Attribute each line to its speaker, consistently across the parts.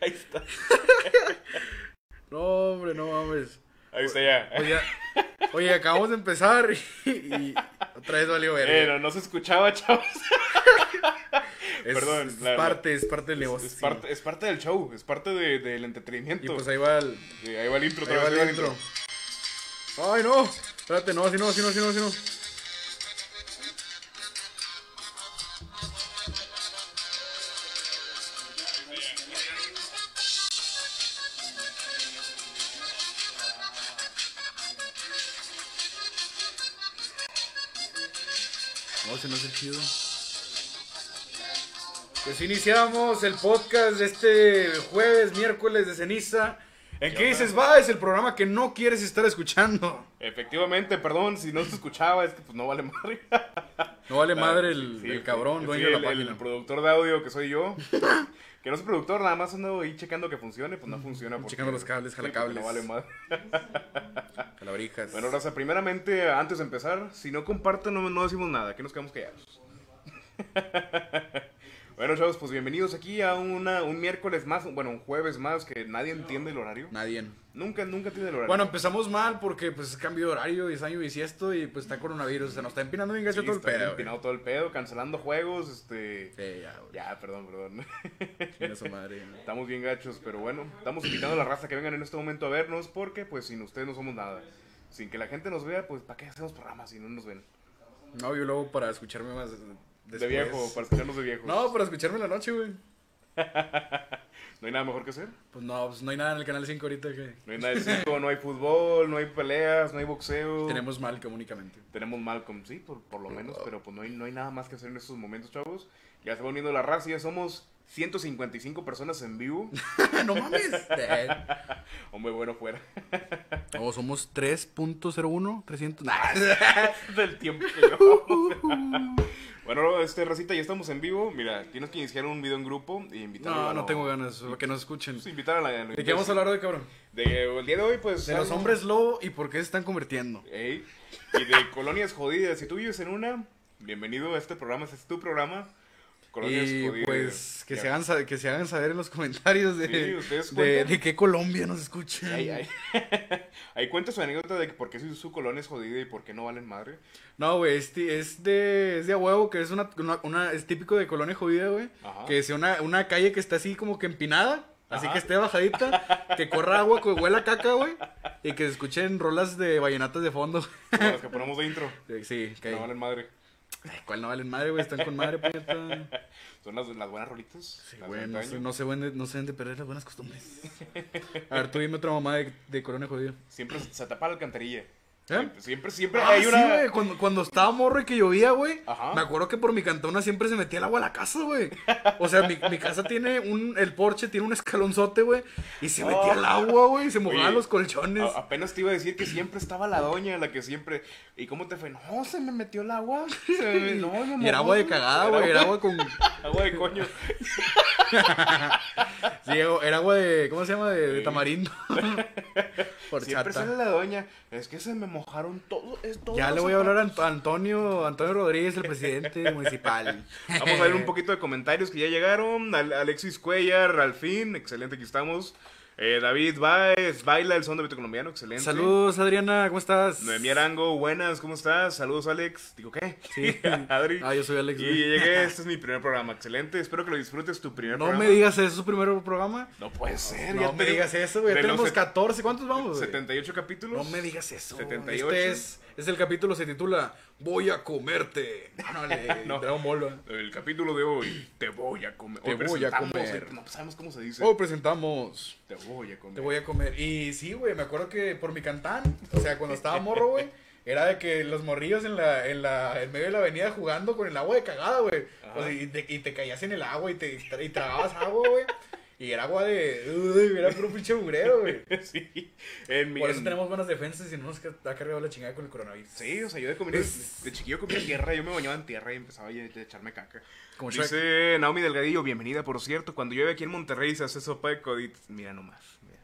Speaker 1: Ahí está.
Speaker 2: No, hombre, no mames.
Speaker 1: Ahí está ya.
Speaker 2: Oye, oye, acabamos de empezar y, y otra vez valió ver.
Speaker 1: Eh, no, no se escuchaba, chavos.
Speaker 2: es,
Speaker 1: perdón,
Speaker 2: es
Speaker 1: la-
Speaker 2: parte, es parte del negocio.
Speaker 1: Es parte, es parte del show, es parte de- del entretenimiento.
Speaker 2: Y pues ahí va el,
Speaker 1: Sí, ahí va el intro,
Speaker 2: ahí
Speaker 1: otra
Speaker 2: va
Speaker 1: vez,
Speaker 2: el
Speaker 1: ahí va
Speaker 2: intro. Ay, no. Espérate, no, si no, si no, si no, si no. No, se no hace chido. Pues iniciamos el podcast de este jueves, miércoles de ceniza. ¿En qué dices? Va, es el programa que no quieres estar escuchando.
Speaker 1: Efectivamente, perdón, si no se escuchaba, es que pues no vale madre.
Speaker 2: No vale madre el,
Speaker 1: Sí,
Speaker 2: el cabrón,
Speaker 1: sí,
Speaker 2: dueño de la
Speaker 1: el- El
Speaker 2: página.
Speaker 1: productor de audio que soy yo. que no soy productor, nada más ando ahí checando que funcione, pues no funciona. porque-
Speaker 2: Checando los cables,
Speaker 1: sí,
Speaker 2: jalacables.
Speaker 1: porque No vale madre.
Speaker 2: Calabrijas.
Speaker 1: Bueno, Raza, primeramente, antes de empezar, si no comparten, no, no decimos nada, que nos quedamos callados. bueno, chavos, pues bienvenidos aquí a una, un miércoles más, bueno, un jueves más, que nadie entiende el horario.
Speaker 2: Nadie.
Speaker 1: Nunca, nunca tiene el horario.
Speaker 2: Bueno, empezamos mal porque pues es cambio de horario y es año bisiesto y pues está coronavirus. Se nos está empinando bien gacho
Speaker 1: Sí,
Speaker 2: todo el
Speaker 1: está
Speaker 2: pedo.
Speaker 1: empinado todo el pedo, cancelando juegos, este...
Speaker 2: güey. Sí, ya, güey.
Speaker 1: Ya, perdón, perdón.
Speaker 2: Chinga su madre. güey.
Speaker 1: Estamos bien gachos, pero bueno, estamos invitando a la raza que vengan en este momento a vernos porque pues sin ustedes no somos nada. Sin que la gente nos vea, pues ¿para qué hacemos programas si no nos ven?
Speaker 2: No, yo luego para escucharme más después.
Speaker 1: De viejo, para escucharnos de viejo.
Speaker 2: No, para escucharme en la noche, güey.
Speaker 1: No hay nada mejor que hacer.
Speaker 2: Pues no, pues no hay nada en el canal 5 ahorita que
Speaker 1: No hay nada de circo, no hay fútbol, no hay peleas, no hay boxeo.
Speaker 2: tenemos mal comunicamente.
Speaker 1: Tenemos Malcolm, sí, por, por lo menos, pero pues no hay, no hay nada más que hacer en estos momentos, chavos. Ya se va uniendo la raza, ya somos 155 personas en vivo.
Speaker 2: no mames.
Speaker 1: Hombre, bueno, fuera.
Speaker 2: O Oh, somos 3.01, 300. Nah.
Speaker 1: Del tiempo que llevamos. Bueno, este Racita, ya estamos en vivo. Mira, tienes que iniciar un video en grupo y invitar a
Speaker 2: No,
Speaker 1: la-
Speaker 2: no tengo ganas, que nos escuchen.
Speaker 1: Sí, invitar a la. a la-
Speaker 2: ¿De qué vamos a hablar hoy, cabrón?
Speaker 1: De- el día de hoy, pues.
Speaker 2: De los
Speaker 1: algo-
Speaker 2: hombres lobo y por qué se están convirtiendo.
Speaker 1: Ey, y de colonias jodidas. Si tú vives en una, bienvenido a este programa. Este es tu programa. Colonias
Speaker 2: Y
Speaker 1: jodidas.
Speaker 2: pues que
Speaker 1: Ya.
Speaker 2: se, hagan, sa- que se hagan saber en los comentarios de,
Speaker 1: Sí, ustedes
Speaker 2: de-
Speaker 1: cuentan.
Speaker 2: de qué Colombia nos escuchan.
Speaker 1: Ahí, ahí. ahí cuenta su anécdota de que por qué su, su colonia es jodida y por qué no valen madre.
Speaker 2: No, güey, es, ti- es de, es de a huevo, que es una, una- una- es típico de Colonia Jodida, güey.
Speaker 1: Ajá.
Speaker 2: Que sea una, una calle que está así como que empinada, así
Speaker 1: Ajá.
Speaker 2: que esté bajadita, que corra agua, que huela a caca, güey. Y que se escuchen rolas de vallenatas de fondo.
Speaker 1: Como las que ponemos de intro.
Speaker 2: Eh, Sí,
Speaker 1: Que
Speaker 2: que
Speaker 1: no valen madre.
Speaker 2: Ay, ¿Cuál no valen madre, güey? Están con madre, puñeta.
Speaker 1: Son las, las buenas rolitas.
Speaker 2: Sí,
Speaker 1: las
Speaker 2: güey,
Speaker 1: de
Speaker 2: no
Speaker 1: antaño.
Speaker 2: se, no, se vende- no se deben de perder las buenas costumbres. A ver, tú dime otra mamá de, de Colonia Jodida.
Speaker 1: Siempre se se tapa la alcantarilla.
Speaker 2: ¿Eh?
Speaker 1: Siempre, siempre, siempre
Speaker 2: Ah,
Speaker 1: hay
Speaker 2: sí,
Speaker 1: una.
Speaker 2: güey, cuando, cuando estaba morro y que llovía, güey,
Speaker 1: Ajá.
Speaker 2: me acuerdo que por mi cantona siempre se metía el agua a la casa, güey. O sea, mi, mi casa tiene un, el porche tiene un escalonzote, güey, y se metía el agua, güey, y se mojaban
Speaker 1: Oye,
Speaker 2: los colchones.
Speaker 1: A- apenas te iba a decir que siempre estaba la doña, la que siempre. ¿Y cómo te fue? No, se me metió el agua. Se me- no, me
Speaker 2: y
Speaker 1: mojó.
Speaker 2: era agua de cagada, güey, era agua con...
Speaker 1: Agua de coño.
Speaker 2: sí, era agua de, ¿cómo se llama? De, de
Speaker 1: Sí.
Speaker 2: tamarindo.
Speaker 1: Siempre
Speaker 2: Horchata.
Speaker 1: sale la doña. Es que se me mojaron todo. Es todo
Speaker 2: Ya le voy a hablar a Ant- a Antonio, Antonio Rodríguez, el presidente municipal.
Speaker 1: Vamos a ver un poquito de comentarios que ya llegaron. Al- Alexis Cuellar, al fin. Excelente, aquí estamos. Eh, David Baez, baila el son de Beto Colombiano. Excelente.
Speaker 2: Saludos, Adriana, ¿cómo estás?
Speaker 1: Noemí Arango, buenas, ¿cómo estás? Saludos, Alex. Digo, ¿qué?
Speaker 2: Sí.
Speaker 1: Adri.
Speaker 2: Ah, yo soy Alex.
Speaker 1: Y
Speaker 2: güey.
Speaker 1: llegué, este es mi primer programa, excelente. Espero que lo disfrutes tu primer
Speaker 2: No
Speaker 1: programa.
Speaker 2: me digas eso, su primer programa.
Speaker 1: No puede ser, ya
Speaker 2: No me
Speaker 1: tenemos-
Speaker 2: digas eso, güey. Ya
Speaker 1: de los
Speaker 2: tenemos
Speaker 1: set-
Speaker 2: 14, ¿cuántos vamos? güey?
Speaker 1: 78 capítulos.
Speaker 2: No me digas eso.
Speaker 1: 78.
Speaker 2: Este es, es el capítulo, se titula Voy a comerte. No, no,
Speaker 1: No.
Speaker 2: no. Dragon Ball. ¿eh? güey.
Speaker 1: El capítulo de hoy, te voy a comer.
Speaker 2: Te
Speaker 1: Hoy
Speaker 2: voy a
Speaker 1: presentamos-
Speaker 2: comer.
Speaker 1: No sabemos cómo se dice.
Speaker 2: Hoy Oh, presentamos
Speaker 1: Te voy a comer.
Speaker 2: Te voy a comer. Y sí, güey, me acuerdo que por mi cantán, o sea, cuando estaba morro, güey, era de que los morrillos en la, en la, en medio de la avenida jugando con el agua de cagada, güey. O sea, y, te, y te caías en el agua y te y tragabas agua, güey. Y era agua de. Uy, era puro pinche mugrero, güey.
Speaker 1: sí, Eh, en mi.
Speaker 2: Por eso
Speaker 1: en-
Speaker 2: tenemos buenas defensas y no nos ca- ha cargado la chingada con el coronavirus.
Speaker 1: Sí, o sea, yo de comer. De chiquillo comía tierra, yo me bañaba en tierra y empezaba ya- ya a echarme caca.
Speaker 2: Como Shrek.
Speaker 1: Dice Naomi Delgadillo, bienvenida, por cierto. Cuando llueve aquí en Monterrey se hace sopa de coditos. Mira nomás. mira.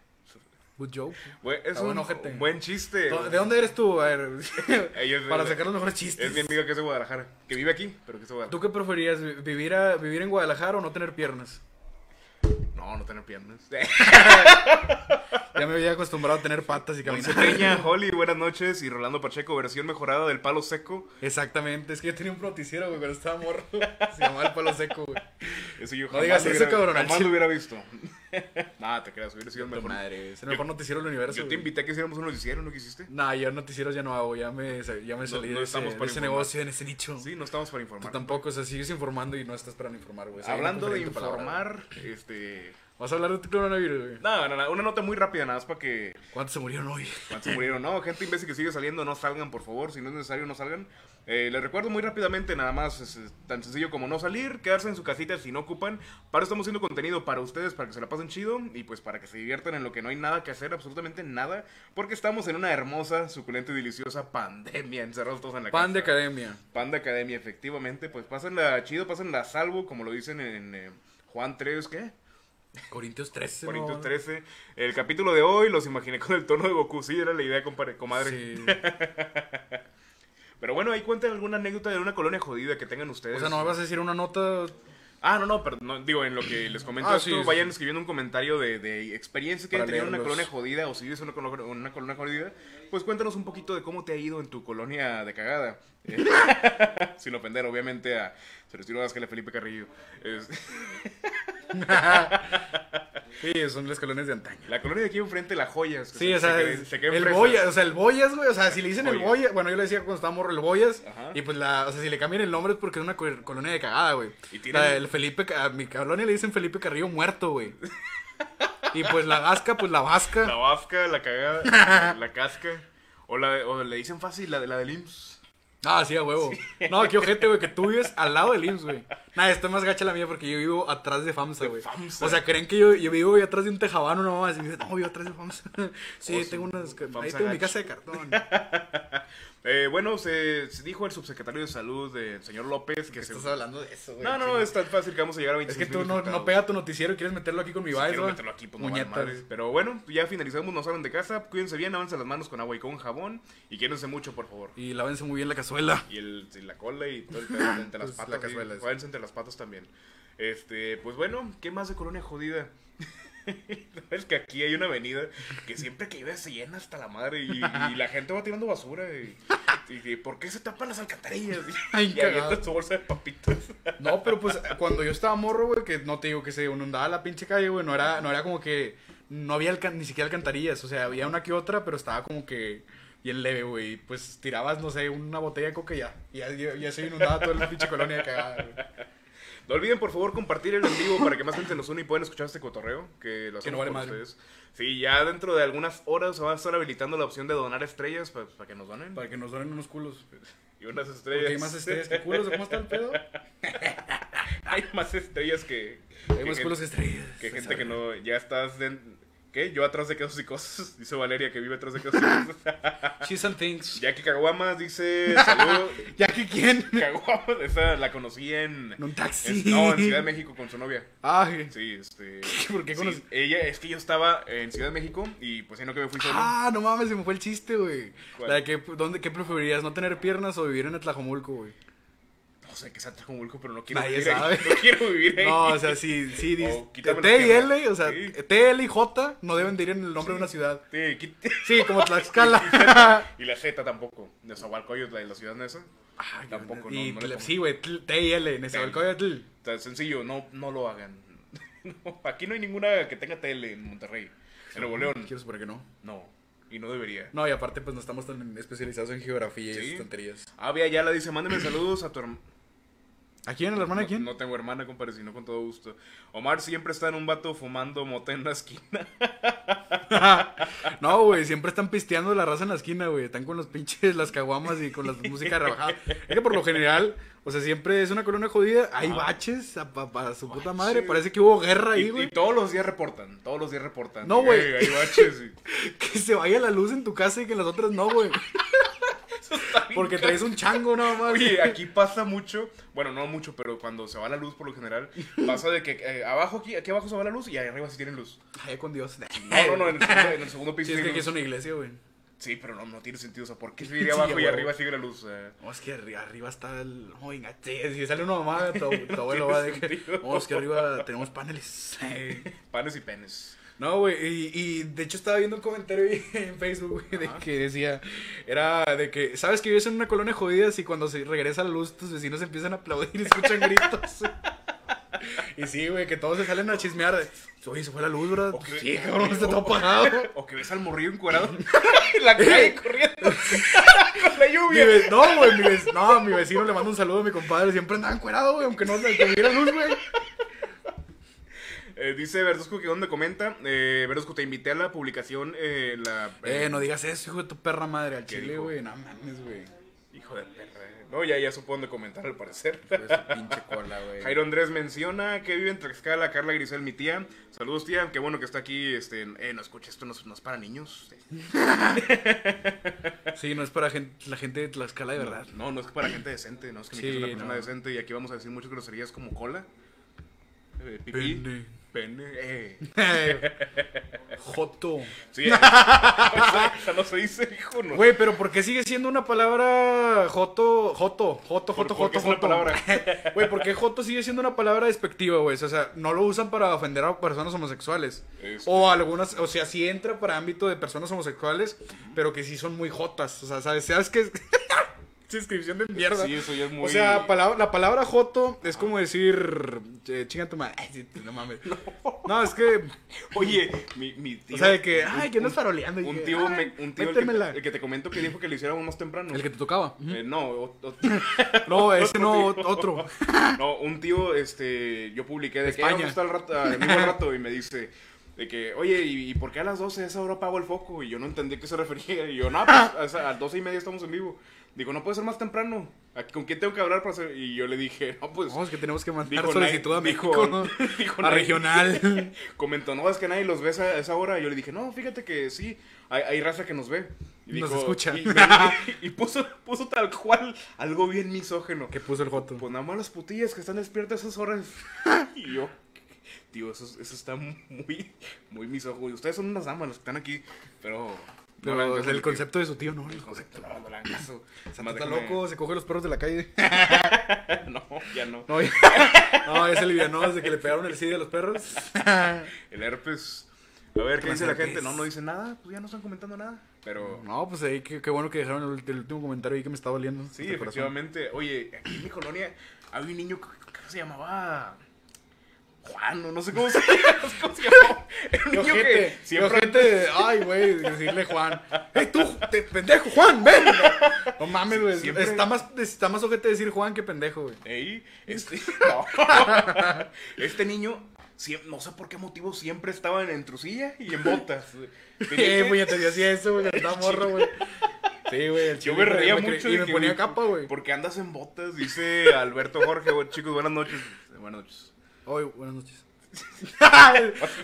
Speaker 2: Good joke.
Speaker 1: Güey, Es
Speaker 2: Ah,
Speaker 1: un,
Speaker 2: bueno, ojete.
Speaker 1: buen chiste.
Speaker 2: ¿De dónde eres tú? A ver,
Speaker 1: Ella es de-
Speaker 2: para sacar los mejores
Speaker 1: Es mi
Speaker 2: chistes.
Speaker 1: amiga que es de Guadalajara, que vive aquí, pero que es de Guadalajara.
Speaker 2: ¿Tú qué preferías? vi- ¿Vivir, a, ¿Vivir en Guadalajara o no tener piernas?
Speaker 1: No, No, no tener piernas.
Speaker 2: Ya me había acostumbrado a tener patas y
Speaker 1: Moisés
Speaker 2: caminar.
Speaker 1: Peña, Holly, buenas noches. Y Rolando Pacheco, versión mejorada del palo seco.
Speaker 2: Exactamente, es que yo tenía un proticiero, güey, pero estaba morro. Se llamaba el palo seco, güey.
Speaker 1: Eso yo
Speaker 2: No digas
Speaker 1: lo
Speaker 2: eso,
Speaker 1: hubiera-
Speaker 2: cabrón, al
Speaker 1: Jamás
Speaker 2: chile.
Speaker 1: lo hubiera visto. Nada, te creas, hubiera sido el
Speaker 2: Tu
Speaker 1: mejor.
Speaker 2: madre, es el mejor noticiero del universo.
Speaker 1: Yo te
Speaker 2: güey.
Speaker 1: invité a que hiciéramos un noticiero, ¿no quisiste?
Speaker 2: Nah, yo noticieros ya no hago, ya me, sa- ya me salí
Speaker 1: no
Speaker 2: de ese,
Speaker 1: estamos
Speaker 2: de
Speaker 1: para
Speaker 2: ese
Speaker 1: informar.
Speaker 2: negocio, en ese nicho.
Speaker 1: Sí, no estamos para
Speaker 2: Tú
Speaker 1: informar.
Speaker 2: tampoco, o sea, sigues informando y no estás para informar, güey. O sea,
Speaker 1: Hablando de
Speaker 2: hay una palabra,
Speaker 1: informar, este...
Speaker 2: güey. Vas a hablar de tu coronavirus, güey.
Speaker 1: No, no, no, una nota muy rápida nada más para que
Speaker 2: ¿Cuántos se murieron hoy?
Speaker 1: ¿Cuántos se murieron? No, gente imbécil que sigue saliendo, no salgan, por favor. Si no es necesario, no salgan. Eh, les recuerdo muy rápidamente, nada más, es, es tan sencillo como no salir, quedarse en su casita si no ocupan. Para eso estamos haciendo contenido para ustedes, para que se la pasen chido y pues para que se diviertan en lo que no hay nada que hacer, absolutamente nada, porque estamos en una hermosa, suculenta y deliciosa pandemia, encerrados todos en la
Speaker 2: Pan de
Speaker 1: casa.
Speaker 2: academia.
Speaker 1: Panda Academia, efectivamente. Pues pásenla chido, pásenla a salvo, como lo dicen en eh, Juan 3, ¿qué?
Speaker 2: Corintios 13, ¿no?
Speaker 1: Corintios 13. El capítulo de hoy los imaginé con el tono de Goku. Sí, era la idea, compadre, comadre.
Speaker 2: Sí.
Speaker 1: Pero bueno, ahí cuenten alguna anécdota de una colonia jodida que tengan ustedes.
Speaker 2: O sea, no me vas a decir una nota.
Speaker 1: Ah, no, no, perdón. no, digo, en lo que les comento
Speaker 2: Ah,
Speaker 1: esto,
Speaker 2: sí, sí,
Speaker 1: vayan
Speaker 2: sí.
Speaker 1: escribiendo un comentario de, de experiencias que
Speaker 2: Para
Speaker 1: hayan tenido en una
Speaker 2: leerlos.
Speaker 1: colonia jodida o si vives en una, colo- en una colonia jodida. Pues cuéntanos un poquito de cómo te ha ido en tu colonia de cagada. Eh, Sin ofender, obviamente, a Celestino Vázquez, a Felipe Carrillo. Es-
Speaker 2: sí, son los colones de antaño.
Speaker 1: la colonia de aquí enfrente, La Joya.
Speaker 2: Sí, o sea, el Boyas,
Speaker 1: Boya
Speaker 2: o sea, el Boyas, güey, o sea, si le dicen el
Speaker 1: Boyas.
Speaker 2: Boyas, bueno, yo le decía cuando estaba morro el Boyas,
Speaker 1: Ajá.
Speaker 2: y pues la, o sea, si le cambian el nombre es porque es una co- colonia de cagada, güey.
Speaker 1: Y tienen-
Speaker 2: La- El Felipe, Ca- a mi colonia le dicen Felipe Carrillo muerto, güey. y pues la vasca, pues la vasca.
Speaker 1: La vasca, la cagada, la casca. O, la, o le dicen fácil, la, de- la del IMSS.
Speaker 2: Ah, sí, a huevo. No, qué ojete, güey, que tú vives al lado del IMSS, güey. Nada, esto es más gacha la mía porque yo vivo atrás de FAMSA, güey.
Speaker 1: FAMSA.
Speaker 2: O sea, creen que yo, yo vivo atrás de un tejabano, no más. Y me dicen, no, yo atrás de FAMSA. sí,
Speaker 1: Oh, sí,
Speaker 2: tengo unas. Ahí
Speaker 1: FAMSA
Speaker 2: tengo mi
Speaker 1: gacha.
Speaker 2: casa de cartón.
Speaker 1: Eh, bueno, se, se dijo el subsecretario de salud, del señor López, que se...
Speaker 2: Estás hablando de eso, güey.
Speaker 1: No, no, no, es tan fácil que vamos a llegar a 26
Speaker 2: Es que tú
Speaker 1: mil
Speaker 2: no, no
Speaker 1: infectados.
Speaker 2: pega tu noticiero y quieres meterlo aquí con mi
Speaker 1: Si
Speaker 2: vice,
Speaker 1: quiero
Speaker 2: güey.
Speaker 1: meterlo aquí, pues, no vale
Speaker 2: Muñetas.
Speaker 1: madre. Pero bueno, ya finalizamos, no salen de casa, cuídense bien, lávense las manos con agua y con jabón y quédense mucho, por favor.
Speaker 2: Y lávense muy bien la cazuela.
Speaker 1: Y, el, y la cola y todo el pedo entre las
Speaker 2: Pues, la
Speaker 1: patas. sí,
Speaker 2: cazuela es.
Speaker 1: Jueguense entre las patas también. Este, pues bueno, ¿qué más de colonia jodida? Sabes que aquí hay una avenida que siempre que llueve se llena hasta la madre y, y la gente va tirando basura. Y, y- y, ¿por qué se tapan las alcantarillas?
Speaker 2: Ay,
Speaker 1: y avientan
Speaker 2: cagado.
Speaker 1: su bolsa de papitas.
Speaker 2: No, pero pues cuando yo estaba morro, güey, que no te digo que se inundaba la pinche calle, güey, no era, no era como que. No había alcan- ni siquiera alcantarillas, o sea, había una que otra, pero estaba como que bien leve, güey. y Pues tirabas, no sé, una botella de coca y ya. y Ya, ya- ya se inundaba toda la pinche colonia de cagada, güey.
Speaker 1: No olviden, por favor, compartir el en vivo para que más gente nos une y puedan escuchar este cotorreo. Que lo hacemos
Speaker 2: Que no vale
Speaker 1: por
Speaker 2: madre.
Speaker 1: ustedes. Sí, ya dentro de algunas horas se va a estar habilitando la opción de donar estrellas pues, para que nos donen.
Speaker 2: Para que nos donen unos culos.
Speaker 1: Y unas estrellas.
Speaker 2: Porque hay más estrellas que culos, ¿cómo está el pedo?
Speaker 1: Hay más estrellas que.
Speaker 2: Hay
Speaker 1: que
Speaker 2: más
Speaker 1: gen-
Speaker 2: culos que estrellas.
Speaker 1: que gente que no. Ya estás. en- ¿Qué? Yo atrás de quesos y cosas. Dice Valeria que vive atrás de quesos y cosas.
Speaker 2: She's and things.
Speaker 1: Jackie Caguamas dice. Saludos.
Speaker 2: ¿Ya que quién?
Speaker 1: Caguamas. Esa la conocí en.
Speaker 2: En un taxi.
Speaker 1: en- no, en Ciudad de México con su novia.
Speaker 2: Ah, güey.
Speaker 1: Sí, este.
Speaker 2: ¿Por qué
Speaker 1: sí,
Speaker 2: conocí-
Speaker 1: ella, es que yo estaba en Ciudad de México y pues sino que me fui solo.
Speaker 2: Ah, no mames, se me fue el chiste, güey.
Speaker 1: ¿Cuál?
Speaker 2: La de que, ¿dónde, ¿Qué preferirías, no tener piernas o vivir en Atlajomulco, güey?
Speaker 1: No sé qué es Atlacomulco, pero no quiero
Speaker 2: Nadie
Speaker 1: vivir ahí.
Speaker 2: sabe.
Speaker 1: No quiero vivir ahí.
Speaker 2: No, o sea, sí, sí, dis-
Speaker 1: O quítame
Speaker 2: T
Speaker 1: las
Speaker 2: y L,
Speaker 1: piernas.
Speaker 2: o sea,
Speaker 1: Sí.
Speaker 2: T, L y J no deben de ir en el nombre de una ciudad.
Speaker 1: Sí, quit-
Speaker 2: Sí, como Tlaxcala. Ah,
Speaker 1: Y la Z tampoco. De Zahualcoyotl, la de la ciudad nesa.
Speaker 2: Ay,
Speaker 1: Tampoco, no,
Speaker 2: y
Speaker 1: no le
Speaker 2: tl-
Speaker 1: pongo.
Speaker 2: Sí, güey, tl- T y L, en Nezahualcóyotl.
Speaker 1: Tan sencillo, no, no lo hagan. No, aquí no hay ninguna que tenga tele en Monterrey. En Nuevo León,
Speaker 2: Quiero suponer que no.
Speaker 1: no. Y no debería.
Speaker 2: No, y aparte, pues no estamos tan especializados en geografía y
Speaker 1: Sí.
Speaker 2: esas tonterías.
Speaker 1: Avia Ah, ya la dice, mándeme saludos a tu hermana.
Speaker 2: ¿A quién? ¿A la hermana de quién?
Speaker 1: No tengo hermana, compadre, sino con todo gusto. Omar siempre está en un vato fumando mota en la esquina.
Speaker 2: No, güey, siempre están pisteando la raza en la esquina, güey. Están con los pinches, las caguamas y con la música rebajada. Es que por lo general, o sea, siempre es una colonia jodida. Hay baches a, pa- para su puta madre.
Speaker 1: Baches.
Speaker 2: Parece que hubo guerra ahí,
Speaker 1: Y, y
Speaker 2: güey.
Speaker 1: todos los días reportan, todos los días reportan.
Speaker 2: No, güey.
Speaker 1: Eh, Hay baches. y-
Speaker 2: Que se vaya la luz en tu casa y que en las otras no, güey. Porque traes un chango nada más.
Speaker 1: Oye, aquí pasa mucho, bueno, no mucho, pero cuando se va la luz por lo general, pasa de que eh, abajo aquí, aquí abajo se va la luz y ahí arriba sí tienen luz.
Speaker 2: Ay, con Dios.
Speaker 1: Eh, No, no, no, en el segundo, en el segundo piso
Speaker 2: Eh. Sí, es que
Speaker 1: tienen
Speaker 2: aquí es
Speaker 1: luz.
Speaker 2: una iglesia, güey.
Speaker 1: Sí, pero no, no tiene sentido. O sea, ¿por qué seguiría abajo y
Speaker 2: huevo.
Speaker 1: arriba sigue la luz? Eh,
Speaker 2: No, es que arri- arriba está el. Oh, venga, sí, si sale una mamá, tu, tu abuelo va de que.
Speaker 1: sentido.
Speaker 2: "Oh, es que arriba tenemos paneles.
Speaker 1: panes y penes.
Speaker 2: No, güey, y, y de hecho estaba viendo un comentario ahí en Facebook, güey, de
Speaker 1: Ajá.
Speaker 2: que decía, era de que, ¿sabes que vives en una colonia jodida y cuando se regresa la luz tus vecinos empiezan a aplaudir y escuchan gritos? y sí, güey, que todos se salen a chismear de, oye, se fue la luz, ¿verdad?
Speaker 1: Ok.
Speaker 2: Sí, cabrón, está todo apagado.
Speaker 1: O que ves al morrillo encuadrado en la calle corriendo con la
Speaker 2: Mi
Speaker 1: lluvia.
Speaker 2: ve- no, güey, mi, vec- no, mi vecino le manda un saludo a mi compadre, siempre andaba encuerado, güey, aunque no se tuviera luz, güey.
Speaker 1: Eh, dice Verduzco que donde comenta. Eh, Verduzco, te invité a la publicación. Eh, la,
Speaker 2: Eh, no digas eso, hijo de tu perra madre, al
Speaker 1: ¿Qué
Speaker 2: chile,
Speaker 1: dijo?
Speaker 2: güey, no mames, güey.
Speaker 1: Hijo de perra. eh. No, ya, ya supo dónde comentar al parecer.
Speaker 2: Hijo de su pinche cola, güey.
Speaker 1: Jairo Andrés menciona que vive en Tlaxcala, Carla Grisel, mi tía. Saludos, tía. Qué bueno que está aquí. Este, eh, no escuches, esto no es, no es para niños.
Speaker 2: Sí, no es para gen- la gente de Tlaxcala de verdad.
Speaker 1: No, no es para gente decente, no es que mi
Speaker 2: Sí,
Speaker 1: tía es una persona
Speaker 2: no.
Speaker 1: decente y aquí vamos a decir muchas groserías como cola, eh, pipí,
Speaker 2: Pene.
Speaker 1: pene, eh.
Speaker 2: Joto.
Speaker 1: Sí, eh. Esa- esa no se dice, hijo, no.
Speaker 2: Güey, pero ¿por qué sigue siendo una palabra joto? Joto, joto,
Speaker 1: ¿Por-
Speaker 2: joto, joto.
Speaker 1: por qué es una
Speaker 2: joto?
Speaker 1: palabra?
Speaker 2: Güey, ¿por qué joto sigue siendo una palabra despectiva, güey? O sea, no lo usan para ofender a personas homosexuales.
Speaker 1: Este.
Speaker 2: O algunas, o sea, sí entra para ámbito de personas homosexuales, pero que sí son muy jotas. O sea, ¿sabes? ¿Sabes qué es? Es Descripción de mierda.
Speaker 1: Sí, eso ya es muy-
Speaker 2: O sea, palabra- la palabra joto es como decir. eh, Chinga tu madre. Ay, sí, No mames. no es que.
Speaker 1: Oye, mi, mi tío.
Speaker 2: O sea, de que,
Speaker 1: un-
Speaker 2: ay, que andas faroleando, y
Speaker 1: Un
Speaker 2: que,
Speaker 1: tío, me-
Speaker 2: ay,
Speaker 1: un tío el, que,
Speaker 2: métemela.
Speaker 1: el que te comento que dijo que lo hiciéramos más temprano.
Speaker 2: El que te tocaba.
Speaker 1: Eh, no, o- o-
Speaker 2: No, ese no,
Speaker 1: tío.
Speaker 2: otro.
Speaker 1: No, un tío, este, yo publiqué de que
Speaker 2: España.
Speaker 1: vamos al rato, al mismo rato y me dice de que, oye, ¿y, y por qué a las 12 a esa hora apago el foco? Y yo no entendí a qué se refería. Y yo, no, pues a, esa- a las 12 y media estamos en vivo. Digo, no puede ser más temprano. ¿A- ¿Con quién tengo que hablar para hacer? Y yo le dije, no, pues.
Speaker 2: Vamos que tenemos que mandar
Speaker 1: Dijo
Speaker 2: solicitud a
Speaker 1: Nike,
Speaker 2: México,
Speaker 1: dijo-
Speaker 2: ¿no?
Speaker 1: dijo
Speaker 2: a
Speaker 1: Nike.
Speaker 2: regional.
Speaker 1: Comentó, no, es que nadie los ve a esa- a esa hora. Y yo le dije, no, fíjate que sí, hay, hay raza que nos ve. Y
Speaker 2: Nos escucha.
Speaker 1: Y, me- y puso, puso tal cual algo bien misógeno.
Speaker 2: que puso el Joto.
Speaker 1: Pues nada más las putillas que están despiertas a esas horas. y yo, tío, eso, eso está muy, muy mis ojos. Ustedes son unas damas los que están aquí, pero. no
Speaker 2: Pero
Speaker 1: le hagan caso,
Speaker 2: el
Speaker 1: tío.
Speaker 2: concepto de su tío, ¿no?
Speaker 1: El concepto, no, no le hagan caso.
Speaker 2: Santa está
Speaker 1: déjame-
Speaker 2: loco, se coge los perros de la calle.
Speaker 1: No, ya no.
Speaker 2: No, ya- no es el villano desde que le pegaron el CID a los perros.
Speaker 1: El herpes. A ver, ¿qué
Speaker 2: Más
Speaker 1: dice la
Speaker 2: herpes.
Speaker 1: gente? No, no dice nada, pues ya no están comentando nada. Mm, Pero.
Speaker 2: No, pues ahí qué, qué bueno que dejaron el, el último comentario ahí que me está doliendo.
Speaker 1: Sí,
Speaker 2: hasta el corazón.
Speaker 1: efectivamente. Oye, aquí en mi colonia había un niño que, que se llamaba. Juan, no, no sé cómo se, no sé cómo se llamaba. Era un
Speaker 2: Qué
Speaker 1: niño
Speaker 2: ojete,
Speaker 1: que
Speaker 2: qué
Speaker 1: siempre
Speaker 2: ojete. Ay, güey, decirle Juan. ¡Ey, tú! Te, ¡Pendejo, Juan! ¡Ven! No, mames, güey.
Speaker 1: Siempre-
Speaker 2: Está, más, está más ojete decir Juan que pendejo, güey.
Speaker 1: Ey, este, no. este niño, siem- no sé por qué motivo, siempre estaba en trusilla y en botas. Tenía
Speaker 2: Eh,
Speaker 1: que-
Speaker 2: güey, te hacía eso, güey, estaba morro, güey. Sí, güey, el
Speaker 1: Yo
Speaker 2: chile,
Speaker 1: me
Speaker 2: güey,
Speaker 1: reía
Speaker 2: cre-
Speaker 1: mucho.
Speaker 2: Y me
Speaker 1: dije,
Speaker 2: ponía
Speaker 1: güey,
Speaker 2: capa, güey.
Speaker 1: ¿Por qué andas en botas? Dice Alberto Jorge. güey, chicos, buenas noches. Buenas noches.
Speaker 2: Ay, buenas noches.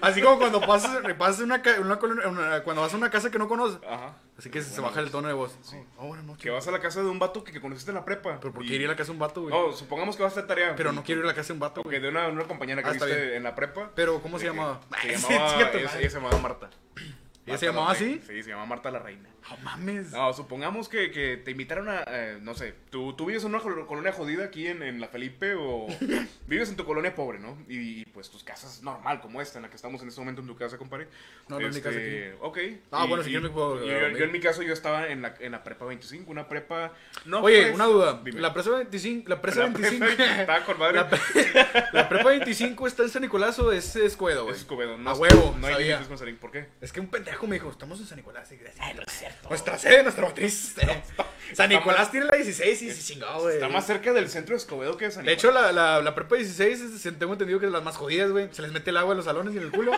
Speaker 2: Así como cuando pasas, pasas una, ca- una colonia- una- cuando vas a una casa que no conoces.
Speaker 1: Ajá.
Speaker 2: Así que se baja el tono de voz. Oh, buenas noches.
Speaker 1: Que vas a la casa de un vato que, que conociste en la prepa.
Speaker 2: Pero ¿por
Speaker 1: Y-
Speaker 2: qué iría a la casa de un vato, güey?
Speaker 1: No, supongamos que vas a hacer tarea.
Speaker 2: Pero no quiero ir a la casa de un vato,
Speaker 1: Ok,
Speaker 2: güey.
Speaker 1: de una, una compañera que
Speaker 2: Ah, está bien.
Speaker 1: viste en la prepa.
Speaker 2: Pero, ¿cómo se
Speaker 1: De que-
Speaker 2: llamaba?
Speaker 1: Se
Speaker 2: Sí,
Speaker 1: llamaba,
Speaker 2: chinga tu
Speaker 1: ella,
Speaker 2: madre.
Speaker 1: ella se llamaba Marta.
Speaker 2: ¿Ella
Speaker 1: Marta la
Speaker 2: se llamaba
Speaker 1: Reina.
Speaker 2: así?
Speaker 1: Sí, se llamaba Marta la Reina.
Speaker 2: No mames.
Speaker 1: No, supongamos que, que te invitaron a, eh, no sé, tú, tú vives en una colo- colonia jodida aquí en, en La Felipe o vives en tu colonia pobre, ¿no? Y, y, pues tus casas normal como esta, en la que estamos en este momento en tu casa, compadre.
Speaker 2: No, no es mi casa
Speaker 1: Este, Ok.
Speaker 2: Ah,
Speaker 1: Y-
Speaker 2: bueno, si
Speaker 1: y-
Speaker 2: yo me puedo-
Speaker 1: y yo, yo en mi caso yo estaba en la, en la prepa 25, una prepa... No,
Speaker 2: Oye,
Speaker 1: pues,
Speaker 2: una duda.
Speaker 1: dime.
Speaker 2: La presa 25. La presa
Speaker 1: La prepa
Speaker 2: 25.
Speaker 1: 25, estaba con madre.
Speaker 2: La, pre- la prepa 25 está en San Nicolás o es Escobedo, güey.
Speaker 1: Es Escobedo, no,
Speaker 2: A
Speaker 1: es-
Speaker 2: huevo,
Speaker 1: no hay
Speaker 2: sabía.
Speaker 1: límites con Sarín, ¿por qué?
Speaker 2: Es que un pendejo me dijo, estamos en San Nicolás. Y gracias. Nuestra sede, nuestra matriz. San Nicolás tiene la 16 y se chingó, güey.
Speaker 1: Está más cerca del centro de Escobedo que de San
Speaker 2: De hecho, la, la, la prepa 16, es- se- tengo entendido que es de las más jodidas, güey. Se les mete el agua en los salones y en el culo.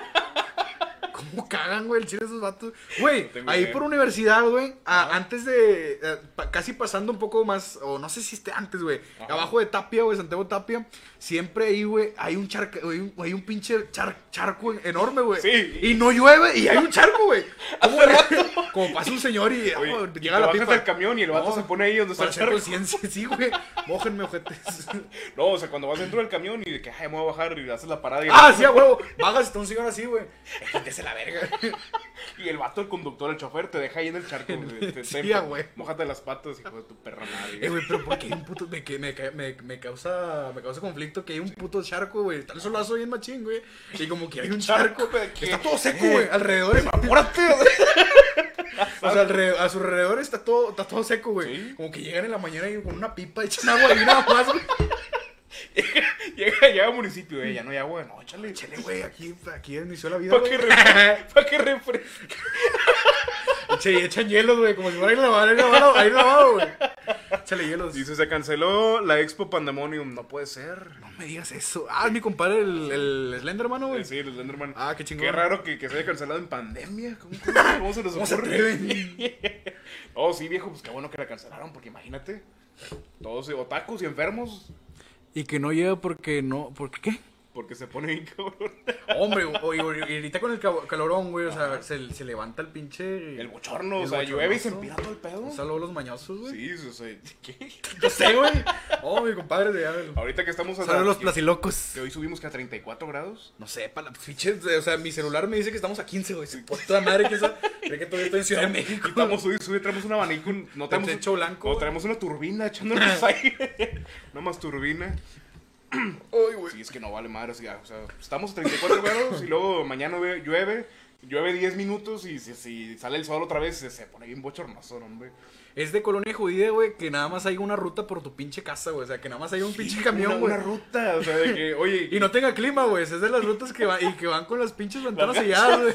Speaker 2: ¿Cómo cagan, güey, el chile de esos vatos? Güey,
Speaker 1: No tengo
Speaker 2: ahí
Speaker 1: idea.
Speaker 2: por universidad, güey, a- antes de. eh, pa- casi pasando un poco más, o no sé si esté antes, güey.
Speaker 1: Ajá.
Speaker 2: Abajo de Tapia, güey, Santiago Tapia. Siempre ahí, güey, hay un charco, hay un, hay un pinche char- charco enorme, güey.
Speaker 1: Sí.
Speaker 2: Y no llueve y hay un charco, güey. ¿Cómo era? Como pasa un señor y ah,
Speaker 1: Oye,
Speaker 2: güey,
Speaker 1: y
Speaker 2: llega
Speaker 1: te
Speaker 2: la
Speaker 1: bajas
Speaker 2: pipa.
Speaker 1: del camión y el vato
Speaker 2: No,
Speaker 1: se pone ahí donde está
Speaker 2: Para
Speaker 1: el
Speaker 2: hacer
Speaker 1: charco.
Speaker 2: conciencia, sí, güey. Mójenme, ojetes.
Speaker 1: No, o sea, cuando vas dentro del camión y de que, ay, me voy Ah, a bajar y haces la parada y...
Speaker 2: Ah, sí, a huevo. Bajas, está un señor así, güey. Eh, Quítese la verga, verga.
Speaker 1: Y el vato, el conductor, el chofer, te deja ahí en el charco. güey. Te-
Speaker 2: Sí,
Speaker 1: te-
Speaker 2: ah, güey.
Speaker 1: Mójate las patas, hijo de tu perra madre.
Speaker 2: Eh, güey, pero ¿por qué hay un puto.? Me, que- me, ca- me, me causa, me causa conflicto que hay un puto charco, güey. Tal solo lazo bien machín, güey. Y como que hay un charco.
Speaker 1: ¿De qué?
Speaker 2: Está todo seco, güey. Alrededor.
Speaker 1: ¡Apúrate!
Speaker 2: O sea, alre- a su alrededor está todo, está todo seco, güey.
Speaker 1: Sí.
Speaker 2: Como que llegan en la mañana y con una pipa echan agua y nada más, güey.
Speaker 1: llega, llega al municipio, eh, ya no hay agua. No, échale,
Speaker 2: Chale, güey, aquí, aquí inició la vida.
Speaker 1: Para
Speaker 2: güey.
Speaker 1: que refresque. Para que refresque.
Speaker 2: Che, echan hielos, güey, como si fuera ir lavado, ir lavado, ahí lavado, güey. Échale hielos.
Speaker 1: Dice, se canceló la Expo Pandemonium. No puede ser.
Speaker 2: No me digas eso. Ah, es mi compadre, el, el Slenderman, güey.
Speaker 1: Eh, Sí, el Slenderman.
Speaker 2: Ah, qué chingón.
Speaker 1: Qué raro que, que se haya cancelado en pandemia. ¿Cómo, cómo- cómo se nos
Speaker 2: ¿Cómo se
Speaker 1: ocurre?
Speaker 2: atreven?
Speaker 1: oh, sí, viejo, pues qué bueno que la cancelaron, porque imagínate. Todos eh, otakus y enfermos.
Speaker 2: Y que no llega porque no. ¿Por qué?
Speaker 1: Porque se pone bien cabrón.
Speaker 2: Hombre, oye, oye, y ahorita con el ca- calorón, güey, o sea, se, se levanta el pinche.
Speaker 1: El bochorno,
Speaker 2: El
Speaker 1: o sea, llueve y se empina
Speaker 2: bochornazo.
Speaker 1: todo el pedo.
Speaker 2: Un saludo a los mañosos, güey.
Speaker 1: Sí, o sea, ¿qué?
Speaker 2: Yo sé, güey. Oh, mi compadre de Abel.
Speaker 1: Ahorita que estamos a
Speaker 2: Saludos a los
Speaker 1: que-
Speaker 2: placilocos.
Speaker 1: que hoy subimos que a 34 grados.
Speaker 2: No sé, para las fiches, o sea, mi celular me dice que estamos a 15, güey. Por toda madre que esa. Creo que todavía estoy en Ciudad de México.
Speaker 1: Y estamos hoy, sube, traemos un abanico, un- no traemos
Speaker 2: techo blanco,
Speaker 1: o
Speaker 2: güey.
Speaker 1: traemos una turbina echándonos aire. no más turbina.
Speaker 2: Ay, güey.
Speaker 1: Sí, es que no vale madre, así, o sea, estamos a 34 grados y luego mañana ve- llueve, llueve 10 minutos y si, si sale el sol otra vez se, se pone bien bochornoso, ¿no, hombre.
Speaker 2: Es de colonia judía, güey, que nada más hay una ruta por tu pinche casa, güey. O sea, que nada más hay un pinche
Speaker 1: Una-
Speaker 2: camión,
Speaker 1: una,
Speaker 2: güey.
Speaker 1: ruta, o sea, de que, oye,
Speaker 2: Y no tenga clima, güey. Es de las rutas que, va, y que van con las pinches ventanas selladas, güey.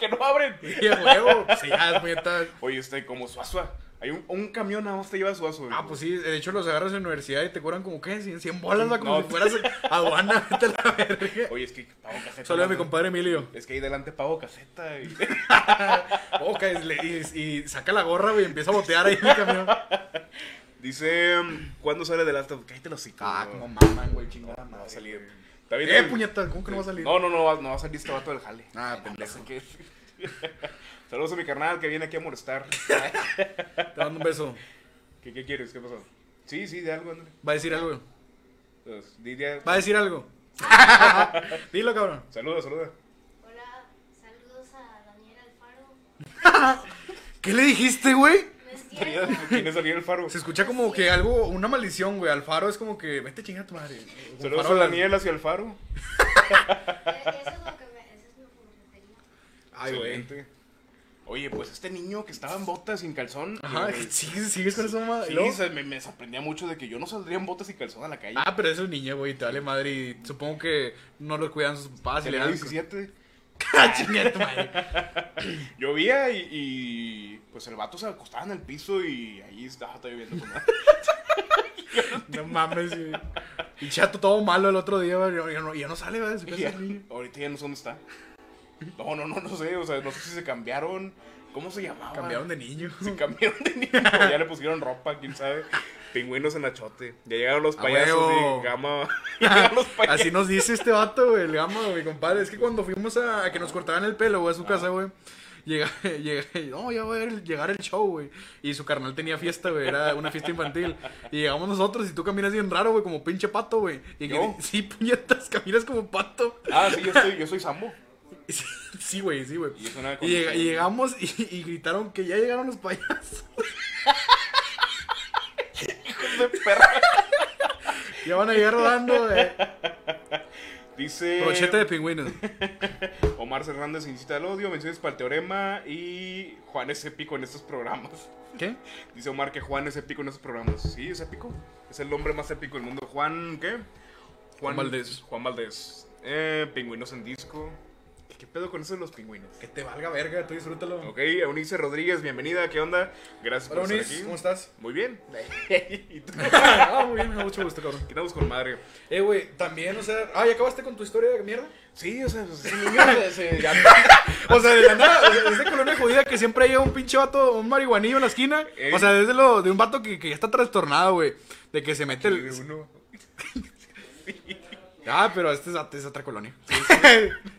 Speaker 1: que no abren.
Speaker 2: Y a huevo, selladas, puñetas.
Speaker 1: Oye, este, como Suazua, hay un, un camión nada más te lleva a Suazua.
Speaker 2: Ah, pues sí, de hecho los agarras en la universidad y te cobran como, ¿qué? 100, 100 bolas, va, como
Speaker 1: No.
Speaker 2: si fueras aduana, vete a la verga.
Speaker 1: Oye, es que pago caseta.
Speaker 2: Solo a mi
Speaker 1: ¿no?
Speaker 2: compadre Emilio.
Speaker 1: Es que ahí delante pago caseta. y-
Speaker 2: Ok, le- y, y saca la gorra, güey, y empieza a botear ahí en el camión.
Speaker 1: Dice, mm, ¿cuándo sale The Last of Us? Cállate los hocico.
Speaker 2: Ah,
Speaker 1: no.
Speaker 2: como maman, güey, chingada
Speaker 1: No va a
Speaker 2: madre.
Speaker 1: salir. Está bien,
Speaker 2: Eh,
Speaker 1: está bien.
Speaker 2: puñeta, ¿cómo que no va a salir?
Speaker 1: No, no, no, va- no va a salir este vato del jale.
Speaker 2: Ah,
Speaker 1: No
Speaker 2: pendejo.
Speaker 1: sé qué es. Saludos a mi carnal que viene aquí a molestar.
Speaker 2: Te mando un beso.
Speaker 1: ¿Qué, qué quieres? ¿Qué pasó? Sí, sí, de algo, ándale.
Speaker 2: Va a decir algo.
Speaker 1: Pues, di- di-
Speaker 2: Va a decir algo. Dilo, cabrón.
Speaker 1: Saluda, saluda.
Speaker 3: Hola, saludos a Daniel Alfaro.
Speaker 2: ¿Qué le dijiste, güey?
Speaker 3: No es eh,
Speaker 1: Salida-
Speaker 3: cierto.
Speaker 1: ¿Quién es Daniel Faro?
Speaker 2: Se escucha como que algo, una maldición, güey. Alfaro es como que, vete chinga tu madre. Como
Speaker 1: Saludos a
Speaker 2: farolas.
Speaker 1: Daniel hacia el Faro.
Speaker 3: Eh, Eso es lo que me. Eso es mi portería.
Speaker 2: Ay, güey.
Speaker 1: Excelente. Oye, pues este niño que estaba en botas sin calzón.
Speaker 2: Ajá,
Speaker 1: eh,
Speaker 2: ¿sigues, sigues con eso, mamá?
Speaker 1: sí,
Speaker 2: ¿Y luego?
Speaker 1: se- me, me sorprendía mucho de que yo no saldría en botas y calzón a la calle.
Speaker 2: Ah, pero es un niño, güey, te vale madre. Y supongo que no lo cuidan sus papás y le
Speaker 1: Tenía
Speaker 2: dan.
Speaker 1: 17.
Speaker 2: Ah, chinga tu madre.
Speaker 1: Llovía y, y, pues el vato se acostaba en el piso y ahí estaba todo lloviendo. con madre.
Speaker 2: No mames, güey. Y chato todo malo el otro día, güey. Ya no, ya no sale, güey, de su
Speaker 1: Y
Speaker 2: casa
Speaker 1: ya-
Speaker 2: el niño.
Speaker 1: ahorita ya no sé dónde está. No, no, no, no sé. O sea, no sé si se cambiaron. ¿Cómo se llamaba?
Speaker 2: Cambiaron de niño.
Speaker 1: Se cambiaron de niño. ya le pusieron ropa, quién sabe. Pingüinos en achote. Ya llegaron los
Speaker 2: A
Speaker 1: payasos
Speaker 2: huevo.
Speaker 1: de gama. Llegaron los payasos.
Speaker 2: Así nos dice este vato, güey, el gama, güey, compadre. Es que cuando fuimos a, a que nos cortaran el pelo, güey, a su casa, güey. Llega, llega, no, ya va a ver- llegar el show, güey. Y su carnal tenía fiesta, güey, era una fiesta infantil. Y llegamos nosotros y tú caminas bien raro, güey, como pinche pato, güey. Y que-
Speaker 1: ¿Yo?
Speaker 2: sí, puñetas, caminas como pato.
Speaker 1: Ah, sí, yo soy, yo soy Sambo.
Speaker 2: Sí, güey, sí, güey.
Speaker 1: Y es una
Speaker 2: Y, llega- y
Speaker 1: condición.
Speaker 2: llegamos y, y gritaron que ya llegaron los payasos.
Speaker 1: De perra.
Speaker 2: Ya van a llegar rodando, güey.
Speaker 1: Dice.
Speaker 2: Brocheta de pingüinos.
Speaker 1: Omar Hernández incita al odio, menciones para el teorema y Juan es épico en estos programas.
Speaker 2: ¿Qué?
Speaker 1: Dice Omar que Juan es épico en esos programas. Sí, es épico. Es el hombre más épico del mundo. Juan, ¿qué?
Speaker 2: Juan Valdés.
Speaker 1: Juan Valdés. Eh, pingüinos en disco. ¿Qué pedo con eso de los pingüinos?
Speaker 2: Que te valga verga, tú disfrútalo.
Speaker 1: Ok, Eunice Rodríguez, bienvenida. ¿Qué onda? Gracias
Speaker 2: Hola,
Speaker 1: por
Speaker 2: Unis,
Speaker 1: estar
Speaker 2: ¿cómo
Speaker 1: aquí.
Speaker 2: estás?
Speaker 1: Muy bien. ¿Y tú?
Speaker 2: Pues ah, muy bien, me da mucho gusto, cabrón.
Speaker 1: ¿Qué andamos con madre?
Speaker 2: Eh, güey, también, o sea. Ah, ¿ya acabaste con tu historia de mierda?
Speaker 1: Sí, o sea,
Speaker 2: O sea, de la nada, o sea, es de colonia judía que siempre hay un pinche vato, un marihuanillo en la esquina.
Speaker 1: Eh.
Speaker 2: O sea, es de, lo, de un vato que, que ya está trastornado, güey. De que se mete el.
Speaker 1: uno.
Speaker 2: Ah, pero este es, este es otra colonia.
Speaker 1: Sí, sí,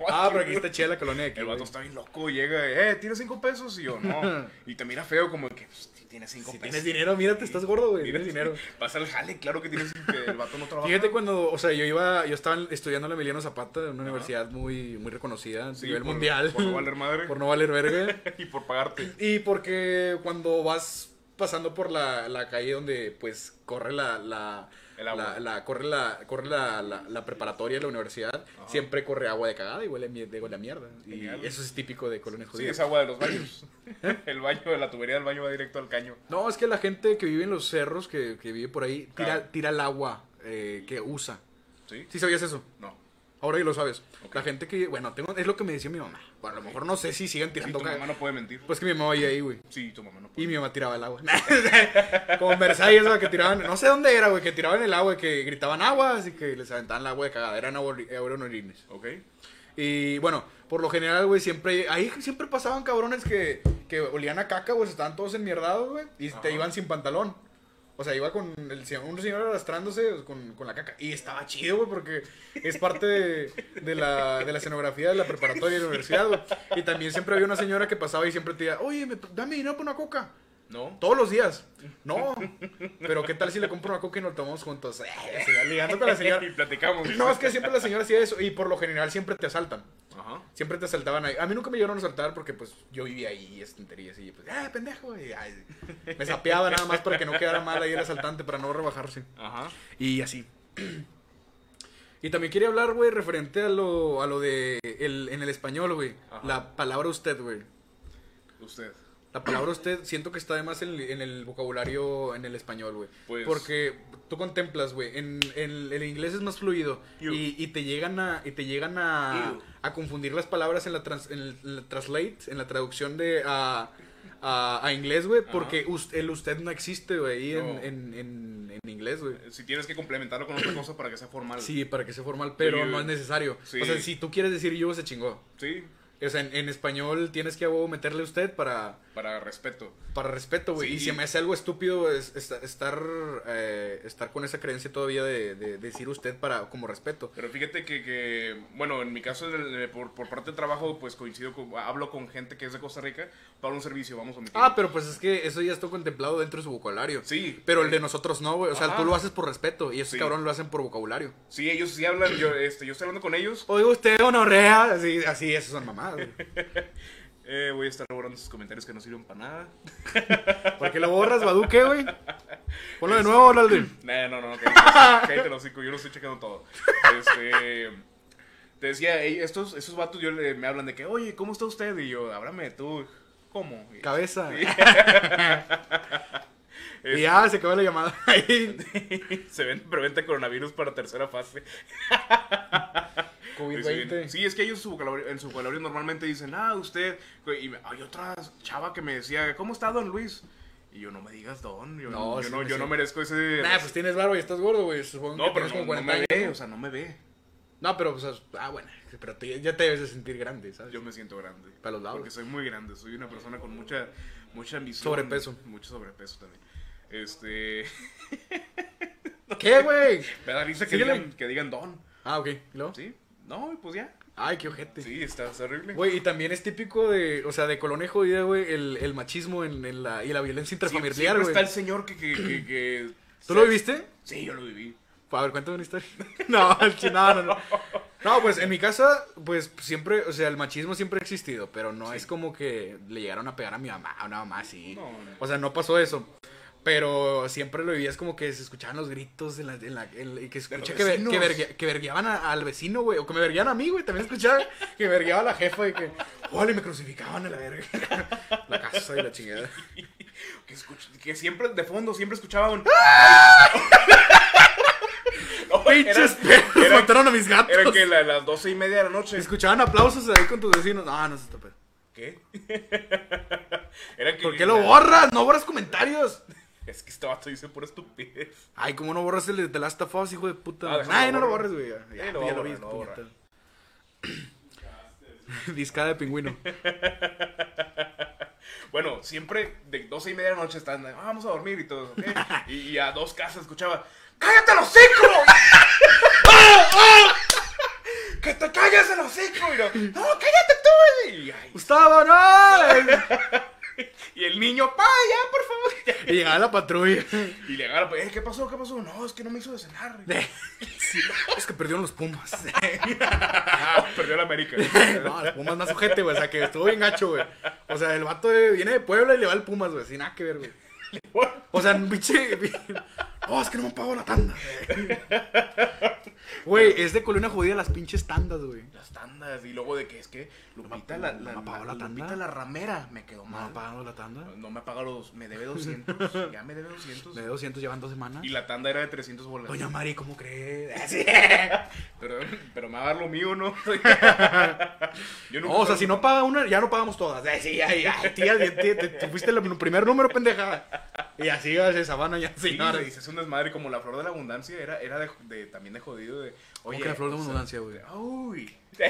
Speaker 2: ah, pero aquí está chida la colonia de aquí.
Speaker 1: El vato
Speaker 2: güey.
Speaker 1: está bien loco, llega, eh, ¿tienes cinco pesos? Y yo, no. Y te mira feo como que, pues, si tienes cinco
Speaker 2: Si
Speaker 1: pesos.
Speaker 2: tienes dinero, mírate, estás gordo, güey.
Speaker 1: Mira,
Speaker 2: Tienes dinero.
Speaker 1: Pasa el jale, claro que tienes que el vato no trabaja.
Speaker 2: Fíjate cuando, o sea, yo iba, yo estaba estudiando en la Emiliano Zapata, en una universidad muy, muy reconocida a
Speaker 1: Sí,
Speaker 2: nivel
Speaker 1: por-
Speaker 2: mundial.
Speaker 1: por no valer madre.
Speaker 2: Por no valer verga.
Speaker 1: y por pagarte.
Speaker 2: Y porque cuando vas pasando por la, la calle donde pues corre la, la,
Speaker 1: El agua.
Speaker 2: la- la- corre la, corre la, la, la preparatoria de la universidad, siempre corre agua de cagada y huele a, mie- de- huele a mierda. Y
Speaker 1: Genial.
Speaker 2: eso es típico de colonias
Speaker 1: Sí,
Speaker 2: judías.
Speaker 1: es agua de los baños. el baño, la tubería del baño va directo al caño.
Speaker 2: no, es que la gente que vive en los cerros, que, que vive por ahí, tira,
Speaker 1: Claro.
Speaker 2: tira el agua eh, que usa.
Speaker 1: ¿Sí?
Speaker 2: ¿Sí sabías eso?
Speaker 1: No.
Speaker 2: Ahora ya lo sabes. La gente que, bueno, tengo, es lo que me decía mi mamá. Bueno, a lo mejor no sé si sigan
Speaker 1: Sí,
Speaker 2: tirando
Speaker 1: tu
Speaker 2: caga-
Speaker 1: mamá no puede mentir.
Speaker 2: Pues que mi mamá iba ahí, güey.
Speaker 1: sí, tu mamá no puede.
Speaker 2: Y mi mamá tiraba el agua. Como en Versalles, güey, que tiraban, no sé dónde era, güey, que tiraban el agua, que gritaban agua, así que les aventaban el agua de cagadera, eran abueli- eran orines.
Speaker 1: Ok.
Speaker 2: Y bueno, por lo general, güey, siempre, ahí siempre pasaban cabrones que, que olían a caca, güey, estaban todos enmierdados, güey, y
Speaker 1: Ajá.
Speaker 2: te iban sin pantalón. O sea, iba con el, se- un señor arrastrándose con, con la caca. Y estaba chido, güey, porque es parte de, de la, de la escenografía de la preparatoria de la universidad, güey. Y también siempre había una señora que pasaba y siempre te decía, oye, me- dame dinero para una coca.
Speaker 1: No.
Speaker 2: Todos los días. No. Pero qué tal si le compro una coca y nos tomamos juntos. Eh, se va ligando con la señora.
Speaker 1: Y platicamos.
Speaker 2: No, es que siempre la señora hacía eso. Y por lo general siempre te asaltan.
Speaker 1: Ajá.
Speaker 2: Siempre te asaltaban ahí. A mí nunca me llegaron a asaltar porque pues yo vivía ahí y es tontería así. Pues, ah, pendejo. y, ay, me sapeaba nada más para que no quedara mal ahí el asaltante para no rebajarse.
Speaker 1: Ajá.
Speaker 2: Y así. Y también quería hablar, güey, referente a lo, a lo de el, en el español, güey.
Speaker 1: Ajá.
Speaker 2: La palabra usted, güey.
Speaker 1: Usted.
Speaker 2: La palabra usted siento que está de más en, el- en el vocabulario en el español, güey.
Speaker 1: Pues-
Speaker 2: Porque tú contemplas, güey, en, en- el inglés es más fluido
Speaker 1: You.
Speaker 2: y, y te llegan a y te llegan a,
Speaker 1: You.
Speaker 2: a confundir las palabras en la, trans- en el- en la translate, en la traducción de a, a- a inglés, güey,
Speaker 1: Ajá.
Speaker 2: porque us- el usted no existe, güey, ahí en,
Speaker 1: No.
Speaker 2: en- en- en inglés, güey.
Speaker 1: Eh, Si tienes que complementarlo con otra cosa para que sea formal.
Speaker 2: Sí, para que sea formal, pero
Speaker 1: You.
Speaker 2: no es necesario.
Speaker 1: Sí.
Speaker 2: O sea, si tú quieres decir yo, se chingó.
Speaker 1: Sí,
Speaker 2: O sea, en, en español tienes que a huevo, meterle usted para...
Speaker 1: para respeto.
Speaker 2: Para respeto, güey.
Speaker 1: Sí.
Speaker 2: Y se me hace algo estúpido es- esta- estar, eh, estar con esa creencia todavía de, de decir usted para como respeto.
Speaker 1: Pero fíjate que, que, bueno, en mi caso, en el- por, por parte del trabajo, pues coincido con, hablo con gente que es de Costa Rica para un servicio, vamos a omitir.
Speaker 2: Ah, pero pues es que eso ya está contemplado dentro de su vocabulario.
Speaker 1: Sí.
Speaker 2: Pero el de nosotros no, güey. O sea,
Speaker 1: Ajá.
Speaker 2: tú lo haces por respeto y esos
Speaker 1: Sí.
Speaker 2: cabrón lo hacen por vocabulario.
Speaker 1: Sí, ellos sí hablan, yo, este, yo estoy hablando con ellos.
Speaker 2: Oiga usted, honorea. Así, así, esas son mamadas. güey.
Speaker 1: Eh, voy a estar borrando sus comentarios que no sirven para nada.
Speaker 2: ¿Por qué lo borras, Baduque, güey? Ponlo de nuevo, Ronaldo.
Speaker 1: Nah, no, no, no, cállate, cállate los cinco, yo lo estoy checando todo. Este, te decía, ey, estos, esos vatos yo le- me hablan de que, oye, ¿cómo está usted? Y yo, háblame tú, ¿cómo? Y-
Speaker 2: Cabeza.
Speaker 1: Sí.
Speaker 2: Y ya, se acabó la llamada. Ahí.
Speaker 1: Se ven, preventa coronavirus para tercera fase.
Speaker 2: COVID-20.
Speaker 1: Sí, es que ellos en su vocabulario, en su vocabulario normalmente dicen, ah, usted. Y me- hay otra chava que me decía, ¿cómo está don Luis? Y yo, no me digas don. Yo no,
Speaker 2: No,
Speaker 1: yo
Speaker 2: sí
Speaker 1: no,
Speaker 2: me
Speaker 1: yo
Speaker 2: sé.
Speaker 1: no merezco ese.
Speaker 2: Nah, pues tienes barba y estás gordo, güey. Supongo
Speaker 1: no,
Speaker 2: que
Speaker 1: pero
Speaker 2: tienes
Speaker 1: no,
Speaker 2: como
Speaker 1: no
Speaker 2: 40
Speaker 1: me
Speaker 2: años.
Speaker 1: ve, o sea, no me ve.
Speaker 2: No, pero, o sea, ah, bueno, pero te- ya te debes de sentir grande, ¿sabes?
Speaker 1: Yo me siento grande.
Speaker 2: Para los lados.
Speaker 1: Porque soy muy grande, soy una persona con mucha, mucha ambición.
Speaker 2: Sobrepeso.
Speaker 1: Mucho sobrepeso también. Este.
Speaker 2: ¿Qué, güey?
Speaker 1: Me da risa que,
Speaker 2: Síguele.
Speaker 1: digan, que digan don.
Speaker 2: Ah, ok, ¿y luego?
Speaker 1: ¿Sí? No, pues ya.
Speaker 2: Ay, qué ojete.
Speaker 1: Sí, está, está horrible.
Speaker 2: Güey, y también es típico de, o sea, de colonia jodida, güey, el, el machismo en, en la, y la violencia
Speaker 1: Siempre-
Speaker 2: intrafamiliar,
Speaker 1: siempre
Speaker 2: güey.
Speaker 1: está el señor que. que, que- que-
Speaker 2: ¿Tú lo viviste?
Speaker 1: Sí, yo lo viví.
Speaker 2: A ver, cuéntame una historia. No, el chi- no, no, no. No, pues en mi casa, pues siempre, o sea, el machismo siempre ha existido, pero no es como que le llegaron a pegar a mi mamá, a una mamá así.
Speaker 1: No, no.
Speaker 2: O sea, no pasó eso. Pero siempre lo vivías como que se escuchaban los gritos en la, en la- en la- y que escucha
Speaker 1: los
Speaker 2: que, ver-
Speaker 1: vecinos.
Speaker 2: que, vergue- que vergueaban a- al vecino, güey, o que me vergueaban a mí, güey, también escuchaba que vergueaba a la jefa y que, órale, me crucificaban a la verga. La casa y la chingada.
Speaker 1: Que, escuch- que siempre de fondo siempre escuchaba un. No,
Speaker 2: Pinches perros,
Speaker 1: era-
Speaker 2: mataron a mis gatos.
Speaker 1: Era que la- las doce y media de la noche.
Speaker 2: Escuchaban aplausos ahí con tus vecinos. No, no se está pedo.
Speaker 1: ¿Qué? Era que.
Speaker 2: ¿Por qué lo borras? No borras comentarios.
Speaker 1: Es que este vato dice pura estupidez.
Speaker 2: Ay, ¿cómo no borras el de The Last of Us, hijo de puta?
Speaker 1: Ah, déjalo,
Speaker 2: Ay, no lo
Speaker 1: borro.
Speaker 2: borres, güey. Ya,
Speaker 1: Sí, lo voy a
Speaker 2: ya
Speaker 1: borrar,
Speaker 2: viste,
Speaker 1: lo voy a
Speaker 2: puñetas. Discada de pingüino.
Speaker 1: Bueno, siempre de doce y media de la noche están. "Ah, vamos a dormir y todo. ¿ok? Y, y a
Speaker 2: Ah,
Speaker 1: dos casas escuchaba. ¡Cállate los hocico! ¡Que te calles el hocico! Y yo, ¡No, cállate tú! Y, ay,
Speaker 2: ¡Gustavo, no!
Speaker 1: y el niño, ¡pa, ya, por favor!
Speaker 2: y llegaba la patrulla.
Speaker 1: Y le agarra, "Eh, ¿qué pasó? ¿Qué pasó? No, es que no me hizo de cenar.
Speaker 2: Sí, es que perdieron los Pumas.
Speaker 1: Oh, Perdió la América.
Speaker 2: no, los Pumas más ojete, güey. O sea, que estuvo bien gacho, güey. O sea, el vato eh, viene de Puebla y le va al Pumas, güey. Sin nada que ver, güey. O sea, pinche. Oh, es que no me han pagado la tanda. güey. Güey, es de colonia judía las pinches tandas, güey.
Speaker 1: Las tandas. Y luego de que es que Lupita,
Speaker 2: No
Speaker 1: la,
Speaker 2: me-
Speaker 1: la,
Speaker 2: no me pagó la tanda.
Speaker 1: Lupita la ramera me quedó
Speaker 2: No me
Speaker 1: mal.
Speaker 2: han pagado la tanda.
Speaker 1: No me ha pagado los. Me debe 200. ya me debe 200.
Speaker 2: Me de 200 llevan dos semanas.
Speaker 1: Y la tanda era de 300 bolas.
Speaker 2: Doña Mari, ¿cómo crees? Así.
Speaker 1: Pero, pero me va a dar lo mío, ¿no? Yo nunca
Speaker 2: No, o sea,
Speaker 1: sabía-
Speaker 2: si no paga una, ya no pagamos todas. Ay, sí, ay, ay, tía, tía, tía, te, te fuiste el primer número, pendeja. Y así va esa sabana ya
Speaker 1: Sí,
Speaker 2: sí, ahora
Speaker 1: dice, es un desmadre. Como la flor de la abundancia era, era de, de- también de jodido. De, Oye,
Speaker 2: que la flor de
Speaker 1: o sea,
Speaker 2: abundancia, güey?
Speaker 1: Uy.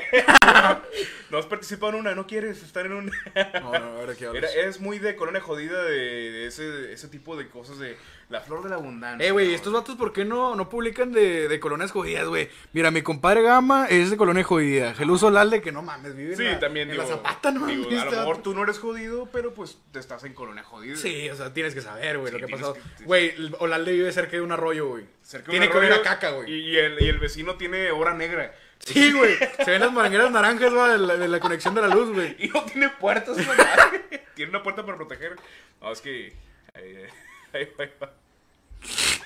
Speaker 1: no has participado en una, no quieres estar en una.
Speaker 2: No, no, ahora que
Speaker 1: Era- es muy de colonia jodida de, de ese, de ese tipo de cosas de la flor de la abundancia.
Speaker 2: Eh, güey, estos vatos, ¿por qué no, no publican de, de colonias jodidas, güey? Mira, mi compadre Gama es de colonia jodida. Jesús Solalde, que no mames, vive en,
Speaker 1: Sí,
Speaker 2: la,
Speaker 1: también.
Speaker 2: en
Speaker 1: digo,
Speaker 2: la Zapata, no
Speaker 1: digo,
Speaker 2: mames.
Speaker 1: A lo
Speaker 2: este
Speaker 1: mejor
Speaker 2: vato.
Speaker 1: tú no eres jodido, pero pues te estás en colonia jodida.
Speaker 2: Sí, o sea, tienes que saber, güey,
Speaker 1: Sí,
Speaker 2: lo que ha
Speaker 1: tienes
Speaker 2: pasado.
Speaker 1: que-
Speaker 2: Güey, el- Olalde vive cerca de un arroyo, güey.
Speaker 1: Cerca de
Speaker 2: Tiene
Speaker 1: un
Speaker 2: que oler a
Speaker 1: arroyo
Speaker 2: caca, güey.
Speaker 1: Y, y el, y el vecino tiene obra negra.
Speaker 2: Sí, güey. Se ven las mangueras naranjas, güey, de la, de la conexión de la luz, güey.
Speaker 1: Y no tiene puertas, esa madre. Tiene una puerta para proteger. No, es que. Ahí, ahí va, ahí va.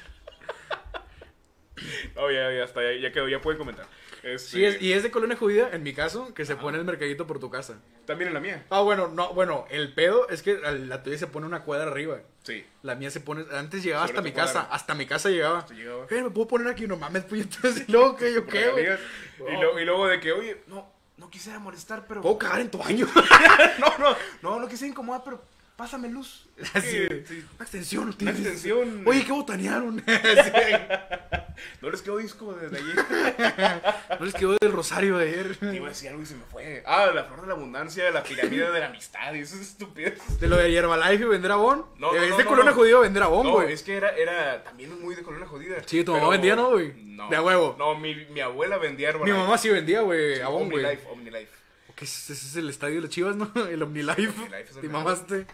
Speaker 1: No, ya, ya está, ya, ya quedó, ya pueden comentar. Este,
Speaker 2: Sí, es- y es de colonia judía, en mi caso, que se pone el mercadito por tu casa.
Speaker 1: También en la mía.
Speaker 2: Ah, bueno, no, bueno, el pedo es que a la tuya se pone una cuadra arriba.
Speaker 1: Sí.
Speaker 2: La mía se pone, antes llegaba
Speaker 1: Sobre
Speaker 2: hasta
Speaker 1: tu
Speaker 2: mi casa,
Speaker 1: cuadra.
Speaker 2: hasta mi casa llegaba.
Speaker 1: Se llegaba.
Speaker 2: Eh, me puedo poner aquí, no mames, puñetas, y luego que yo
Speaker 1: Por
Speaker 2: qué, güey.
Speaker 1: regalías. Y,
Speaker 2: No.
Speaker 1: lo- y luego de que, oye, no, no quisiera molestar, pero.
Speaker 2: Puedo cagar en tu baño.
Speaker 1: No, no, no, no quisiera incomodar, "Ah, pero pásame luz. Es
Speaker 2: Así,
Speaker 1: que,
Speaker 2: güey.
Speaker 1: sí,
Speaker 2: Una extensión, no
Speaker 1: una
Speaker 2: tienes.
Speaker 1: extensión.
Speaker 2: Oye, ¿qué botanearon?
Speaker 1: No les quedó disco desde ayer.
Speaker 2: no les quedó del rosario de ayer.
Speaker 1: Te iba a decir algo y se me fue. Ah, la flor de la abundancia, la pirámide de la amistad y esas estupideces.
Speaker 2: De lo de Herbalife y vender abón.
Speaker 1: No,
Speaker 2: No,
Speaker 1: no,
Speaker 2: es
Speaker 1: no,
Speaker 2: de
Speaker 1: no,
Speaker 2: Colonia
Speaker 1: no.
Speaker 2: Judía vender abón,
Speaker 1: No,
Speaker 2: güey.
Speaker 1: es que era, era también muy de colonia jodida.
Speaker 2: Sí, tu mamá vendía, ¿no, güey? De a huevo.
Speaker 1: No, mi, mi abuela vendía
Speaker 2: Mi
Speaker 1: Herbalife.
Speaker 2: mamá sí vendía, güey,
Speaker 1: Sí,
Speaker 2: abón, güey.
Speaker 1: Omnilife, Omnilife.
Speaker 2: ¿Qué es? Ese es el estadio de los Chivas, ¿no? El OmniLife.
Speaker 1: OmniLife es el
Speaker 2: Te
Speaker 1: mejor.
Speaker 2: mamaste.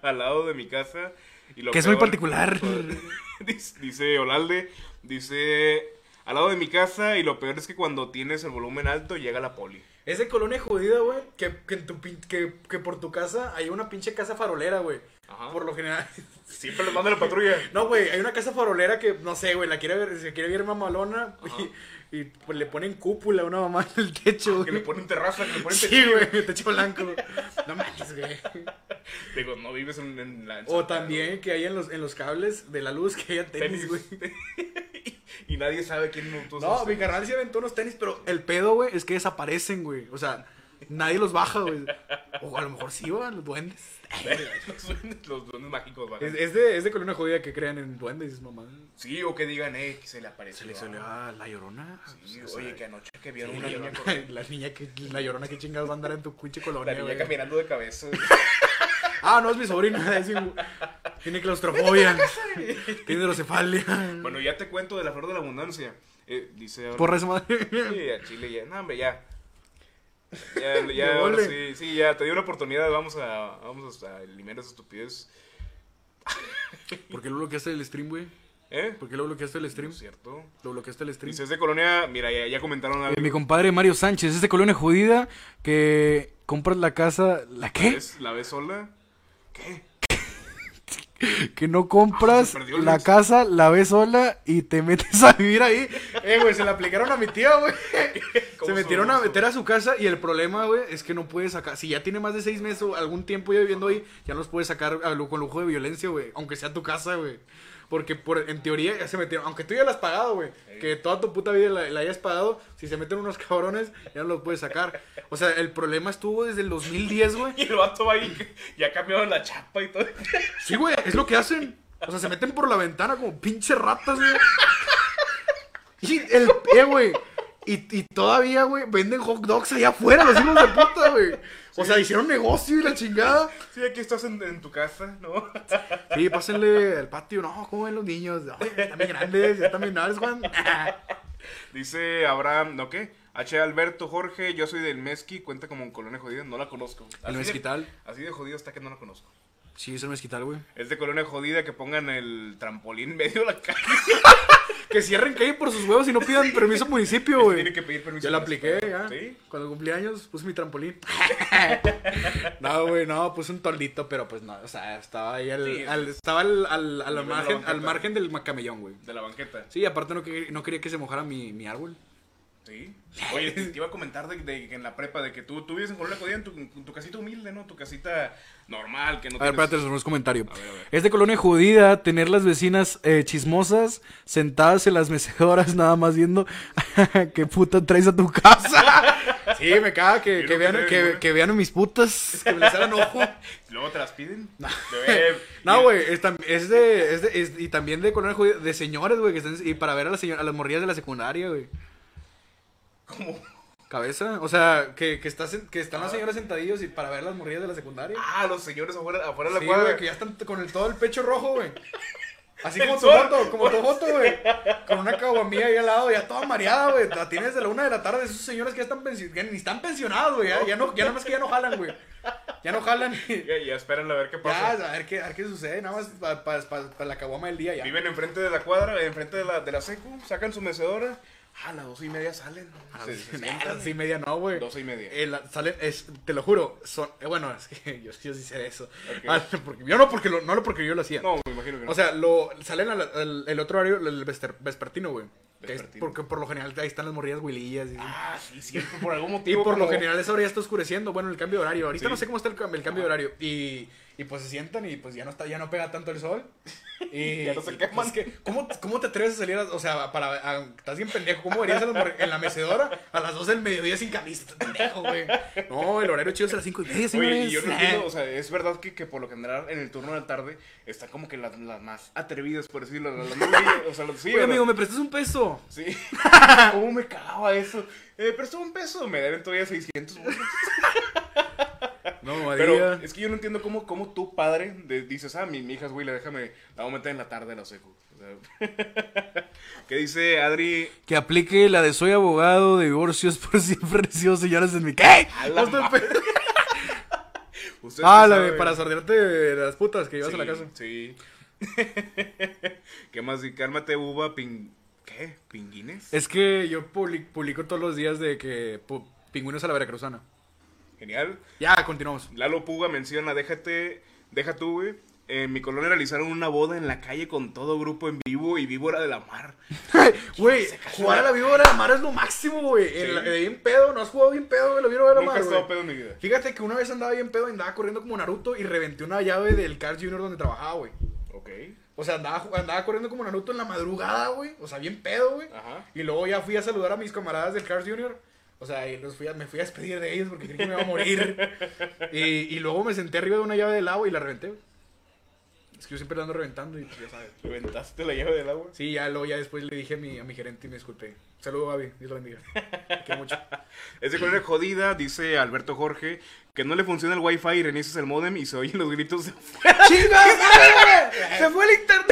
Speaker 1: Al lado de mi casa. y lo
Speaker 2: Que es muy
Speaker 1: peor-
Speaker 2: particular.
Speaker 1: dice, dice Olalde, dice... Al lado de mi casa y lo peor es que cuando tienes el volumen alto llega la poli.
Speaker 2: Es de colonia jodida, güey. Que, que, en tu pin- que, que por tu casa hay una pinche casa farolera, güey.
Speaker 1: Ajá.
Speaker 2: Por lo general.
Speaker 1: Siempre les manda la patrulla.
Speaker 2: No, güey, hay una casa farolera que, no sé, güey, la quiere ver, se quiere ver mamalona y, y, pues, le ponen cúpula a una mamá en el techo,
Speaker 1: Que le
Speaker 2: güey.
Speaker 1: ponen terraza, que le ponen
Speaker 2: Sí, güey, techo blanco. No manches, güey.
Speaker 1: techo. Digo, no vives en, en la...
Speaker 2: O también que hay en los, en los cables de la luz que haya tenis, güey.
Speaker 1: y nadie sabe quién no
Speaker 2: No, mi carnal se aventó unos tenis, pero el pedo, güey, es que desaparecen, güey. O sea, nadie los baja, güey. O a lo mejor sí, güey, los duendes.
Speaker 1: Los duendes, los duendes mágicos, ¿vale?
Speaker 2: Es, es de, es de colonia jodida que crean en duendes, mamá.
Speaker 1: Sí, o que digan, eh, que se le aparece.
Speaker 2: Se le
Speaker 1: ¿no?
Speaker 2: salió a la llorona.
Speaker 1: Sí,
Speaker 2: O sea,
Speaker 1: oye, que anoche que vieron
Speaker 2: sí,
Speaker 1: una
Speaker 2: la
Speaker 1: niña,
Speaker 2: llorona-
Speaker 1: con-
Speaker 2: la niña que la llorona que chingados va a andar en tu pinche
Speaker 1: la
Speaker 2: colonia,
Speaker 1: niña
Speaker 2: güey.
Speaker 1: caminando de cabeza.
Speaker 2: Ah, no es mi sobrina, es mi- tiene claustrofobia. tiene hidrocefalia.
Speaker 1: bueno, ya te cuento de la flor de la abundancia. Eh, dice ahora-
Speaker 2: Porra esa madre.
Speaker 1: Sí, a Chile ya. No, hombre, ya. Ya, ya,
Speaker 2: De
Speaker 1: ahora sí,
Speaker 2: mole.
Speaker 1: sí, ya, te di una oportunidad, vamos a, vamos a eliminar esa estupidez.
Speaker 2: ¿Por qué lo bloqueaste del stream, güey?
Speaker 1: ¿Eh?
Speaker 2: ¿Por qué lo bloqueaste del stream?
Speaker 1: ¿Es cierto?
Speaker 2: Lo bloqueaste del stream.
Speaker 1: Dice, es de colonia, mira, ya, ya comentaron algo.
Speaker 2: Eh, Mi compadre Mario Sánchez, es de colonia judida que compras la casa, ¿la
Speaker 1: ¿La
Speaker 2: qué?
Speaker 1: ves, la ves sola? ¿Qué?
Speaker 2: Que no compras
Speaker 1: Ah, Se perdió el
Speaker 2: la
Speaker 1: mes.
Speaker 2: casa, la ves sola y te metes a vivir ahí. Eh, güey, se la aplicaron a mi tía, güey. Se
Speaker 1: ¿Cómo
Speaker 2: metieron
Speaker 1: son
Speaker 2: a
Speaker 1: esos?
Speaker 2: meter a su casa y el problema, güey, es que no puede sacar. Si ya tiene más de seis meses o algún tiempo ya viviendo ahí, ya no los puede sacar a lu- con lujo de violencia, güey. Aunque sea tu casa, güey. Porque por, en teoría ya se metieron. Aunque tú ya la has pagado, güey. Que toda tu puta vida la, la hayas pagado. Si se meten unos cabrones, ya no los puedes sacar. O sea, el problema estuvo desde el 2010, güey.
Speaker 1: Y el vato va ahí, que ya cambiaron la chapa y todo.
Speaker 2: Sí, güey, es lo que hacen. O sea, se meten por la ventana como pinche ratas, güey. Y el eh, güey. Y, y todavía, güey, venden hot dogs allá afuera, los hijos de puta, güey. O sea, hicieron negocio y la chingada.
Speaker 1: Sí, aquí estás en, en tu casa, ¿no?
Speaker 2: Sí, pásenle al patio. No, ¿cómo ven los niños? Ay, están bien grandes, ya están bien grandes, Juan.
Speaker 1: Dice Abraham, ¿no qué? H. Alberto Jorge, yo soy del Mezqui, cuenta como un colonia jodida, no la conozco. Así
Speaker 2: ¿El
Speaker 1: de-
Speaker 2: mezquital?
Speaker 1: Así de jodido está que no la conozco.
Speaker 2: Sí, es el mezquital, güey.
Speaker 1: Es de colonia jodida que pongan el trampolín en medio de la calle. que cierren
Speaker 2: Que por sus huevos y no pidan permiso al municipio, güey.
Speaker 1: Tiene que pedir permiso.
Speaker 2: Yo la
Speaker 1: para
Speaker 2: apliqué,
Speaker 1: estar.
Speaker 2: ya.
Speaker 1: Sí.
Speaker 2: Cuando cumplí años, puse mi trampolín. no, güey, no, puse un toldito, pero pues no, o sea, estaba ahí al,
Speaker 1: Sí.
Speaker 2: al- estaba al, al- a la
Speaker 1: Nivel de la
Speaker 2: margen,
Speaker 1: banqueta.
Speaker 2: al margen del camellón, güey.
Speaker 1: De la banqueta.
Speaker 2: Sí, aparte no, quer- no quería que se mojara mi, mi árbol.
Speaker 1: Sí. Oye, te iba a comentar de, de que en la prepa, de que tú, tú vives en colonia jodida en tu, en tu casita humilde, ¿no? Tu casita normal, que no
Speaker 2: A ver,
Speaker 1: tienes-
Speaker 2: espérate, les un comentario.
Speaker 1: A ver, a ver.
Speaker 2: Es de colonia judía tener las vecinas eh, chismosas sentadas en las mecedoras nada más viendo qué puta traes a tu casa. Sí, me caga que,
Speaker 1: Yo
Speaker 2: que
Speaker 1: no
Speaker 2: vean,
Speaker 1: creo,
Speaker 2: que,
Speaker 1: güey.
Speaker 2: que vean a mis putas, que me les hagan ojo.
Speaker 1: Luego te las piden. No,
Speaker 2: No, güey, es, tam- es de, es de- es- y también de colonia judía, de señores, güey, que están, y para ver a las, señor- a las morrillas de la secundaria, güey.
Speaker 1: ¿Cómo?
Speaker 2: Cabeza, o sea, que, que, estás en- que están las señoras sentadillos y para ver las morrillas de la secundaria.
Speaker 1: Ah, los señores afuera, afuera de la
Speaker 2: Sí,
Speaker 1: cuadra.
Speaker 2: güey, que ya están t- con el, todo el pecho rojo, güey. Así
Speaker 1: El
Speaker 2: como tu
Speaker 1: sol.
Speaker 2: foto, como tu foto, güey. Con una caguamilla ahí al lado, ya toda mareada, güey. La tienes de la una de la tarde, esos señores que ya están pensionados, ni están pensionados, güey. Ya, ya no, ya nada más que ya no jalan, güey. Ya no jalan. y-
Speaker 1: Ya, ya esperan a ver qué
Speaker 2: Ya,
Speaker 1: pasa.
Speaker 2: a ver qué, a ver qué sucede, nada más para la caguama del día ya.
Speaker 1: Viven enfrente de la cuadra, enfrente de la, de la secu, sacan su mecedora. Ah, A las dos y media salen.
Speaker 2: A
Speaker 1: Se-
Speaker 2: las
Speaker 1: se sientan.
Speaker 2: y media no, güey.
Speaker 1: Ah, Doce y media.
Speaker 2: Eh, la- salen- es- te lo juro, son, eh, bueno, es que yo, yo sí sé eso.
Speaker 1: Ok.
Speaker 2: Ah, porque- yo no porque, lo, no porque yo lo hacía.
Speaker 1: No, me imagino que no.
Speaker 2: O sea, lo, salen al, al- el otro horario, el vester- vespertino, güey. Que es
Speaker 1: Vespertino.
Speaker 2: porque por lo general ahí están las morrillas huilillas. Y,
Speaker 1: ah, sí, siempre por algún
Speaker 2: y
Speaker 1: motivo.
Speaker 2: por lo
Speaker 1: como-
Speaker 2: general esa hora ya está oscureciendo. Bueno, el cambio de horario. Ahorita
Speaker 1: Sí.
Speaker 2: no sé cómo está el, cam- el cambio de horario. Y, y pues se sientan y pues ya no está, ya no pega tanto el sol. Y,
Speaker 1: Ya no se
Speaker 2: y,
Speaker 1: queman.
Speaker 2: pues, que- ¿cómo, ¿Cómo te atreves a salir? a- o sea, para, a- estás bien pendejo. ¿Cómo verías a las morri- en la mecedora a las 12 del mediodía sin camisa? Estás pendejo, güey. No, el horario chido es a las 5 y media,
Speaker 1: Oye, y yo no
Speaker 2: señores.
Speaker 1: entiendo, o sea, es verdad que, que por lo general en el turno de la tarde están como que las, las más atrevidas, por decirlo. Las, las más bellas, o sea, las- sí,
Speaker 2: Oye,
Speaker 1: o sea,
Speaker 2: amigo, ¿me prestas un peso?
Speaker 1: Sí. ¿Cómo me cagaba eso? Eh, pero un peso, me deben todavía 600 bolas.
Speaker 2: No,
Speaker 1: Pero es que yo no entiendo cómo, cómo tú, padre, de- dices, ah, mi, mi hija es güey, la déjame, la voy a meter en la tarde a la secu. O sea, ¿Qué dice Adri?
Speaker 2: Que aplique la de soy abogado de divorcios por siempre recibo señoras en mi... ¿Qué?
Speaker 1: A la
Speaker 2: Hostia,
Speaker 1: madre.
Speaker 2: pe-
Speaker 1: Usted
Speaker 2: Ah,
Speaker 1: sí
Speaker 2: la
Speaker 1: sabe.
Speaker 2: de para sordearte de las putas que llevas
Speaker 1: sí,
Speaker 2: a la casa.
Speaker 1: Sí. ¿Qué más? Y Cálmate, uva, pin... ¿Qué? ¿Pinguines?
Speaker 2: Es que yo publi- publico todos los días de que pu- pingüinos a la veracruzana.
Speaker 1: Genial.
Speaker 2: Ya, continuamos.
Speaker 1: Lalo Puga menciona, déjate, deja tú, güey. En mi colonia realizaron una boda en la calle con todo grupo en vivo y víbora de la mar.
Speaker 2: Güey, jugar a la víbora de la mar es lo máximo, güey.
Speaker 1: Sí.
Speaker 2: En la- eh, Bien pedo, no has jugado bien pedo, güey. La víbora de la
Speaker 1: Nunca he
Speaker 2: mar,
Speaker 1: estado
Speaker 2: güey.
Speaker 1: pedo en mi vida.
Speaker 2: Fíjate que una vez andaba bien pedo y andaba corriendo como Naruto y reventé una llave del Carl Jr. donde trabajaba, güey.
Speaker 1: Ok.
Speaker 2: O sea, andaba, ju- andaba corriendo como Naruto en la madrugada, güey. O sea, bien pedo, güey.
Speaker 1: Ajá.
Speaker 2: Y luego ya fui a saludar a mis camaradas del Cars Junior. O sea, y los fui a- me fui a despedir de ellos porque creí que me iba a morir. y, y luego me senté arriba de una llave del agua y la reventé. güey. Es que yo siempre la ando reventando y pues, ya sabes.
Speaker 1: ¿Reventaste la llave del agua?
Speaker 2: Sí, ya luego ya después le dije a mi, a mi gerente y me disculpé. Saludo, Babi. Dios lo bendiga. Te quiero mucho.
Speaker 1: Es de colonia jodida, dice Alberto Jorge, que no le funciona el wifi y reinicias el modem y se oyen los gritos. de-
Speaker 2: ¡Chinga! ¡Se fue el internet!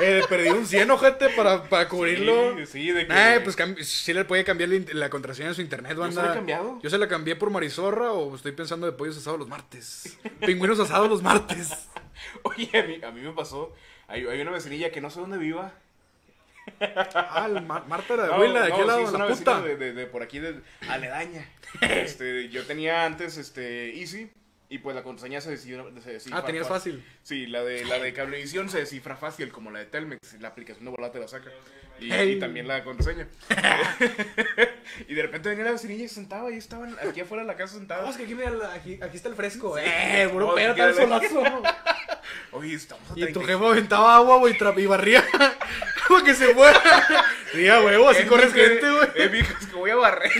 Speaker 2: eh, perdí un 100, ojete, para, para cubrirlo.
Speaker 1: Sí, sí, de que...
Speaker 2: Eh, pues cambi- sí le puede cambiar la, in- la contraseña de su internet,
Speaker 1: ¿Yo se
Speaker 2: banda.
Speaker 1: la he cambiado?
Speaker 2: Yo se la cambié por Marizorra o estoy pensando de pollos asados los martes. Pingüinos asados los martes.
Speaker 1: Oye, a mí, a mí me pasó, hay, hay una vecinilla que no sé dónde viva.
Speaker 2: Ah, el Mar- Marta la de
Speaker 1: No,
Speaker 2: abuela, de
Speaker 1: no,
Speaker 2: aquel lado,
Speaker 1: sí, es
Speaker 2: la
Speaker 1: una
Speaker 2: puta.
Speaker 1: vecina De, de- de por aquí, de aledaña. Este, yo tenía antes este, Easy y pues la contraseña se decidió. se descifra
Speaker 2: Ah, tenías fácil.
Speaker 1: Sí, la de, la de Cablevisión se descifra fácil, como la de Telmex. La aplicación de volada te la saca. Y,
Speaker 2: Ey.
Speaker 1: y también la contraseña. y de repente venía la vecinilla y se sentaba. Y estaban aquí afuera de la casa
Speaker 2: Vamos,
Speaker 1: sentados.
Speaker 2: que aquí, mira, la- aquí, aquí está el fresco. Eh, puro
Speaker 1: No,
Speaker 2: pera,
Speaker 1: que-
Speaker 2: tal solazo.
Speaker 1: Oye, estamos a
Speaker 2: Y tu
Speaker 1: 30.
Speaker 2: jefe aventaba agua, güey, tra- y barría. Como que se fuera. Sí, a huevo, así
Speaker 1: Eh,
Speaker 2: corres
Speaker 1: mija,
Speaker 2: gente, güey.
Speaker 1: Eh, mija, es que voy a barrer.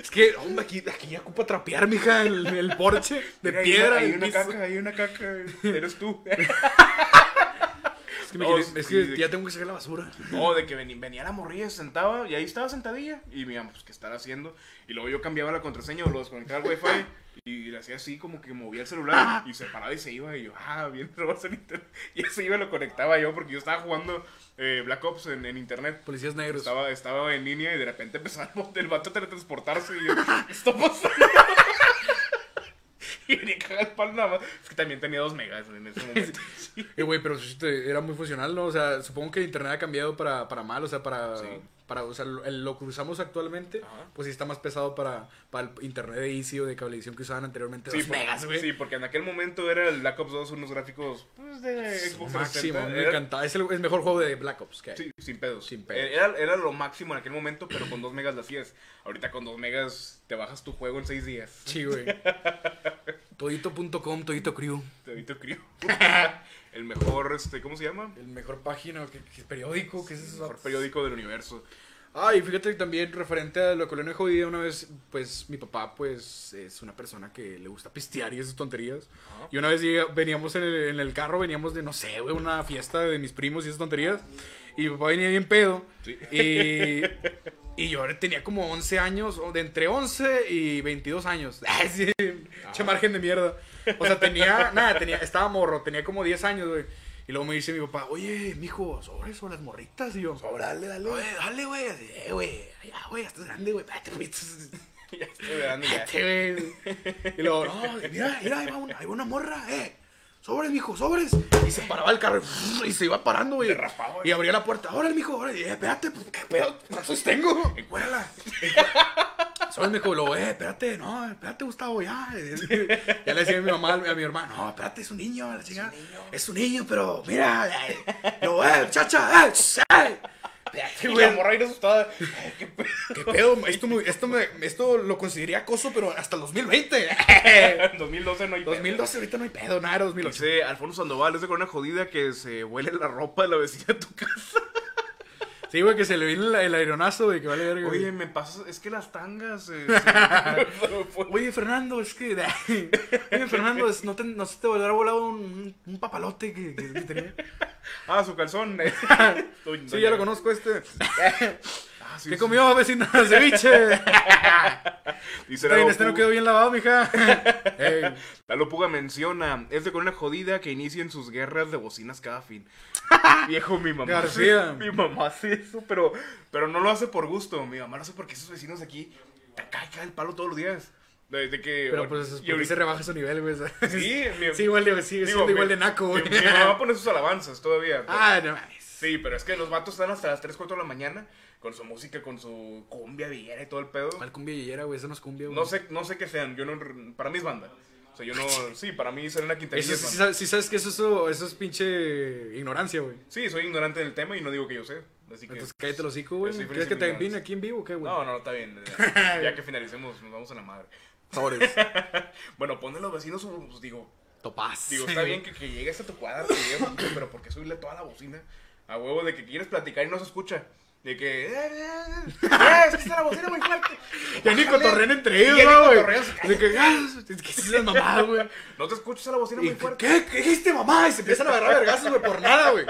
Speaker 2: Es que, hombre, aquí, aquí ya ocupa trapear, mija, el, el porche de
Speaker 1: Mira, hay
Speaker 2: piedra.
Speaker 1: una- Hay
Speaker 2: del
Speaker 1: una
Speaker 2: piso.
Speaker 1: caca, hay una caca. Eres tú.
Speaker 2: que, me
Speaker 1: Oh,
Speaker 2: quería- es
Speaker 1: sí,
Speaker 2: que
Speaker 1: de
Speaker 2: ya tengo que sacar la basura.
Speaker 1: No, de que ven- venía la morrilla, se sentaba y ahí estaba sentadilla. Y mira, pues, ¿qué estará haciendo? Y luego yo cambiaba la contraseña o lo desconectaba el wifi. Y le hacía así, como que movía el celular y se paraba y se iba. Y yo, ah, bien, robas el internet. Y se iba y lo conectaba yo porque yo estaba jugando eh, Black Ops en, en internet.
Speaker 2: Policías negros.
Speaker 1: Estaba, estaba en línea y de repente empezaba el bot- el vato a teletransportarse. Y yo, ¿qué está pasando? y venía a cagar el palo nada más. Es que también tenía dos megas en ese momento.
Speaker 2: Eh, güey, pero sí te- era muy funcional, ¿no? O sea, supongo que internet ha cambiado para, para mal, o sea, para...
Speaker 1: Sí.
Speaker 2: Para, o sea, lo, el- lo que usamos actualmente,
Speaker 1: Ajá.
Speaker 2: pues sí está más pesado para, para el internet de Easy o de cablevisión que usaban anteriormente.
Speaker 1: Sí,
Speaker 2: Dos
Speaker 1: por-
Speaker 2: megas, güey.
Speaker 1: sí, porque en aquel momento era el Black Ops 2 unos gráficos pues, de Xbox
Speaker 2: Máximo,
Speaker 1: 360.
Speaker 2: me
Speaker 1: Era-
Speaker 2: encantaba. Es el, el mejor juego de Black Ops que hay.
Speaker 1: Sí, sin pedos.
Speaker 2: Sin pedos.
Speaker 1: Eh, Era, era lo máximo en aquel momento, pero con 2 megas lo hacías. Ahorita con 2 megas te bajas tu juego en 6 días.
Speaker 2: Sí, güey. Todito.com, Todito Crew.
Speaker 1: Te ahorita creo. el mejor, este, ¿cómo se llama?
Speaker 2: El mejor página, que, que periódico, que es
Speaker 1: El
Speaker 2: eso.
Speaker 1: mejor periódico del universo.
Speaker 2: Ay, fíjate que también referente a la colonia jodida, una vez, pues mi papá, pues es una persona que le gusta pistear y esas tonterías.
Speaker 1: Ajá.
Speaker 2: Y una vez llega- veníamos en el, en el carro, veníamos de, no sé, güey, una fiesta de mis primos y esas tonterías. Y mi papá venía bien pedo.
Speaker 1: Sí.
Speaker 2: Y, y yo tenía como 11 años, o de entre 11 y 22 años. Sí, Che margen de mierda. O sea, tenía, nada, tenía, estaba morro, tenía como 10 años, güey. Y luego me dice mi papá, oye, mijo, sobre eso, las morritas. Y yo, sobre, dale, dale. dale, güey. Así, "Eh, güey, ya, güey, ya estás grande, güey. Espérate, güey.
Speaker 1: Ya estoy grande Este ya.
Speaker 2: Espérate, güey. Y luego, no, mira, mira, ahí va una, ahí va una morra, eh. Sobres, mijo, sobres. Y se paraba el carro y se iba parando, güey.
Speaker 1: Derrapaba.
Speaker 2: Y abría la puerta, órale, mijo, órale. Y, "Eh, espérate, pues, qué pedo, brazos tengo.
Speaker 1: Encuérala.
Speaker 2: Solo me dijo, lo, eh, espérate, no, espérate, Gustavo, ya. Ya le decía a mi mamá, a mi hermano, no, espérate, es un niño, la chica. Es un niño, pero mira, eh, lo, eh, chacha, eh, ch- eh. Espérate,
Speaker 1: Y
Speaker 2: güey,
Speaker 1: la morra ir asustada. Ay, qué pe-
Speaker 2: qué pedo, esto, me- esto, me, esto lo consideraría acoso, pero hasta el 2020.
Speaker 1: En 2012 no hay pedo.
Speaker 2: 2012, ahorita no hay pedo, nada, era 2008.
Speaker 1: Dice Alfonso Sandoval, es de con una jodida que se huele la ropa de la vecina de tu casa.
Speaker 2: Sí, güey, que se le viene el, el aironazo, güey, que vale verga. güey.
Speaker 1: Oye, me pasa, es que las tangas. eh, se- se me fue.
Speaker 2: Oye, Fernando, es que. Oye, Fernando, es- no, te, no se te volverá a volar un, un papalote que, que- que tenía.
Speaker 1: Ah, su calzón. Doña-
Speaker 2: Sí, ya lo conozco este.
Speaker 1: Ah, sí,
Speaker 2: ¿Qué
Speaker 1: sí.
Speaker 2: comió, vecina? Ceviche.
Speaker 1: Dice
Speaker 2: Está bien,
Speaker 1: Lalo
Speaker 2: este no
Speaker 1: Puga-
Speaker 2: quedó bien lavado, mija. Ey,
Speaker 1: Lalo Puga menciona, es de con una jodida que inicien sus guerras de bocinas cada fin. Viejo, mi mamá.
Speaker 2: García.
Speaker 1: Mi mamá hace eso, pero, pero no lo hace por gusto. Mi mamá lo hace porque esos vecinos de aquí te cae, cae el palo todos los días. De, de que,
Speaker 2: Pero pues
Speaker 1: y
Speaker 2: es porque
Speaker 1: ahorita-
Speaker 2: se rebaja su nivel, güey.
Speaker 1: Sí, mi-
Speaker 2: Sí, igual de,
Speaker 1: digo,
Speaker 2: sigue siendo
Speaker 1: mi-
Speaker 2: igual de naco,
Speaker 1: mi-
Speaker 2: güey.
Speaker 1: Mi mamá pone sus alabanzas todavía. pero-
Speaker 2: Ah, no mames.
Speaker 1: Sí, pero es que los vatos están hasta las 3, 4 de la mañana con su música, con su cumbia villera y todo el pedo.
Speaker 2: ¿Cuál cumbia yera, güey? Eso no es cumbia, güey.
Speaker 1: No sé, no sé qué sean, yo no, para mí es banda. O sea, yo no, sí, para mí Selena Quintanilla
Speaker 2: Eso,
Speaker 1: es
Speaker 2: sí,
Speaker 1: banda.
Speaker 2: sabes- sí sabes que eso, eso, eso es pinche ignorancia, güey.
Speaker 1: Sí, soy ignorante del tema y no digo que yo sé, así que...
Speaker 2: Entonces cállate los hocico, güey.
Speaker 1: Yo soy
Speaker 2: ¿Quieres que te
Speaker 1: príncipe
Speaker 2: empine
Speaker 1: ignorante.
Speaker 2: aquí en vivo o qué, güey?
Speaker 1: No, no, está bien, ya ya que finalicemos, nos vamos a la madre.
Speaker 2: Sabores.
Speaker 1: Bueno, ponle a los vecinos, su- pues, digo,
Speaker 2: Topaz.
Speaker 1: digo, está bien que, que llegues a tu cuadra, que llegues, pero ¿por qué subirle toda la bocina? A huevo de que quieres platicar y no se escucha. De que... "Eh, eh, eh, es que está la bocina muy fuerte.
Speaker 2: Ya ni cotorrean entre ellos,
Speaker 1: Ya ni
Speaker 2: ¿no, güey.
Speaker 1: cotorrean, se
Speaker 2: De que, ah, es que es la mamada, güey.
Speaker 1: No te escuchas a la bocina
Speaker 2: Y,
Speaker 1: muy fuerte.
Speaker 2: ¿Qué? ¿Qué dijiste, mamá? Y se empiezan a agarrar vergazos, güey, por nada, güey.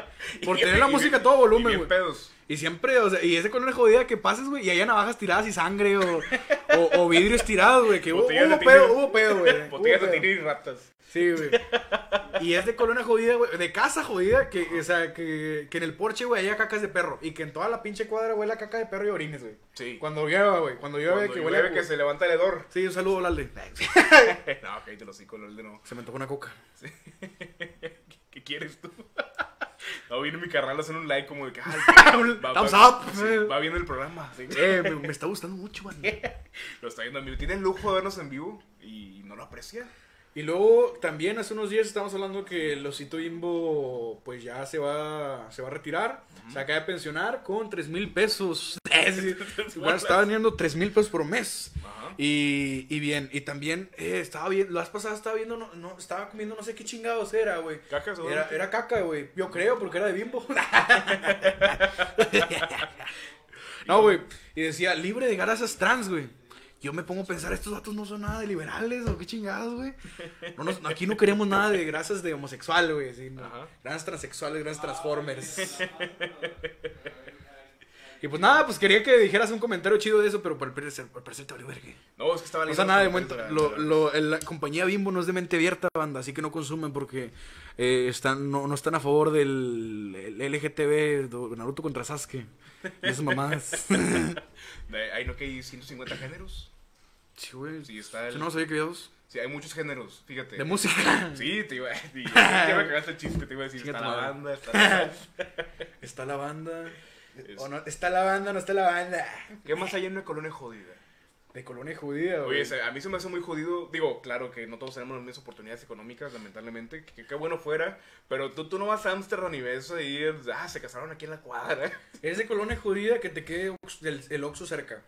Speaker 2: Por tener la
Speaker 1: Y- y-
Speaker 2: música a todo
Speaker 1: y
Speaker 2: volumen,
Speaker 1: bien
Speaker 2: güey.
Speaker 1: pedos.
Speaker 2: Y siempre, o sea, y ese color jodida que pases, güey, y haya navajas tiradas y sangre o, o, o vidrios tirados, güey, que hubo,
Speaker 1: Botellas de
Speaker 2: hubo pedo,
Speaker 1: tiner.
Speaker 2: hubo pedo, güey.
Speaker 1: Botellas
Speaker 2: Hubo
Speaker 1: de
Speaker 2: pedo.
Speaker 1: tiner y ratas.
Speaker 2: Sí, güey. Y es de colonia jodida, güey, de casa jodida, que, o sea, que, que en el porche, güey, haya cacas de perro. Y que en toda la pinche cuadra huele a caca de perro y orines, güey.
Speaker 1: Sí.
Speaker 2: Cuando llueva, güey, cuando llueve
Speaker 1: Cuando
Speaker 2: que
Speaker 1: llueve
Speaker 2: huele a...
Speaker 1: que se levanta el hedor.
Speaker 2: Sí, un saludo, Lalde.
Speaker 1: no, ok, te lo cico, lol de no.
Speaker 2: Se me antojó una coca.
Speaker 1: ¿Qué quieres tú? No, viene mi carnal a hacer un like como de que... ay, va,
Speaker 2: Thumbs
Speaker 1: va-
Speaker 2: up.
Speaker 1: sí, va viendo el programa. así que
Speaker 2: Eh, me, me está gustando mucho, güey.
Speaker 1: Lo está viendo en vivo. Tiene el lujo de vernos en vivo y no lo aprecia.
Speaker 2: Y luego también hace unos días estábamos hablando que el Osito Bimbo pues ya se va, se va a retirar, se acaba de pensionar con 3 mil pesos. Igual estaba vendiendo 3 mil pesos por mes.
Speaker 1: Ajá.
Speaker 2: Y, y bien, y también eh, estaba viendo, las pasadas estaba viendo, no, no, estaba comiendo no sé qué chingados era, güey.
Speaker 1: Caca, seguro.
Speaker 2: Era, era caca, güey. Yo creo, porque era de bimbo. no, güey. Y decía, libre de grasas trans, güey. Yo me pongo a pensar, estos datos no son nada de liberales o qué chingados, güey. No nos- aquí no queremos nada de grasas de homosexual, güey. así, ¿no?
Speaker 1: Ajá.
Speaker 2: Grandes transexuales, grandes transformers. Y pues nada, pues quería que dijeras un comentario chido de eso, pero por el parecer, por el parecer te valió verga.
Speaker 1: No, es que estaba
Speaker 2: O sea,
Speaker 1: los
Speaker 2: nada de
Speaker 1: comentarios
Speaker 2: momento.
Speaker 1: la-
Speaker 2: Lo,
Speaker 1: la-
Speaker 2: lo- el- la compañía Bimbo no es de mente abierta, banda, así que no consumen porque eh, están, no, no están a favor del el LGTB, do- Naruto contra Sasuke. Y esas mamadas.
Speaker 1: de- Hay no que hay 150 géneros.
Speaker 2: sí, güey.
Speaker 1: Sí, está el-
Speaker 2: Yo no sabía que había dos.
Speaker 1: Sí, hay muchos géneros, fíjate.
Speaker 2: De música.
Speaker 1: Sí, te iba a decir. Ya me cagaste el chiste, te iba a decir.
Speaker 2: Chinga
Speaker 1: Está
Speaker 2: tu
Speaker 1: la
Speaker 2: madre.
Speaker 1: banda, está la-
Speaker 2: Está la banda.
Speaker 1: es-
Speaker 4: O no, está la banda, no está la banda.
Speaker 1: ¿Qué más hay en una colonia jodida?
Speaker 4: De colonia judía, güey.
Speaker 1: Oye, se- a mí se me hace muy jodido. Digo, claro que no todos tenemos las mismas oportunidades económicas, lamentablemente. que- que Qué bueno fuera. Pero tú, tú no vas a Ámsterdam y ves ahí. Ah, se casaron aquí en la cuadra.
Speaker 4: Es de colonia judía que te quede Ox- del- el Oxxo cerca.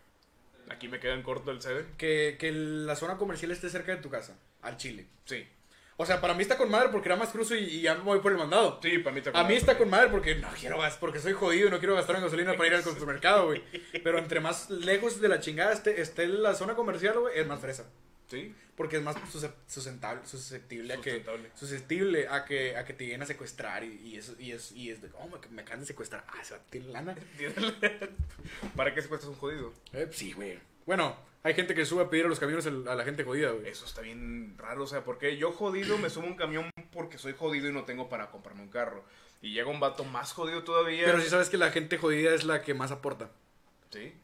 Speaker 1: Aquí me quedan corto el Seven.
Speaker 4: Que, que la zona comercial esté cerca de tu casa, al Chile.
Speaker 1: Sí.
Speaker 4: O sea, para mí está con madre porque nada más cruzo y, y ya me voy por el mandado.
Speaker 1: Sí, para mí está
Speaker 4: A mí está con madre porque no quiero gastar, porque soy jodido y no quiero gastar en gasolina para ir al supermercado, güey. Pero entre más lejos de la chingada esté, esté la zona comercial, güey, es más fresa.
Speaker 1: Sí.
Speaker 4: Porque es más suscep- susceptable, susceptible a que
Speaker 1: Sustentable.
Speaker 4: susceptible a que a que te lleguen a secuestrar y, y eso y es y es de oh me, me acaban de secuestrar ah se va a tirar lana
Speaker 1: ¿Para qué secuestras un jodido?
Speaker 4: Eh, sí güey bueno hay gente que sube a pedir a los camiones el- a la gente jodida güey
Speaker 1: Eso está bien raro, o sea, porque yo jodido me subo a un camión porque soy jodido y no tengo para comprarme un carro. Y llega un vato más jodido todavía.
Speaker 4: pero si sabes que la gente jodida es la que más aporta
Speaker 1: Sí.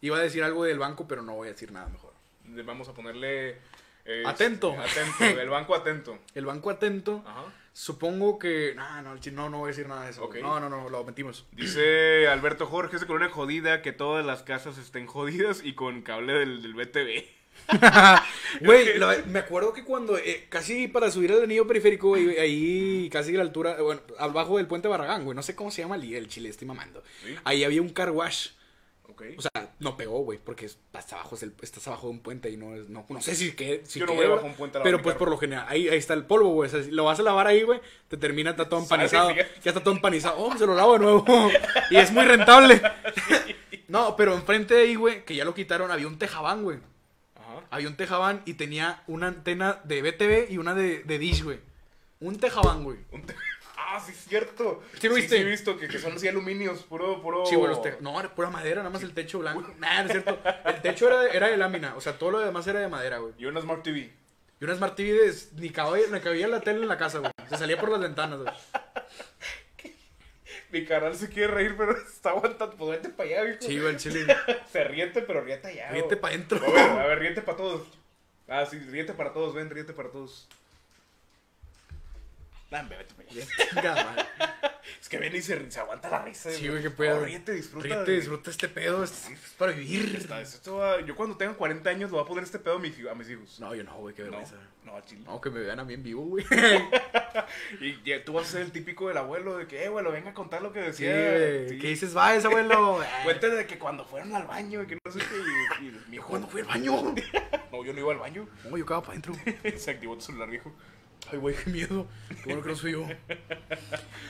Speaker 4: iba a decir algo del banco pero no voy a decir nada mejor
Speaker 1: Le Vamos a ponerle. eh,
Speaker 4: Atento.
Speaker 1: Atento, el banco atento.
Speaker 4: el banco atento
Speaker 1: Ajá.
Speaker 4: supongo que nah, no no no voy a decir nada de eso
Speaker 1: Ok.
Speaker 4: güey. no no no lo metimos
Speaker 1: Dice Alberto Jorge, ese colonia jodida, que todas las casas estén jodidas y con cable del, del BTV.
Speaker 2: Güey, la- me acuerdo que cuando eh, casi para subir al anillo periférico, güey, ahí casi a la altura, bueno, abajo del puente Barragán, güey, no sé cómo se llama el, el chile, estoy mamando.
Speaker 1: Sí.
Speaker 2: Ahí había un car wash.
Speaker 1: Ok.
Speaker 2: O sea, no pegó, güey, porque estás abajo, es el- estás abajo de un puente y no es- no, no sé si que si
Speaker 1: Yo no voy
Speaker 2: queda,
Speaker 1: abajo de un puente a lavar
Speaker 2: Pero
Speaker 1: mi
Speaker 2: pues
Speaker 1: carro.
Speaker 2: por lo general, ahí, ahí está el polvo, güey. o sea, si lo vas a lavar ahí, güey, te termina, está todo empanizado.
Speaker 1: Sale,
Speaker 2: Ya
Speaker 1: fíjate.
Speaker 2: está todo empanizado. Oh, se lo lavo de nuevo. y es muy rentable. no, pero enfrente de ahí, güey, que ya lo quitaron, había un tejabán, güey.
Speaker 1: Ajá.
Speaker 2: Había un tejabán y tenía una antena de BTV y una de, de Dish, güey. Un tejabán, güey.
Speaker 1: Un te- Ah, sí, es cierto.
Speaker 2: ¿Sí lo viste?
Speaker 1: Sí, he visto que, que son así aluminios, puro, puro.
Speaker 2: Sí, güey, los te- No, era pura madera, nada más el techo blanco. Nada, no es cierto. El techo era de, era de lámina, o sea, todo lo demás era de madera, güey.
Speaker 1: Y una Smart TV.
Speaker 2: Y una Smart TV de- ni cabía, ni cabía la tele en la casa, güey. Se salía por las ventanas, güey.
Speaker 1: Mi canal se quiere reír, pero está aguantando. Pues vete para allá, viejo.
Speaker 2: Sí, güey, el chile.
Speaker 1: Se riente, pero riente allá.
Speaker 2: Vete
Speaker 1: güey.
Speaker 2: para adentro.
Speaker 1: A ver, a ver, riente para todos. Ah, sí, riente para todos, ven, riente para todos. Dame, vete para allá.
Speaker 2: Chinga, madre.
Speaker 1: Es que ven y se, se aguanta la risa.
Speaker 2: Sí, güey, qué pedo.
Speaker 1: Oh, riente, disfruta.
Speaker 2: Ríete,
Speaker 1: güey.
Speaker 2: disfruta este pedo. Es es para vivir.
Speaker 1: Está, esto va- yo cuando tenga 40 años lo voy a poner este pedo a, mis hij- a mis hijos.
Speaker 2: No, yo no, güey, qué
Speaker 1: no,
Speaker 2: vergüenza.
Speaker 1: no, al chile.
Speaker 2: No, que me vean a mí en vivo, güey.
Speaker 1: Y ya tú vas a ser el típico del abuelo de que, eh, güey, lo venga a contar lo que
Speaker 2: Sí,
Speaker 1: decía.
Speaker 2: güey.
Speaker 1: Sí.
Speaker 2: ¿Qué dices? Va, ese abuelo.
Speaker 1: Cuenta de que cuando fueron al baño y que no sé qué. Y, y mi hijo,
Speaker 2: ¿Cuándo fui al baño?
Speaker 1: no, yo no iba al baño.
Speaker 2: No, yo cago para adentro.
Speaker 1: Se activó tu celular, viejo.
Speaker 2: Ay, güey, qué miedo. Qué bueno que no soy yo.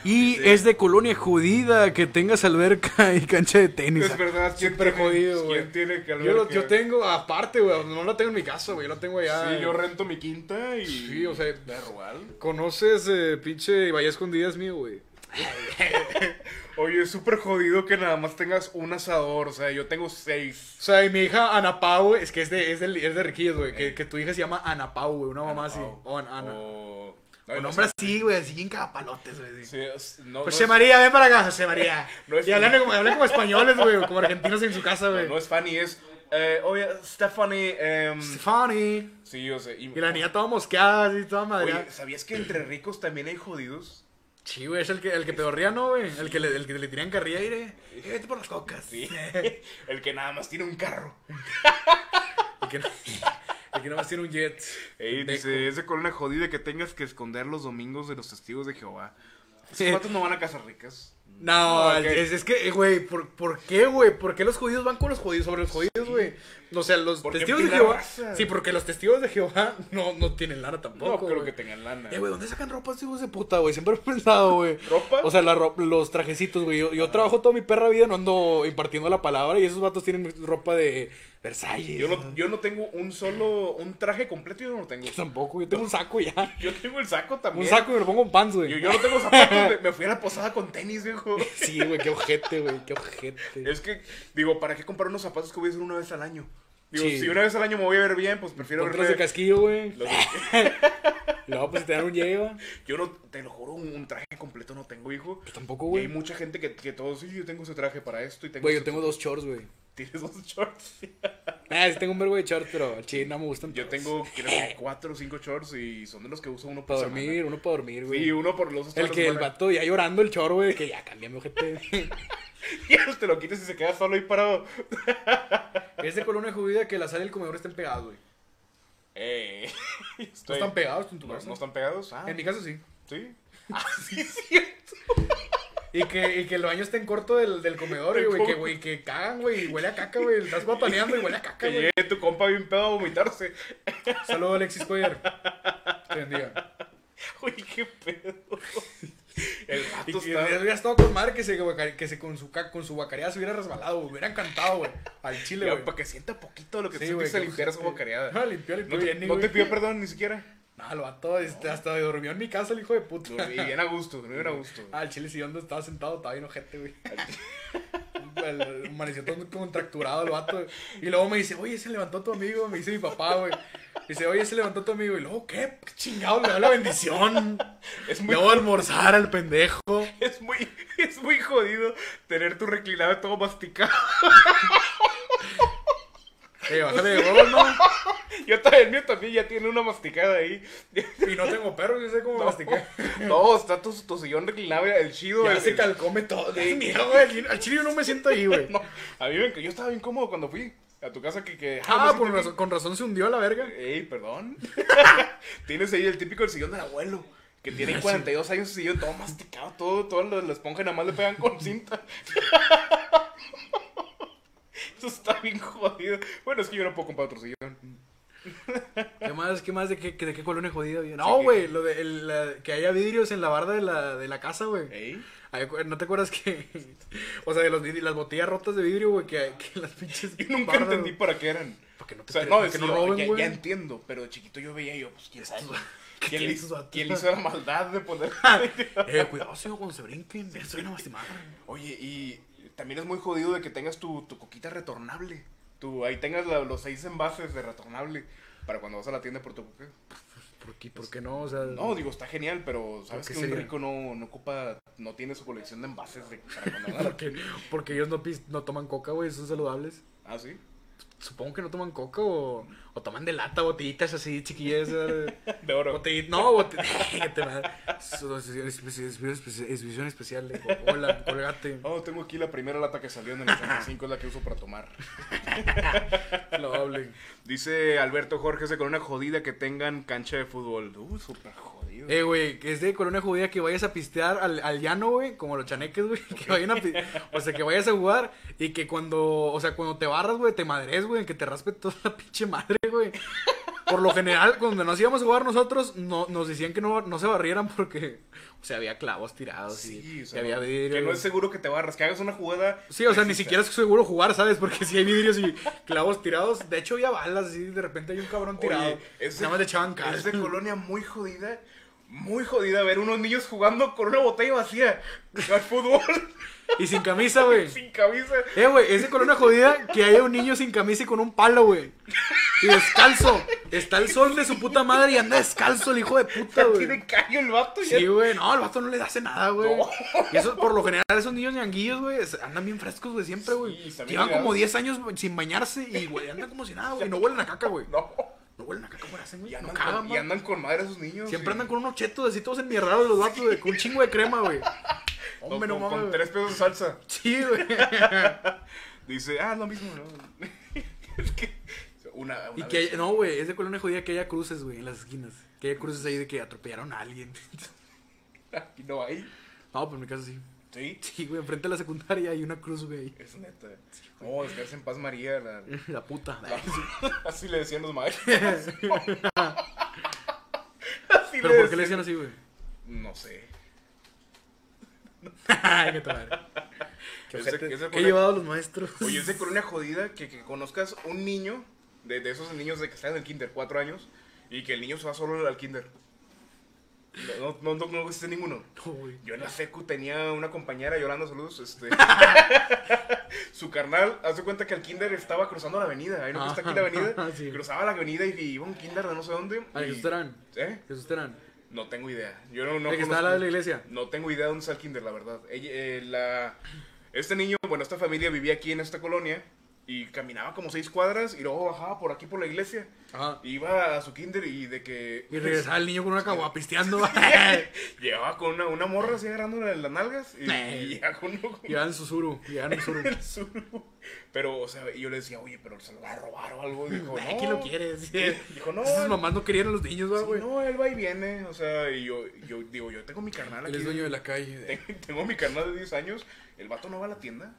Speaker 2: Y es de colonia jodida que tengas alberca y cancha de tenis.
Speaker 1: Es verdad, ¿quién
Speaker 4: Súper
Speaker 1: tiene-
Speaker 4: jodido,
Speaker 1: ¿Quién
Speaker 4: güey.
Speaker 1: tiene que
Speaker 4: yo, lo-
Speaker 1: alberca?
Speaker 4: yo tengo aparte güey no lo tengo en mi casa güey yo lo tengo allá
Speaker 1: Sí,
Speaker 4: en-
Speaker 1: yo rento mi quinta y.
Speaker 4: Sí, o sea-
Speaker 1: De rural.
Speaker 4: ¿Conoces eh, pinche Bahía Escondidas mío, güey?
Speaker 1: Oye, es súper jodido que nada más tengas un asador. O sea, yo tengo seis.
Speaker 4: O sea, y mi hija Ana Pau, güey, es que es de, es del- es de riquillos, güey.
Speaker 1: Eh.
Speaker 4: Que, que tu hija se llama Ana Pau, güey, una mamá así. O Ana.
Speaker 1: Oh,
Speaker 4: Ana.
Speaker 1: O.
Speaker 2: Con
Speaker 1: no,
Speaker 2: nombre así, güey, así en cagapalotes, güey.
Speaker 1: sí, es- no, no
Speaker 2: José
Speaker 1: es-
Speaker 2: María, ven para acá, José María.
Speaker 1: No es-
Speaker 2: y hablan como, hablan como españoles, güey, como argentinos en su casa,
Speaker 1: No,
Speaker 2: güey.
Speaker 1: no es Fanny, es. Eh, oye, Stephanie. em,
Speaker 2: Stephanie.
Speaker 1: sí, o sea. Y,
Speaker 2: Y la niña toda mosqueada, así, toda madre.
Speaker 1: Oye, ¿sabías que entre ricos también hay jodidos?
Speaker 2: Sí, güey, es el que, el que pedorría, ¿no, güey? El que le, el que le tiran carrilla, aire. Eh, vete por las cocas.
Speaker 1: Sí. El que nada más tiene un carro.
Speaker 2: El que, el que nomás tiene un jet.
Speaker 1: Ey, dice, es de corona jodida que tengas que esconder los domingos de los testigos de Jehová. Esos vatos no van a casas ricas.
Speaker 2: No,
Speaker 1: No, "Mm, ok.
Speaker 2: es, es que, eh, güey, ¿por, ¿por qué, güey? ¿Por qué los judíos van con los judíos sobre los judíos, güey? O sea, los
Speaker 1: ¿Por qué
Speaker 2: testigos de
Speaker 1: pila
Speaker 2: Jehová.
Speaker 1: raza?
Speaker 2: Sí, porque los testigos de Jehová no, no tienen lana tampoco.
Speaker 1: No creo
Speaker 2: güey.
Speaker 1: que tengan lana.
Speaker 2: Eh, güey, ¿dónde sacan ropa estos hijos de puta, güey? Siempre he pensado, güey.
Speaker 1: ¿Ropa?
Speaker 2: O sea, la ro- los trajecitos, güey. Yo, yo trabajo toda mi perra vida, no ando impartiendo la palabra y esos vatos tienen ropa de Versalles.
Speaker 1: Yo no, yo no tengo un solo, un traje completo, yo no lo tengo.
Speaker 2: Yo tampoco, yo tengo un saco ya.
Speaker 1: Yo tengo el saco
Speaker 2: Un
Speaker 1: también.
Speaker 2: saco y me lo pongo en pants, güey.
Speaker 1: Yo, yo no tengo zapatos, me- me fui a la posada con tenis, viejo.
Speaker 2: Sí, güey, qué ojete, güey, qué ojete.
Speaker 1: Es que, digo, ¿para qué comprar unos zapatos que voy a hacer una vez al año? Digo,
Speaker 2: Sí.
Speaker 1: si una vez al año me voy a ver bien, pues prefiero
Speaker 2: Ponte los de
Speaker 1: verme...
Speaker 2: casquillo, güey.
Speaker 1: los-
Speaker 2: No, pues si te dan un lleva.
Speaker 1: Yo no, te lo juro, un, un traje completo no tengo, hijo.
Speaker 2: Pues tampoco,
Speaker 1: Y hay
Speaker 2: güey.
Speaker 1: mucha gente que, que todos, sí, yo tengo ese traje para esto y tengo...
Speaker 2: Güey, yo
Speaker 1: este-
Speaker 2: tengo dos shorts, güey.
Speaker 1: Tienes dos shorts.
Speaker 2: Ah, sí tengo un vergo de shorts, pero al chile no me gustan.
Speaker 1: Yo
Speaker 2: todos.
Speaker 1: tengo, creo que cuatro o cinco shorts y son de los que uso uno por
Speaker 2: Para
Speaker 1: semana.
Speaker 2: dormir, uno para dormir, güey.
Speaker 1: Sí, uno por los...
Speaker 2: el que el
Speaker 1: vato
Speaker 2: vato ya llorando el chorro, güey, que ya cámbiame, ojete.
Speaker 1: Te lo quitas y se queda solo ahí parado.
Speaker 4: Es de colonia judía que la sala y el comedor estén pegados, güey.
Speaker 1: Eh,
Speaker 4: No
Speaker 1: estoy-
Speaker 4: están pegados en tu
Speaker 1: ¿No,
Speaker 4: casa.
Speaker 1: no están pegados? Ah,
Speaker 4: En mi caso sí.
Speaker 1: sí. Ah, sí, es cierto.
Speaker 4: Y que, y que el baño esté en corto del, del comedor,
Speaker 1: Del
Speaker 4: güey. Que,
Speaker 1: comedor.
Speaker 4: güey, que cagan, güey. y Huele a caca, güey. Estás guapaneando y huele a caca,
Speaker 1: Que
Speaker 4: güey.
Speaker 1: llegue tu compa bien pedo a vomitarse.
Speaker 4: Saludos, Alexis Cuellar. Te bendiga.
Speaker 1: Uy, qué pedo. El
Speaker 4: Y
Speaker 1: gato
Speaker 4: que
Speaker 1: está.
Speaker 4: hubiera estado con madre que se, guaca- que se con su, ca- con su guacareada se hubiera resbalado, güey. Hubiera encantado, güey. Al chile,
Speaker 1: Ya,
Speaker 4: güey.
Speaker 1: para que sienta poquito lo que
Speaker 4: Sí,
Speaker 1: tú
Speaker 4: güey,
Speaker 1: sientes al
Speaker 4: qué
Speaker 1: limpiar esa
Speaker 4: ojete.
Speaker 1: guacareada.
Speaker 4: No, limpió, limpió
Speaker 1: No te,
Speaker 4: bien, y
Speaker 1: no te
Speaker 4: güey.
Speaker 1: pidió perdón ni siquiera.
Speaker 4: No, el vato este, hasta durmió en mi casa el hijo de puta.
Speaker 1: Y bien a gusto, no bien a gusto.
Speaker 4: Ah, el chile sí, donde estaba sentado, estaba bien ojete, güey. El- el- Amaneció todo contracturado el vato. Y luego me dice, oye, se levantó tu amigo. Me dice mi papá, güey. Dice, oye, se levantó tu amigo. Y luego, ¿qué? ¿Qué chingado? Le da la bendición.
Speaker 1: Es muy,
Speaker 4: Debo almorzar al pendejo.
Speaker 1: es muy, es muy jodido tener tu reclinado todo masticado.
Speaker 4: Eh, bájale de huevos, ¿no?
Speaker 1: Yo también, el mío también ya tiene una masticada ahí.
Speaker 4: Y no tengo perros, yo sé cómo masticar.
Speaker 1: No, está tu, tu sillón reclinado, el chido.
Speaker 4: Ya
Speaker 1: el-
Speaker 4: se
Speaker 1: el-
Speaker 4: calcome todo. Ay, mira, güey, al chile yo no me siento ahí, güey.
Speaker 1: No, a mí me, yo estaba bien cómodo cuando fui a tu casa que... que
Speaker 4: Ah,
Speaker 1: me
Speaker 4: por
Speaker 1: siento
Speaker 4: razón- con razón se hundió a la verga.
Speaker 1: bien. Ey, perdón. Tienes ahí el típico el sillón del abuelo. Que
Speaker 2: Ah,
Speaker 1: tiene 42 años su sillón todo masticado, todo, todo la, la esponja nada más le pegan con cinta. Eso está bien jodido. Bueno, es que yo no puedo comprar otro sillón.
Speaker 2: ¿Qué más, qué más, de qué, de qué colonia jodida había?
Speaker 1: Sí,
Speaker 2: No,
Speaker 1: que-
Speaker 2: güey, lo de el- la- que haya vidrios en la barda de la, de la casa, güey.
Speaker 1: Ey.
Speaker 2: Ay, güey, ¿No te acuerdas que.? O sea, de los, vid- las botellas rotas de vidrio, güey, que, que las pinches.
Speaker 1: Yo nunca
Speaker 2: bardas,
Speaker 1: entendí
Speaker 2: güey,
Speaker 1: para qué eran.
Speaker 2: Para que no
Speaker 1: O
Speaker 2: te
Speaker 1: sea,
Speaker 2: tre-
Speaker 1: no,
Speaker 2: para
Speaker 1: es
Speaker 2: que
Speaker 1: que
Speaker 2: no
Speaker 1: lo-
Speaker 2: roben,
Speaker 1: ya,
Speaker 2: güey.
Speaker 1: ya entiendo, pero de chiquito yo veía y yo, pues quién sabe. ¿Quién,
Speaker 2: ¿Qué
Speaker 1: le
Speaker 2: hizo
Speaker 1: hizo,
Speaker 2: vato?
Speaker 1: ¿Quién le hizo la maldad de poner
Speaker 2: Eh, cuidado, señor, cuando se brinquen. Eso viene lastimado.
Speaker 1: Oye, y también es muy jodido de que tengas tu, tu coquita retornable. Tú ahí tengas la- los seis envases de retornable para cuando vas a la tienda por tu coca.
Speaker 2: ¿Por qué, ¿Por qué no? O sea.
Speaker 1: No, digo, está genial, pero sabes
Speaker 2: qué
Speaker 1: que un
Speaker 2: sería?
Speaker 1: rico no, no ocupa, no tiene su colección de envases de, para cuando van a la-
Speaker 2: Porque, porque ellos no, pis- no toman coca, güey, son saludables.
Speaker 1: Ah, sí.
Speaker 2: Supongo que no toman coca o, o toman de lata, botellitas así, chiquillas. eh.
Speaker 1: De oro.
Speaker 2: Botellit- no, botellita. Exhibición especial de Coca-Cola, colgate.
Speaker 1: Oh, tengo aquí la primera lata que salió en el 85, es la que uso para tomar.
Speaker 2: Lo hablen.
Speaker 1: Dice Alberto Jorge, se con una jodida que tengan cancha de fútbol. Uh, súper jodido.
Speaker 2: Eh, güey, que es de colonia judía que vayas a pistear al, al llano, güey, como los chaneques, güey, que vayan a pi- o sea, que vayas a jugar y que cuando, o sea, cuando te barras, güey, te madres, güey, que te raspe toda la pinche madre, güey. Por lo general, cuando nos íbamos a jugar nosotros, no, nos decían que no, no se barrieran porque, o sea, había clavos tirados y,
Speaker 1: sí, o
Speaker 2: y
Speaker 1: sea,
Speaker 2: había vidrio.
Speaker 1: que no es seguro que te barras, que hagas una jugada.
Speaker 2: Sí, o sea, ni
Speaker 1: existe.
Speaker 2: siquiera es seguro jugar, ¿sabes? Porque si hay vidrios y clavos tirados, de hecho había balas, así, de repente hay un cabrón tirado.
Speaker 1: Oye, es de-
Speaker 2: Nada más le echaban cal.
Speaker 1: Es de colonia muy jodida. Muy jodida ver unos niños jugando con una botella vacía al fútbol
Speaker 2: Y sin camisa, güey.
Speaker 1: sin camisa.
Speaker 2: Eh, güey, es de colonia jodida que haya un niño sin camisa y con un palo, güey. Y descalzo. Está el sol de su puta madre y anda descalzo el hijo de puta,
Speaker 1: Ya
Speaker 2: güey.
Speaker 1: tiene callo el vato. ya.
Speaker 2: Sí, güey, no, al vato no le hace nada, güey.
Speaker 1: No.
Speaker 2: Y eso, por lo general, esos niños ñanguillos, güey, es- andan bien frescos, güey, siempre, güey.
Speaker 1: Sí, también
Speaker 2: Llevan
Speaker 1: llegados.
Speaker 2: como 10 años güey, sin bañarse y, güey, andan como si nada, güey. No huelen a caca, güey. No,
Speaker 1: No.
Speaker 2: huelen a caca, güey, hacen, güey.
Speaker 1: Y
Speaker 2: No
Speaker 1: andan,
Speaker 2: cagan,
Speaker 1: con, y
Speaker 2: güey.
Speaker 1: andan con madre esos niños.
Speaker 2: Siempre
Speaker 1: sí.
Speaker 2: andan con unos chetos así todos enmierdados los vatos, güey, con un chingo de crema, güey.
Speaker 1: Con-
Speaker 2: Hombre, no
Speaker 1: con, con
Speaker 2: mames. güey.
Speaker 1: tres pesos de salsa.
Speaker 2: Sí, güey.
Speaker 1: Dice, ah, lo mismo, ¿no? Es que una,
Speaker 2: Y
Speaker 1: una
Speaker 2: que
Speaker 1: vez-
Speaker 2: haya- no, güey, es de colonia jodida que haya cruces, güey, en las esquinas. Que haya cruces ahí de que atropellaron a alguien.
Speaker 1: aquí no hay.
Speaker 2: No, pues en mi casa sí.
Speaker 1: Sí.
Speaker 2: Sí, güey, enfrente de la secundaria hay una cruz, güey.
Speaker 1: Es neta. No, descansa en paz María. la-
Speaker 2: La puta.
Speaker 1: Así le decían los maestros. Así
Speaker 2: Pero ¿por qué
Speaker 1: decían.
Speaker 2: le decían así, güey?
Speaker 1: No sé.
Speaker 2: Ay, qué tal. Qué
Speaker 1: Ese-
Speaker 2: ojete.
Speaker 1: ese
Speaker 2: Qué
Speaker 1: problema-
Speaker 2: llevados los maestros.
Speaker 1: Oye, es de colonia jodida que, que conozcas un niño, de, de esos niños de que están en el kinder, cuatro años, y que el niño se va solo al kinder. No, no, no, no, no existe ninguno.
Speaker 2: Uy.
Speaker 1: Yo en la secu tenía una compañera llorando saludos, este... su carnal, hace cuenta que el kinder estaba cruzando la avenida, ahí no que está aquí la avenida,
Speaker 2: Ah, sí.
Speaker 1: cruzaba la avenida y, iba a un kinder de no sé dónde.
Speaker 2: Al
Speaker 1: y-
Speaker 2: Jesús Terán.
Speaker 1: ¿Eh?
Speaker 2: Jesús Terán.
Speaker 1: No tengo idea. Yo no, no
Speaker 2: el que está
Speaker 1: conozco-
Speaker 2: al lado de la iglesia.
Speaker 1: no tengo idea de dónde está el kinder, la verdad. Ella- eh, la- Este niño, bueno, esta familia vivía aquí en esta colonia y caminaba como seis cuadras y luego bajaba por aquí por la iglesia.
Speaker 2: Ajá.
Speaker 1: Iba a su kinder y de que...
Speaker 2: Y regresaba el niño con una caguapisteando.
Speaker 1: Llegaba con una, una morra así agarrándole las nalgas y,
Speaker 2: Nah.
Speaker 1: y ya con uno con
Speaker 2: Llegaban en Susuru. Llegaban en Susuru.
Speaker 1: el suru. Pero, o sea, y yo le decía, oye, pero se lo va a robar o algo. Dijo,
Speaker 2: Ay,
Speaker 1: no.
Speaker 2: ¿Quién lo quiere? Sí.
Speaker 1: Dijo, no.
Speaker 2: Esas
Speaker 1: él-
Speaker 2: mamás no querían a los niños, ¿verdad,
Speaker 1: sí,
Speaker 2: güey.
Speaker 1: no, él va y viene. O sea, y yo, yo digo, yo tengo mi carnal
Speaker 2: Él
Speaker 1: aquí.
Speaker 2: es dueño de la calle.
Speaker 1: Tengo mi carnal de 10 años. El vato no va a la tienda.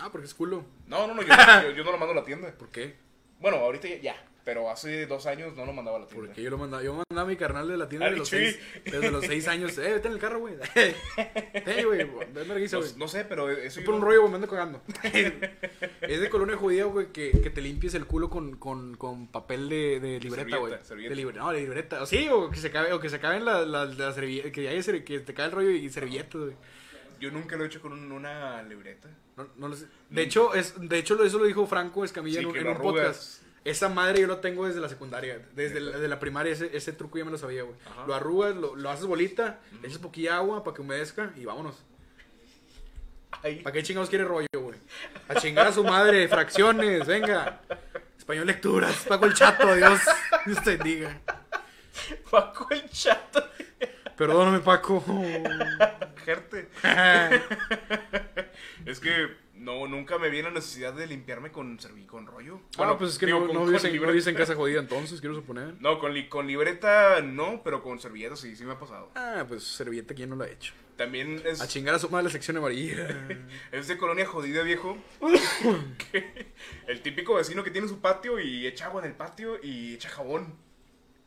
Speaker 2: Ah, porque es culo.
Speaker 1: No, no, no, yo, yo, yo no lo mando a la tienda.
Speaker 2: ¿Por qué?
Speaker 1: Bueno, ahorita ya, ya, pero hace dos años no lo mandaba a la tienda.
Speaker 2: Porque yo lo mandaba, yo mandaba a mi carnal de la tienda
Speaker 1: Al
Speaker 2: de los
Speaker 1: Chuy.
Speaker 2: seis, desde los seis años. Eh, vete en el carro, güey. Eh, güey, ven vergüenza,
Speaker 1: No,
Speaker 2: güey.
Speaker 1: no sé, pero eso
Speaker 2: Es por un rollo, güey, me ando cagando. es de colonia judía, güey, que, que te limpies el culo con, con, con papel de, de libreta,
Speaker 1: Servilleta,
Speaker 2: güey.
Speaker 1: servilleta.
Speaker 2: De libre- no, de libreta. O sí, o que se cabe, o que se caben las la, servilletas, que, haya servi- que te cae el rollo y servilletas, güey.
Speaker 1: Yo nunca lo he hecho con un- una libreta.
Speaker 2: No, no lo sé. De hecho, es, de hecho, eso lo dijo Franco Escamilla
Speaker 1: Sí,
Speaker 2: en un,
Speaker 1: que
Speaker 2: en
Speaker 1: lo
Speaker 2: un
Speaker 1: arrugas.
Speaker 2: podcast. Esa madre yo lo tengo desde la secundaria, desde la, de la primaria, ese, ese truco ya me lo sabía, güey.
Speaker 1: Ajá.
Speaker 2: Lo arrugas, lo, lo haces bolita, le echas poquilla agua para que humedezca y vámonos.
Speaker 1: Ay,
Speaker 2: ¿Para qué chingados quiere rollo, güey? A chingar a su madre, fracciones, venga. Español lecturas, Paco el chato, Dios, Dios te diga.
Speaker 1: Paco el chato.
Speaker 2: Perdóname, Paco.
Speaker 1: Gente. Es que no, nunca me vi en la necesidad de limpiarme con, servi- con rollo.
Speaker 2: ah, pues es que
Speaker 1: digo,
Speaker 2: no,
Speaker 1: con-
Speaker 2: no,
Speaker 1: con
Speaker 2: vives en, no
Speaker 1: libreta.
Speaker 2: vives en casa jodida entonces, quiero suponer.
Speaker 1: No, con, li- con libreta no, pero con servilleta sí, sí me ha pasado.
Speaker 2: Ah, pues servilleta, ¿quién no la ha hecho?
Speaker 1: También es...
Speaker 2: A chingar a su madre la sección amarilla.
Speaker 1: Es de colonia jodida, viejo. que el típico vecino que tiene su patio y echa agua en el patio y echa jabón.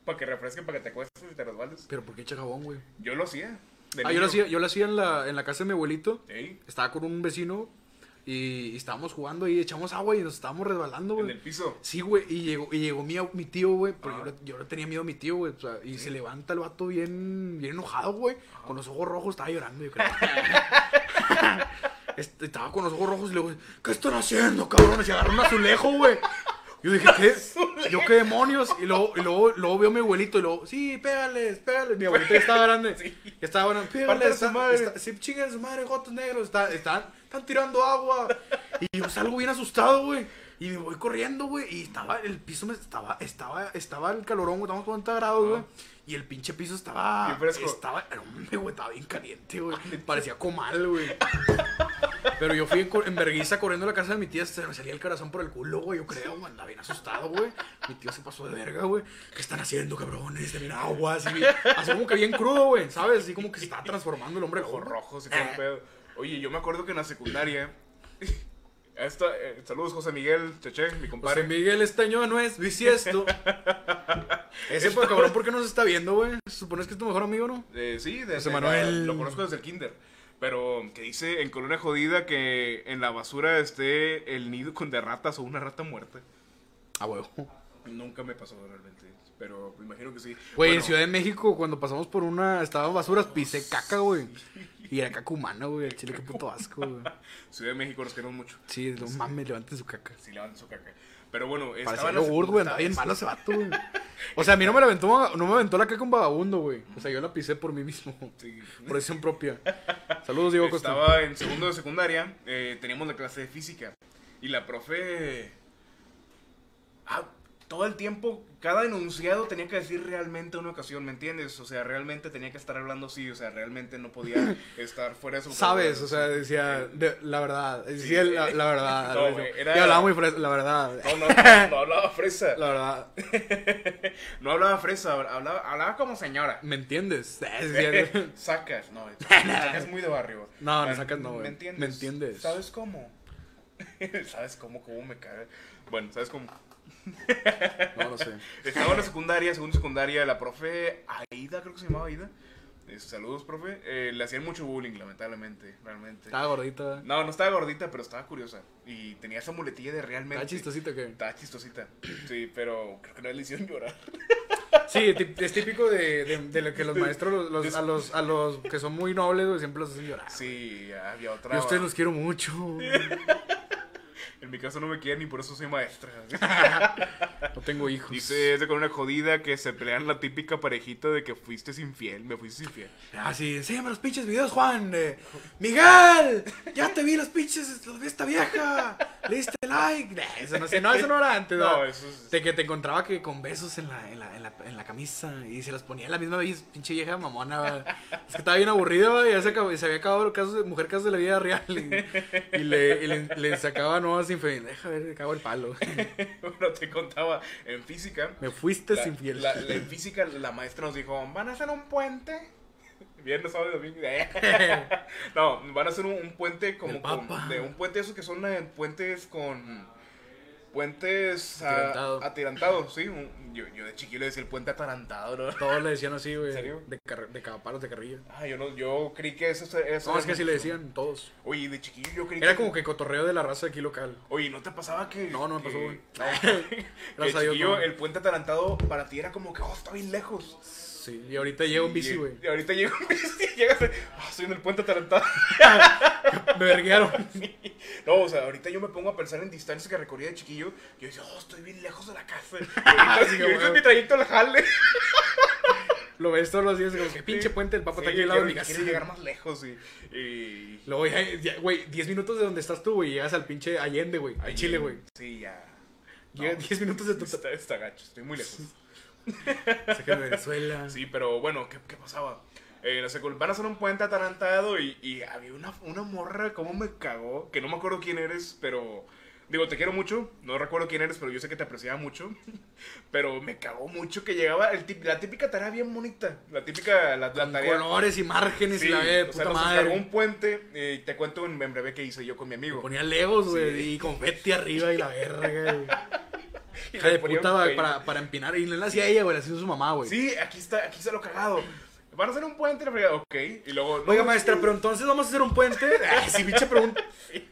Speaker 1: Para que refresque, para que te acuestes y te resbales.
Speaker 2: Pero ¿por qué echa jabón, güey?
Speaker 1: Yo lo hacía. de
Speaker 2: Ah, yo lo
Speaker 1: niño.
Speaker 2: hacía, yo lo hacía en, la, en la casa de mi abuelito.
Speaker 1: Sí,
Speaker 2: Estaba con un vecino y, y estábamos jugando y echamos agua y nos estábamos resbalando,
Speaker 1: en
Speaker 2: güey.
Speaker 1: el piso.
Speaker 2: Sí, güey, y llegó, y llegó mi, au- mi tío, güey, porque
Speaker 1: Ah.
Speaker 2: yo, le- yo le tenía miedo a mi tío, güey, o sea, y se levanta el vato bien, bien enojado, güey,
Speaker 1: Ah.
Speaker 2: con los ojos rojos, estaba llorando, yo creo. Este, estaba con los ojos rojos y le digo, ¿qué están haciendo, cabrón? Se agarró un azulejo, güey. Yo dije, ¿qué? ¿Yo qué demonios? Y luego, y luego, luego veo a mi abuelito y luego, sí, pégales, pégales. Mi abuelito ya estaba grande. Ya estaba grande,
Speaker 1: Parte de
Speaker 2: pégales.
Speaker 1: su
Speaker 2: Está,
Speaker 1: madre.
Speaker 2: está- sí, chinguen a su madre, gotos negros. está- están, están tirando agua. Y yo salgo bien asustado, güey. Y me voy corriendo, güey. Y estaba, el piso me estaba, estaba, estaba el calorón, güey. Estamos a 40 grados, güey. Y el pinche piso estaba.
Speaker 1: Ah. Bien fresco.
Speaker 2: Estaba, hombre, güey, estaba bien caliente, güey. Parecía comal, güey. Pero yo fui en, cor- en vergüenza corriendo a la casa de mi tía, se me salía el corazón por el culo, güey, yo creo, güey, andaba bien asustado, güey. Mi tío se pasó de verga, güey. ¿Qué están haciendo, cabrones? De bien agua, así, bien- así como que bien crudo, güey, ¿sabes? Así como que se está transformando el hombre Eh,
Speaker 1: Ojos
Speaker 2: gorro.
Speaker 1: rojos y todo el pedo. Oye, yo me acuerdo que en la secundaria. Esta, eh, saludos, José Miguel, Cheche, mi
Speaker 2: José
Speaker 1: compadre.
Speaker 2: Miguel Estaño no es bisiesto. Ese pues, cabrón, ¿por qué nos está viendo, güey? ¿Supones que es tu mejor amigo, no?
Speaker 1: Eh, sí, de,
Speaker 2: José
Speaker 1: de la-
Speaker 2: Manuel.
Speaker 1: lo conozco desde el kinder. Pero que dice en Colonia Jodida que en la basura esté el nido con de ratas o una rata muerta.
Speaker 2: Ah, güey.
Speaker 1: Nunca me pasó realmente, pero me imagino que sí.
Speaker 2: Güey, en
Speaker 1: Bueno,
Speaker 2: Ciudad de México, cuando pasamos por una, estaban basuras, pisé caca, güey. Y era caca humana, güey, al chile, qué puto asco, güey.
Speaker 1: Ciudad de México nos queremos mucho.
Speaker 2: Sí, no mames, levanten su caca.
Speaker 1: Sí, le avanzó caca. Pero bueno,
Speaker 2: Parecía
Speaker 1: estaba
Speaker 2: lo burdo, güey. Andaba bien malo ese vato, güey. O sea, a mí no me la aventó, no me aventó la caca un vagabundo, güey. O sea, yo la pisé por mí mismo.
Speaker 1: Sí.
Speaker 2: Por decisión propia. Saludos, Diego Costa.
Speaker 1: Estaba en segundo de secundaria, eh, teníamos la clase de física. Y la profe. Ah, todo el tiempo, cada enunciado tenía que decir realmente una ocasión, ¿me entiendes? O sea, realmente tenía que estar hablando así, o sea, realmente no podía estar fuera de su.
Speaker 2: Sabes, o sea, decía de- la verdad. Decía la, la verdad.
Speaker 1: No,
Speaker 2: algo
Speaker 1: güey,
Speaker 2: así.
Speaker 1: era-
Speaker 2: Y hablaba muy fres- la verdad.
Speaker 1: No, no, no, no hablaba fresa.
Speaker 2: La verdad.
Speaker 1: No hablaba fresa, hablaba, hablaba como señora.
Speaker 2: ¿Me entiendes? Decía-
Speaker 1: Sacas, no, sacas muy de barrio.
Speaker 2: No, no
Speaker 1: Ah,
Speaker 2: sacas, no, güey.
Speaker 1: ¿Me entiendes?
Speaker 2: ¿Me entiendes?
Speaker 1: ¿Sabes cómo? ¿Sabes cómo? ¿Cómo me caga? Bueno, ¿sabes cómo?
Speaker 2: no, no sé.
Speaker 1: Estaba en la secundaria, segundo secundaria, la profe Aida, creo que se llamaba Aida. Eh, saludos, profe. Eh, le hacían mucho bullying, lamentablemente, realmente.
Speaker 2: Estaba gordita.
Speaker 1: No, no estaba gordita, pero estaba curiosa. Y tenía esa muletilla de realmente.
Speaker 2: Estaba chistosita que.
Speaker 1: Estaba chistosita. Sí, pero creo que no le hicieron llorar.
Speaker 2: Sí, ti- es típico de, de, de lo que los maestros, los- los- a, los, a los que son muy nobles, güey, siempre los hacen llorar.
Speaker 1: Sí, había otra.
Speaker 2: Yo a ustedes los quiero mucho.
Speaker 1: En mi caso no me quieren y por eso soy maestra.
Speaker 2: No tengo hijos.
Speaker 1: Dice, es de con una jodida que se pelean la típica parejita de que fuiste infiel, me fuiste infiel.
Speaker 2: Así, Ah, enséñame los pinches videos, Juan. de, Miguel, ya te vi los pinches, los vi esta vieja. Le diste like. Nah, Eso no, sé, no, eso no era antes,
Speaker 1: No,
Speaker 2: ¿no?
Speaker 1: eso es...
Speaker 2: De que te encontraba que con besos en la, en la, en la, en la camisa y se los ponía la misma vez, pinche vieja mamona. va. Es que estaba bien aburrido va, y ya se, acabó- y se había acabado el caso de mujer caso de la vida real. Y, y le, y le- le sacaba nuevas infidelidades. Deja ver, cago el palo.
Speaker 1: Bueno, te contaba, en física...
Speaker 2: Me fuiste
Speaker 1: la-
Speaker 2: sin fiel.
Speaker 1: la- la- en física la maestra nos dijo, ¿van a hacer un puente? Viernes, sábado y domingo. No, van a hacer un, un puente como...
Speaker 2: Del
Speaker 1: con-
Speaker 2: Papa.
Speaker 1: de un puente esos que son eh, puentes con... Puentes ah,
Speaker 2: Atirantado.
Speaker 1: atirantados, sí. un- yo, yo de chiquillo le decía el puente atarantado, ¿no?
Speaker 2: Todos le decían así, güey.
Speaker 1: ¿En serio?
Speaker 2: De, car- de cavapalos de carrillo.
Speaker 1: Ah, yo no, yo creí que eso... eso
Speaker 2: No, es que
Speaker 1: era-
Speaker 2: así le decían todos.
Speaker 1: Oye, de chiquillo yo creí
Speaker 2: Era como que cotorreo de la raza aquí local.
Speaker 1: Oye, ¿no te pasaba que.?
Speaker 2: No, no me
Speaker 1: que-
Speaker 2: pasó, güey.
Speaker 1: No.
Speaker 2: Gracias a Dios,
Speaker 1: Yo,
Speaker 2: no.
Speaker 1: el puente atarantado para ti era como que, oh, está bien lejos.
Speaker 2: Sí, y ahorita llega un bici,
Speaker 1: Y-
Speaker 2: güey.
Speaker 1: Y, ahorita llega un bici y llegas. Ah, estoy en el puente atarantado.
Speaker 2: Me verguearon.
Speaker 1: No, o sea, ahorita yo me pongo a pensar en distancias que recorría de chiquillo. Yo decía, oh, estoy bien lejos de la casa. Y ahorita,
Speaker 2: Sí,
Speaker 1: y ahorita
Speaker 2: güey.
Speaker 1: es mi trayecto al jale.
Speaker 2: Lo ves todos los días, como que pinche puente, el papa está Pues aquí al lado de mi
Speaker 1: quiero-
Speaker 2: casa.
Speaker 1: quiero llegar más lejos y. y-
Speaker 2: Luego ya, ya, güey, 10 minutos de donde estás tú, güey, llegas al pinche Allende, güey, al
Speaker 1: ahí-
Speaker 2: Chile, güey.
Speaker 1: Sí, ya.
Speaker 2: Llegas 10 minutos de tu...
Speaker 1: Está, está gacho, estoy muy lejos.
Speaker 2: Saca de Venezuela.
Speaker 1: Sí, pero bueno, ¿qué, qué pasaba? Eh, la secu- van a hacer un puente atarantado y, y había una, una morra, ¿cómo me cagó? Que no me acuerdo quién eres, pero... Digo, te quiero mucho, no recuerdo quién eres, pero yo sé que te apreciaba mucho. Pero me cagó mucho que llegaba el tip- la típica tarea bien bonita. La típica, la, la
Speaker 2: Con
Speaker 1: tarea...
Speaker 2: colores y márgenes
Speaker 1: Sí,
Speaker 2: y la ve de
Speaker 1: o sea,
Speaker 2: puta
Speaker 1: nos encargó
Speaker 2: madre.
Speaker 1: un puente eh, y te cuento en, en breve qué hice yo con mi amigo.
Speaker 2: Ponía legos, güey,
Speaker 1: Sí.
Speaker 2: y confeti arriba y la verga, güey.
Speaker 1: Y
Speaker 2: Hija
Speaker 1: le
Speaker 2: de
Speaker 1: ponía un
Speaker 2: puta güey,
Speaker 1: peine.
Speaker 2: para, para empinar. Y no la hacía ella, güey, la hacía su mamá, güey.
Speaker 1: Sí, aquí está, aquí está lo cagado. Van a hacer un puente, la fregada, ok. Y luego...
Speaker 2: Oiga,
Speaker 1: no,
Speaker 2: maestra, pero entonces vamos a hacer un puente. Ay, sí, pinche pregunta.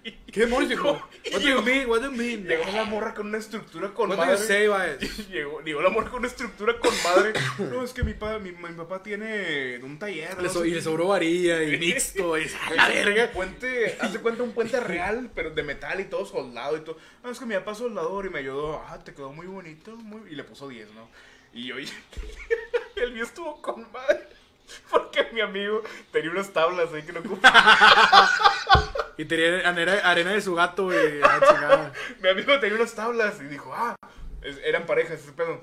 Speaker 2: ¿Qué demonios dijo? What do you mean? What do you mean?
Speaker 1: Llegó la morra con una estructura con
Speaker 2: What do you
Speaker 1: madre.
Speaker 2: say, va?
Speaker 1: Llegó, llegó la morra con una estructura con madre. No, es que mi, pa- mi, mi papá tiene un taller.
Speaker 2: Le
Speaker 1: no
Speaker 2: so-
Speaker 1: sé
Speaker 2: y le
Speaker 1: qué.
Speaker 2: sobró varilla y mixto. Y a la
Speaker 1: Un
Speaker 2: verga.
Speaker 1: puente, haz de cuenta un puente real, pero de metal y todo soldado y todo. No, es que mi papá es soldador y me ayudó. Ah, te quedó muy bonito. Muy... Y le puso 10, ¿no? Y yo, el mío estuvo con madre. Porque mi amigo tenía unas tablas ahí que no ocupaba.
Speaker 2: Y tenía arena, arena de su gato, güey. Ah, chingada.
Speaker 1: Mi amigo tenía unas tablas y dijo, ah, es- eran parejas, ese pedo.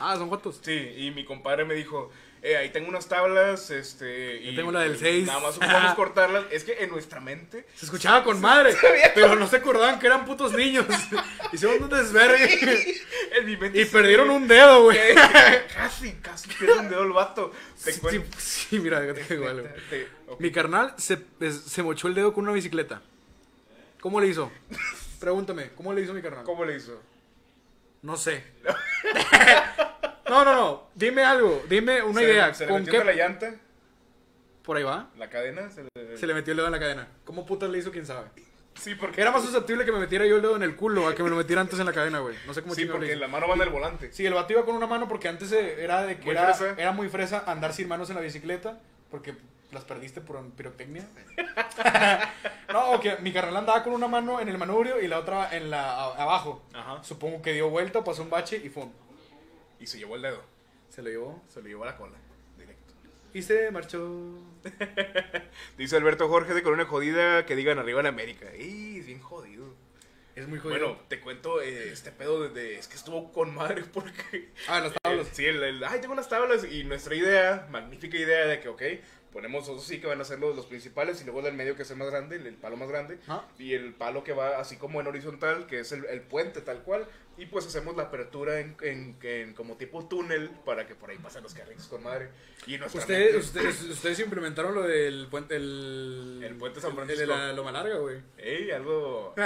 Speaker 2: Ah, son fotos.
Speaker 1: Sí, y mi compadre me dijo, eh, ahí tengo unas tablas, este...
Speaker 2: Yo
Speaker 1: y
Speaker 2: tengo la del seis.
Speaker 1: Nada más ocupamos cortarlas. Es que en nuestra mente...
Speaker 2: Se escuchaba con madre, pero no se acordaban que eran putos niños. Hicieron un desvergue
Speaker 1: En mi mente...
Speaker 2: y
Speaker 1: sí,
Speaker 2: perdieron
Speaker 1: eh,
Speaker 2: un dedo, güey.
Speaker 1: eh, casi, casi pierde un dedo el vato. Te
Speaker 2: Sí,
Speaker 1: cuento.
Speaker 2: sí, mira, déjate igual, güey.
Speaker 1: Neta, te- ok.
Speaker 2: Mi carnal se, es- se mochó el dedo con una bicicleta. ¿Cómo le hizo? Pregúntame, ¿cómo le hizo mi carnal?
Speaker 1: ¿Cómo le hizo?
Speaker 2: No sé. No, no, no. Dime algo, dime una
Speaker 1: Se le-
Speaker 2: idea.
Speaker 1: ¿Se le
Speaker 2: ¿Con
Speaker 1: metió
Speaker 2: qué?
Speaker 1: con la llanta?
Speaker 2: Por ahí va.
Speaker 1: ¿La cadena? se le-
Speaker 2: Se le metió el dedo en la cadena. ¿Cómo putas le hizo quién sabe?
Speaker 1: Sí, porque...
Speaker 2: Era más susceptible que me metiera yo el dedo en el culo a que me lo metiera antes en la cadena, güey. No sé cómo
Speaker 1: Sí,
Speaker 2: chingados le
Speaker 1: porque
Speaker 2: hizo.
Speaker 1: la mano va en el volante.
Speaker 2: Sí, el vato iba con una mano porque antes eh, era de que
Speaker 1: Muy
Speaker 2: era,
Speaker 1: fresa.
Speaker 2: era muy fresa andar sin manos en la bicicleta porque las perdiste por pirotecnia. no, o que mi carnal andaba con una mano en el manubrio y la otra en la a- abajo.
Speaker 1: Ajá.
Speaker 2: Supongo que dio vuelta, pasó un bache y fum.
Speaker 1: Y se llevó el dedo.
Speaker 2: Se lo llevó
Speaker 1: Se lo llevó a la cola. Directo.
Speaker 2: y se marchó.
Speaker 1: Dice Alberto Jorge de Corona Jodida que digan arriba en América. Y bien jodido.
Speaker 2: Es muy jodido.
Speaker 1: Bueno, te cuento eh, este pedo de, de- es que estuvo con madre porque
Speaker 2: ah, las
Speaker 1: eh,
Speaker 2: tablas.
Speaker 1: sí, el, el, ay, tengo unas tablas y nuestra idea, magnífica idea de que ok, Ponemos esos sí que van a ser los, los principales y luego el del medio que es el más grande, el, el palo más grande
Speaker 2: Ah.
Speaker 1: y el palo que va así como en horizontal, que es el, el puente tal cual. Y pues hacemos la apertura en, en- en como tipo túnel para que por ahí pasen los carritos con madre. Y en nuestra
Speaker 2: Ustedes,
Speaker 1: mente-
Speaker 2: ustedes, ustedes implementaron lo del puente. El,
Speaker 1: El puente San
Speaker 2: el-
Speaker 1: Francisco.
Speaker 2: El de la Loma Larga, güey.
Speaker 1: Ey, algo...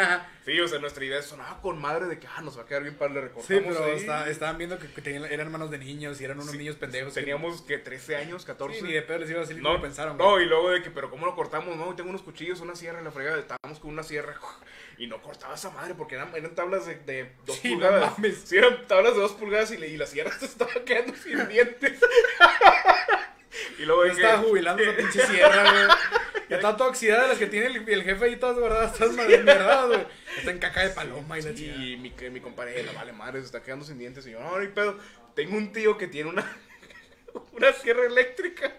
Speaker 1: Sí, o sea, nuestra idea es sonaba con madre de que ah, nos va a quedar bien para le recortamos.
Speaker 2: Sí, pero
Speaker 1: ahí.
Speaker 2: está- estaban viendo que, que tenían- eran hermanos de niños y eran unos
Speaker 1: Sí,
Speaker 2: niños pendejos. que-
Speaker 1: Teníamos que 13 años, 14.
Speaker 2: Sí, ni de pedo les iba a decir
Speaker 1: No,
Speaker 2: no, pensaron.
Speaker 1: no,
Speaker 2: güey.
Speaker 1: y luego de que, pero ¿cómo lo cortamos? No, tengo unos cuchillos, una sierra en la fregada. Estábamos con una sierra y no cortaba esa madre porque eran, eran tablas de, de dos
Speaker 2: Sí, no
Speaker 1: pulgadas.
Speaker 2: mames.
Speaker 1: sí, eran tablas de dos pulgadas y, le- y la sierra se estaba quedando sin dientes. y luego
Speaker 2: Ya
Speaker 1: de que,
Speaker 2: estaba jubilando esa pinche sierra, güey. Ya está toda oxidada, las que tiene el, el jefe ahí todas guardadas, todas malverdadas, güey. Está en caca de paloma y la chingada.
Speaker 1: Y mi, que mi compadre, "Eh, la vale madre, se está quedando sin dientes. Y yo, no, no hay pedo. Tengo un tío que tiene una, una sierra eléctrica.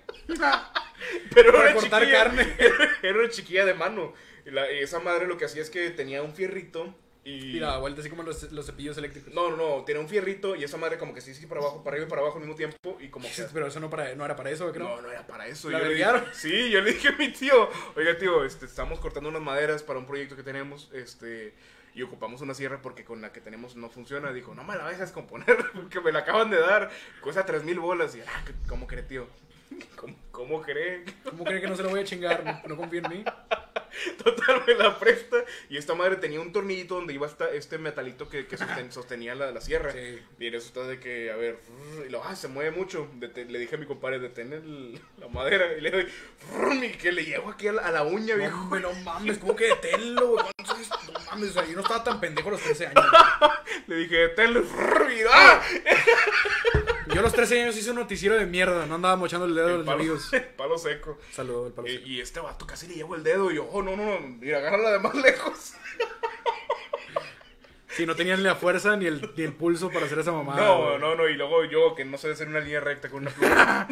Speaker 1: Pero
Speaker 2: Para
Speaker 1: era
Speaker 2: cortar
Speaker 1: chiquilla,
Speaker 2: carne.
Speaker 1: Era una chiquilla de mano. Y la- y esa madre lo que hacía es que tenía un fierrito. Y.
Speaker 2: Y la vuelta así como los, los cepillos eléctricos.
Speaker 1: No, no, no, tenía un fierrito y esa madre como que sí, sí, para abajo, para arriba y para abajo al mismo tiempo. Y como que.
Speaker 2: Pero eso no, para, no era para eso, güey, creo.
Speaker 1: No, no era para eso.
Speaker 2: ¿La
Speaker 1: yo le dije,
Speaker 2: verguearon?
Speaker 1: sí, yo le dije a mi tío, oiga tío, este, estamos cortando unas maderas para un proyecto que tenemos, este, y ocupamos una sierra porque con la que tenemos no funciona. Dijo, no me la vayas a descomponer, que me la acaban de dar, cuesta tres mil bolas. Y, ah, ¿cómo cree tío? ¿Cómo, cómo cree?
Speaker 2: ¿Cómo cree que no se lo voy a chingar? No, no confía en mí.
Speaker 1: Total, me la presta. Y esta madre tenía un tornillito donde iba hasta este metalito que, que sosten- sostenía la, la sierra.
Speaker 2: Sí.
Speaker 1: Y en eso está de que, a ver, frrr, y lo, ah, se mueve mucho. Dete- le dije a mi compadre, detén el- la madera. Y le doy, frrr, y que le llevo aquí a la, a la uña,
Speaker 2: No,
Speaker 1: viejo.
Speaker 2: hombre, no mames, ¿cómo que deténlo, güey? ¿Cuántos años? No mames, o sea, yo no estaba tan pendejo a los 13 años.
Speaker 1: Le dije, deténlo, frrr, y ¡ah!
Speaker 2: Yo a los 13 años hice un noticiero de mierda, no andaba mochando el dedo a
Speaker 1: El
Speaker 2: los
Speaker 1: palo,
Speaker 2: amigos.
Speaker 1: palo seco.
Speaker 2: Saludos, el palo.
Speaker 1: Y, y este vato casi le llevo el dedo. Y yo, oh, no, no, no, mira, agárrala de más lejos.
Speaker 2: Sí, no tenían ni la fuerza ni el, ni el pulso para hacer esa mamada.
Speaker 1: No,
Speaker 2: güey.
Speaker 1: no, no, y luego yo, que no sé hacer una línea recta con una pluma.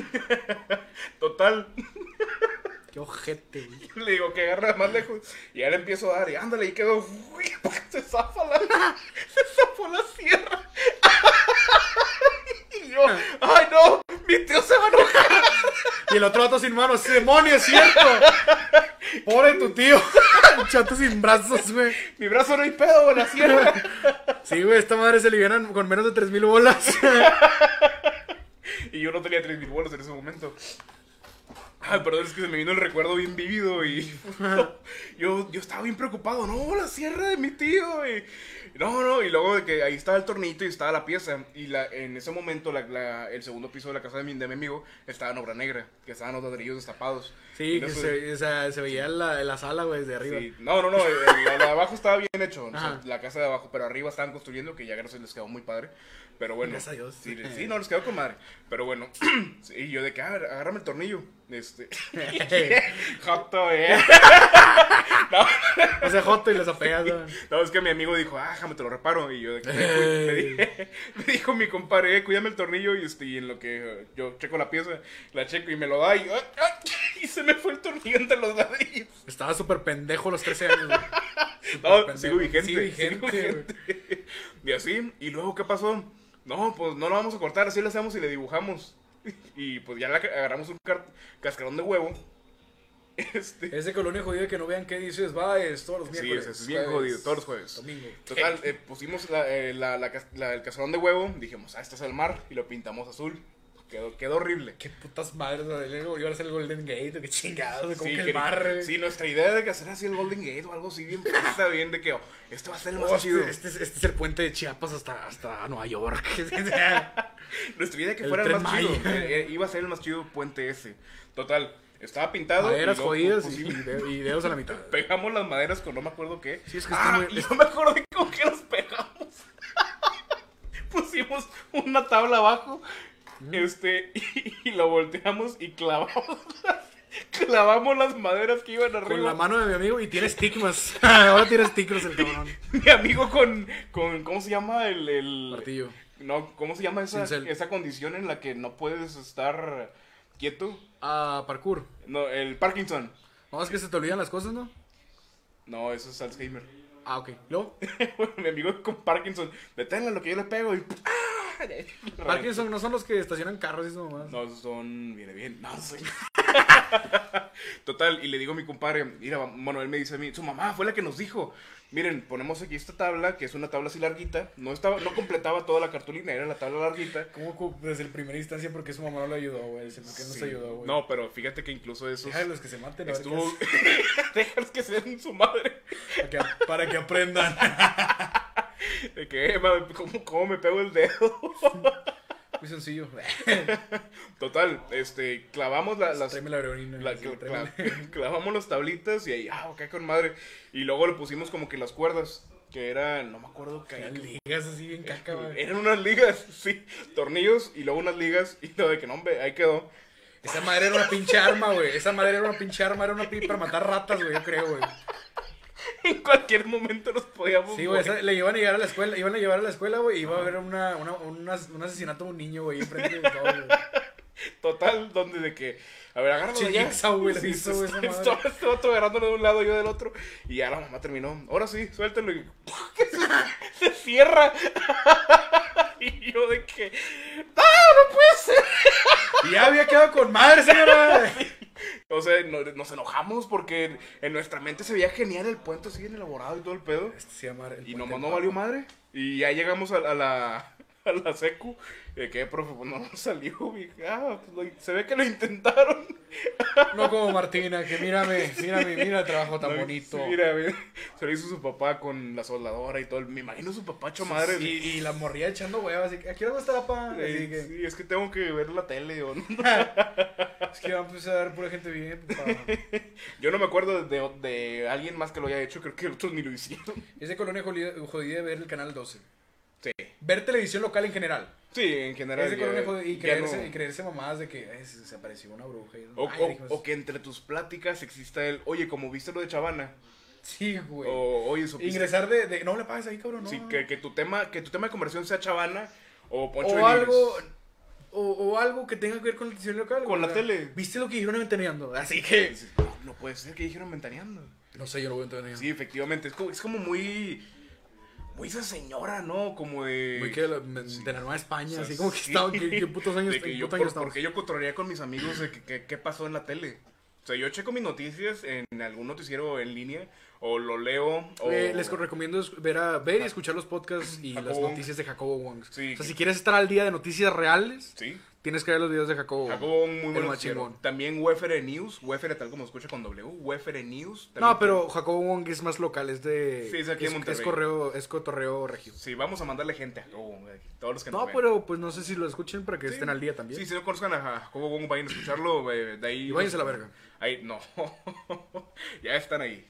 Speaker 1: Total,
Speaker 2: Qué ojete, güey.
Speaker 1: le digo que agarra más lejos. Y ya le empiezo a dar, y ándale, y quedó. uy, Se zafa la, se zafó la sierra. Y yo, ay no, mi tío se va a enojar.
Speaker 2: Y el otro vato sin manos, demonio, es cierto. Pobre tu tío. El Chato sin brazos, güey.
Speaker 1: Mi brazo no hay pedo, güey, la sierra.
Speaker 2: Sí, güey, esta madre se livianan con menos de 3000 bolas.
Speaker 1: Y yo no tenía 3000 bolos en ese momento. Ay, perdón, es que se me vino el recuerdo bien vivido y yo, yo estaba bien preocupado. No, la sierra de mi tío. Y, no, no, y luego de que ahí estaba el tornito y estaba la pieza. Y la, en ese momento la- la- el segundo piso de la casa de mi, de mi amigo estaba en obra negra, que estaban los ladrillos destapados.
Speaker 2: Sí,
Speaker 1: Y
Speaker 2: que
Speaker 1: eso-
Speaker 2: se, o sea, se veía la, la sala, güey, desde arriba.
Speaker 1: sí. No, no, no, el- el- la de abajo estaba bien hecho, o sea,
Speaker 2: Ajá.
Speaker 1: la casa de abajo, pero arriba estaban construyendo, que ya gracias les quedó muy padre, pero bueno.
Speaker 2: Gracias a Dios.
Speaker 1: Sí, le- sí, no, les quedó con madre, pero bueno, sí, y yo de que, ah, agárrame el tornillo, este, joto, eh.
Speaker 2: O sea, joto y les apegas, güey.
Speaker 1: No, es que mi amigo dijo, ah, déjame te lo reparo, y yo de que, "Eh, me, di- me dijo mi compadre, eh, cuídame el tornillo, y, este, y en lo que eh, yo checo la pieza, la checo y me lo da, y, ah, ah, y se me fue el tornillo entre los ladrillos.
Speaker 2: Estaba súper pendejo a los 13 años, güey. Súper
Speaker 1: No,
Speaker 2: pendejo.
Speaker 1: sigo vigente.
Speaker 2: Sí, vigente,
Speaker 1: sigo vigente. Y así, y luego, ¿qué pasó? No, pues no la vamos a cortar, así la hacemos y le dibujamos. Y pues ya la agarramos un car- cascarón de huevo. Este.
Speaker 2: güey. Ese colonia jodido que no vean qué dices, va, es todos los
Speaker 1: Sí,
Speaker 2: miércoles.
Speaker 1: es, es bien
Speaker 2: jueves,
Speaker 1: jodido, todos los jueves.
Speaker 2: Domingo.
Speaker 1: Total, eh, pusimos la, eh, la- la cas- la- el cascarón de huevo, dijimos, ah, este es el mar, y lo pintamos azul. Quedó, quedó horrible.
Speaker 2: Qué putas madres, güey. Luego iba a ser el Golden Gate, qué chingados, güey, como
Speaker 1: Sí,
Speaker 2: que el
Speaker 1: quería-
Speaker 2: mar, eh. güey.
Speaker 1: sí, nuestra idea de que hacer así el Golden Gate o algo así bien, está bien de que oh, este va a ser el más
Speaker 2: Oh,
Speaker 1: chido.
Speaker 2: este, este es, este es el puente de Chiapas hasta, hasta Nueva York.
Speaker 1: Nuestra idea de que
Speaker 2: El
Speaker 1: fuera el
Speaker 2: Tren
Speaker 1: más
Speaker 2: Maya.
Speaker 1: chido. eh, eh, Iba a ser el más chido puente ese. Total, estaba pintado. y
Speaker 2: Maderas
Speaker 1: luego
Speaker 2: jodidas y,
Speaker 1: pusimos-
Speaker 2: y de- y dedos a la mitad.
Speaker 1: Pegamos las maderas con no me acuerdo qué.
Speaker 2: Sí, es que está
Speaker 1: ah,
Speaker 2: muy-
Speaker 1: y no me acuerdo con qué las pegamos. Pusimos una tabla abajo. Este, y, y lo volteamos y clavamos las- clavamos las maderas que iban
Speaker 2: Con la
Speaker 1: arriba.
Speaker 2: mano de mi amigo y tiene estigmas. Ahora tiene estigmas el cabrón.
Speaker 1: Mi amigo con, con ¿cómo se llama? El, el
Speaker 2: Martillo.
Speaker 1: No, ¿cómo se llama esa,
Speaker 2: Cincel.
Speaker 1: esa condición en la que no puedes estar quieto?
Speaker 2: Ah, parkour.
Speaker 1: No, el Parkinson.
Speaker 2: No, es que se te olvidan las cosas, ¿no?
Speaker 1: No, eso es Alzheimer.
Speaker 2: Ah, ok. Luego,
Speaker 1: Bueno, mi amigo con Parkinson, deténlo lo que yo le pego y. ¡Ah!
Speaker 2: Parkinson no son los que estacionan carros y eso nomás.
Speaker 1: No, son. Viene bien. No, soy. Total, y le digo a mi compadre, mira, bueno, él me dice a mí, su mamá fue la que nos dijo. Miren, ponemos aquí esta tabla, que es una tabla así larguita. No, estaba, no completaba toda la cartulina, era la tabla larguita.
Speaker 4: ¿Cómo cu- desde el primera instancia? Porque su mamá no le ayudó, güey. Dice, ¿por qué no
Speaker 1: Sí.
Speaker 4: se ayudó, güey?
Speaker 1: No, pero fíjate que incluso esos...
Speaker 4: Deja de los que se maten. a ver qué
Speaker 1: Estuvo... Déjalos que sean su madre.
Speaker 4: hacen. Para que- para que aprendan.
Speaker 1: De que, "Eh, mami, ¿cómo, ¿cómo me pego el dedo?
Speaker 4: Muy sencillo.
Speaker 1: Total, este, clavamos la- las...
Speaker 4: Tráeme la breonina.
Speaker 1: La-
Speaker 4: sí,
Speaker 1: cla-
Speaker 4: tráeme la-
Speaker 1: cla- clavamos las tablitas y ahí, ah, ok, con madre. Y luego le pusimos como que las cuerdas, que eran, no me acuerdo qué.
Speaker 4: Las ligas así bien caca, güey.
Speaker 1: Eran unas ligas, sí, tornillos y luego unas ligas y todo de que no, hombre, ahí quedó.
Speaker 4: Esa madre era una pinche arma, güey. Esa madre era una pinche arma, era una pi para matar ratas, güey, yo creo, güey.
Speaker 1: Pues, En cualquier momento nos podíamos.
Speaker 4: Sí, güey,
Speaker 1: morir.
Speaker 4: esa- le iban a llevar a la escuela, iban a llevar a la escuela, güey, y iba a haber una, una, un as- un asesinato a un niño, güey, enfrente de todo, güey.
Speaker 1: Total, donde de que, a ver, agárralo
Speaker 4: Sí,
Speaker 1: de allá.
Speaker 4: jigsaw, güey, le
Speaker 1: Sí,
Speaker 4: hizo, güey, esa madre.
Speaker 1: estaba, estaba otro agarrándolo de un lado, yo del otro. Y ya la mamá terminó. Ahora sí, suéltalo. Y se, se cierra. y yo de que, ¡ah, no puede ser!
Speaker 4: Y ya había quedado con madre, señora.
Speaker 1: O sea, no- nos enojamos porque en, en nuestra mente se veía genial el puente así bien elaborado y todo el pedo.
Speaker 4: Este se llama el
Speaker 1: Y
Speaker 4: puente
Speaker 1: nomás
Speaker 4: del
Speaker 1: no
Speaker 4: Papa.
Speaker 1: valió madre. Y ya llegamos a, a la, a la secu. De que, profe, pues no nos salió, mija. Ah, pues lo- se ve que lo intentaron.
Speaker 4: No como Martina, que mírame, mírame, mira el trabajo tan
Speaker 1: No,
Speaker 4: bonito.
Speaker 1: sí, mira, mira, se lo hizo su papá con la soldadora y todo. el- Me imagino su papá hecho madre.
Speaker 4: Y, y la morría echando huevas, así que, ¿a qué hora va a estar la pan?
Speaker 1: Eh,
Speaker 4: Así que,
Speaker 1: sí, es que tengo que ver la tele. o no.
Speaker 4: es que van a empezar a ver pura gente bien, papá.
Speaker 1: Yo no me acuerdo de, de alguien más que lo haya hecho. Creo que otros ni lo hicieron.
Speaker 4: Es de colonia jodida, jodida de ver el canal 12.
Speaker 1: Sí,
Speaker 4: Ver televisión local en general.
Speaker 1: sí en general.
Speaker 4: Es de colonia
Speaker 1: ya-
Speaker 4: jodida y
Speaker 1: ya
Speaker 4: creerse,
Speaker 1: no-
Speaker 4: y creerse mamadas de que "Ay, se se apareció una bruja. Y,
Speaker 1: O,
Speaker 4: "Ay,
Speaker 1: o-
Speaker 4: hijos".
Speaker 1: o que entre tus pláticas exista el, oye, como viste lo de Chavana,
Speaker 4: Sí, güey.
Speaker 1: o oye, supiste
Speaker 4: Ingresar de, de- No le pagues ahí, cabrón. No.
Speaker 1: sí, que, que tu tema, que tu tema de conversión sea Chavana o Poncho de
Speaker 4: o
Speaker 1: Nigris.
Speaker 4: algo. O, o algo que tenga que ver con la televisión local.
Speaker 1: Con la
Speaker 4: güey.
Speaker 1: tele.
Speaker 4: ¿Viste lo que dijeron en Ventaneando? Así que.
Speaker 1: Dices, No, no puede ser que dijeron ventaneando.
Speaker 4: No sé, yo lo voy a entender.
Speaker 1: Sí, efectivamente, es como, es como muy, muy esa señora, ¿no? Como de...
Speaker 2: Muy que de la, de la Nueva España, así como que estaba, ¿qué, qué putos años,
Speaker 1: de que
Speaker 2: en
Speaker 1: yo,
Speaker 2: putos
Speaker 1: por-
Speaker 2: años estamos?
Speaker 1: porque yo cotorrearía con mis amigos de que- que- qué pasó en la tele. O sea, yo checo mis noticias en algún noticiero en línea, o lo leo, o...
Speaker 2: Eh, les recomiendo es- ver, a, ver y escuchar los podcasts y
Speaker 1: Ah. Jacobo
Speaker 2: las
Speaker 1: Wong.
Speaker 2: noticias de Jacobo Wong.
Speaker 1: Sí.
Speaker 2: o sea, si quieres estar al día de noticias reales,
Speaker 1: Sí.
Speaker 2: tienes que ver los videos de Jacobo Wong.
Speaker 1: Jacobo, un muy
Speaker 2: El
Speaker 1: buen
Speaker 2: más
Speaker 1: noticiero.
Speaker 2: chingón.
Speaker 1: También Wefere News, Wefere tal como se escucha con W, Wefere News. también-
Speaker 2: No, pero Jacobo Wong es más local, es de...
Speaker 1: Sí, es aquí en Monterrey.
Speaker 2: es correo, es cotorreo regio.
Speaker 1: Sí, vamos a mandarle gente a Jacobo, güey, todos los que nos
Speaker 2: No,
Speaker 1: ven.
Speaker 2: pero pues no sé si lo escuchen para que
Speaker 1: Sí.
Speaker 2: estén al día también.
Speaker 1: Sí, si no conozcan a Jacobo Wong, vayan a escucharlo, eh, de ahí...
Speaker 2: Y váyanse a la verga.
Speaker 1: Ahí, no. ya están ahí.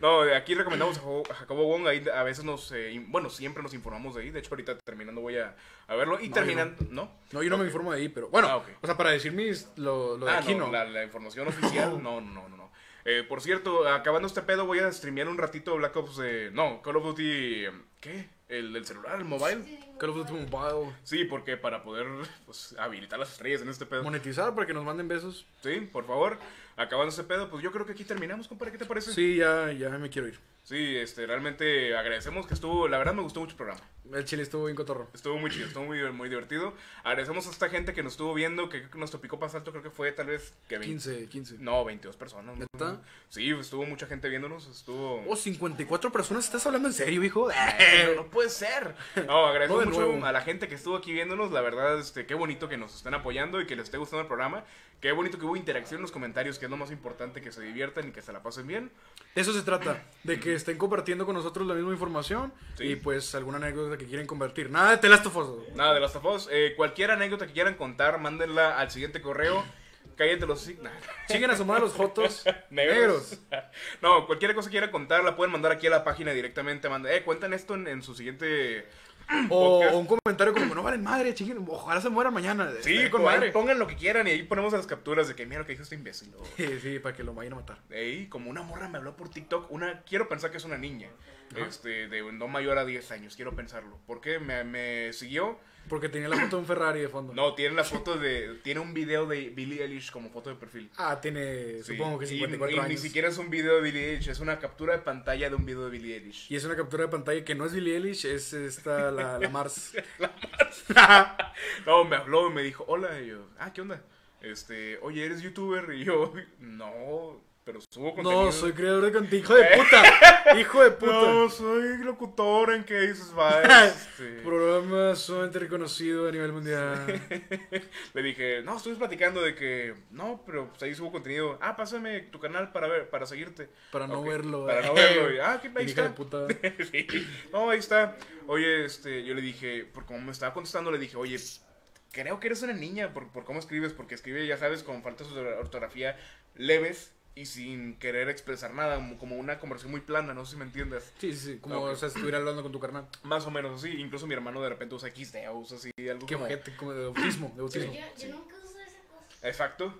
Speaker 1: no, de aquí recomendamos a Jo- a Jacobo Wong, ahí a veces nos... eh, in- bueno, siempre nos informamos de ahí, de hecho ahorita terminando voy a, a verlo. Y
Speaker 2: No,
Speaker 1: terminando, ¿no?
Speaker 2: No, yo no me informo de ahí, pero bueno,
Speaker 1: Ah, ok.
Speaker 2: o sea, para decir mis, lo, lo de
Speaker 1: Ah,
Speaker 2: aquí
Speaker 1: no,
Speaker 2: no.
Speaker 1: La, la información oficial, no, no, no, no. no. Eh, por cierto, acabando este pedo, voy a streamear un ratito Black Ops. eh, no, Call of Duty. eh, ¿Qué? ¿El del celular, el mobile?
Speaker 2: Call of Duty Mobile.
Speaker 1: Sí, porque para poder pues, habilitar las estrellas en este pedo.
Speaker 2: Monetizar para que nos manden besos.
Speaker 1: Sí, por favor. Acabando este pedo, pues yo creo que aquí terminamos, compadre. ¿Qué te parece?
Speaker 2: Sí, ya, ya me quiero ir.
Speaker 1: Sí, este, realmente agradecemos que estuvo. La verdad, me gustó mucho el programa.
Speaker 2: El chile estuvo bien cotorro.
Speaker 1: Estuvo muy chido, estuvo muy, muy divertido. Agradecemos a esta gente que nos estuvo viendo, que nuestro pico más alto creo que fue tal vez que 20.
Speaker 2: 15, 15.
Speaker 1: No, 22 personas. ¿no?
Speaker 2: ¿Neta?
Speaker 1: Sí, estuvo mucha gente viéndonos, estuvo...
Speaker 2: Oh, 54 personas, ¿estás hablando en serio, hijo?
Speaker 1: Eh, no puede ser. No, agradezco
Speaker 2: No, de
Speaker 1: mucho
Speaker 2: nuevo.
Speaker 1: a la gente que estuvo aquí viéndonos. La verdad, este, qué bonito que nos estén apoyando y que les esté gustando el programa. Qué bonito que hubo interacción en los comentarios, que es lo más importante, que se diviertan y que se la pasen bien.
Speaker 2: De eso se trata, de que estén compartiendo con nosotros la misma información
Speaker 1: Sí.
Speaker 2: y pues alguna anécdota que quieren compartir. Nada de telástofos.
Speaker 1: Nada, de las tapos. Eh, cualquier anécdota que quieran contar, mándenla al siguiente correo. Cállate los signos.
Speaker 2: Siguen a su madre los jotos
Speaker 1: Negros.
Speaker 2: negros.
Speaker 1: No, cualquier cosa que quieran contar, la pueden mandar aquí a la página directamente. Manda, eh, cuentan esto en, en su siguiente.
Speaker 2: O,
Speaker 1: Podcast.
Speaker 2: o un comentario como, no valen madre, chinguen, ojalá se mueran mañana.
Speaker 1: Sí,
Speaker 2: Está con madre.
Speaker 1: pongan lo que quieran y ahí ponemos las capturas de que mira lo que dijo este imbécil. o-
Speaker 2: Sí, sí, para que lo vayan a matar.
Speaker 1: Ey, como una morra me habló por TikTok, una, quiero pensar que es una niña, este, de no mayor a 10 años, quiero pensarlo. ¿Por qué? Me, me siguió.
Speaker 2: Porque tenía la foto de un Ferrari de fondo.
Speaker 1: No, tiene la foto de, tiene un video de Billie Eilish como foto de perfil.
Speaker 2: Ah, tiene,
Speaker 1: Sí,
Speaker 2: supongo que
Speaker 1: y-
Speaker 2: 54
Speaker 1: y
Speaker 2: años.
Speaker 1: ni siquiera es un video de Billie Eilish, es una captura de pantalla de un video de Billie Eilish.
Speaker 2: Y es una captura de pantalla que no es Billie Eilish, es esta, la, la Mars.
Speaker 1: No, me habló y me dijo, hola, y yo, ah, ¿qué onda? Este, oye, ¿eres youtuber? Y yo, no, pero subo contenido.
Speaker 2: No, soy creador de contenido. ¡Hijo de puta! ¡Hijo de puta!
Speaker 1: No, soy locutor en que dices, va. este.
Speaker 2: Programa sumamente reconocido a nivel mundial.
Speaker 1: Le dije, no, estuvimos platicando de que, no, pero pues, ahí subo contenido. Ah, pásame tu canal para ver, para seguirte.
Speaker 2: Para no
Speaker 1: Ok,
Speaker 2: verlo.
Speaker 1: Para
Speaker 2: eh.
Speaker 1: no verlo. Y, ah, qué ahí
Speaker 2: Hija de
Speaker 1: está.
Speaker 2: puta.
Speaker 1: Sí. No, ahí está. Oye, este, yo le dije, por como me estaba contestando, le dije, oye, creo que eres una niña por, por cómo escribes, porque escribe, ya sabes, con faltas de ortografía leves y sin querer expresar nada, como- como una conversación muy plana, no sé si me entiendas.
Speaker 2: Sí, sí, sí. Como
Speaker 1: Ok.
Speaker 2: o sea, estuviera hablando con tu carnal.
Speaker 1: Más o menos así, incluso mi hermano de repente usa XD, usa así algo
Speaker 2: Qué
Speaker 1: como...
Speaker 2: ojete, como de autismo. De
Speaker 3: Yo,
Speaker 2: autismo.
Speaker 3: yo nunca uso esa cosa.
Speaker 1: Exacto.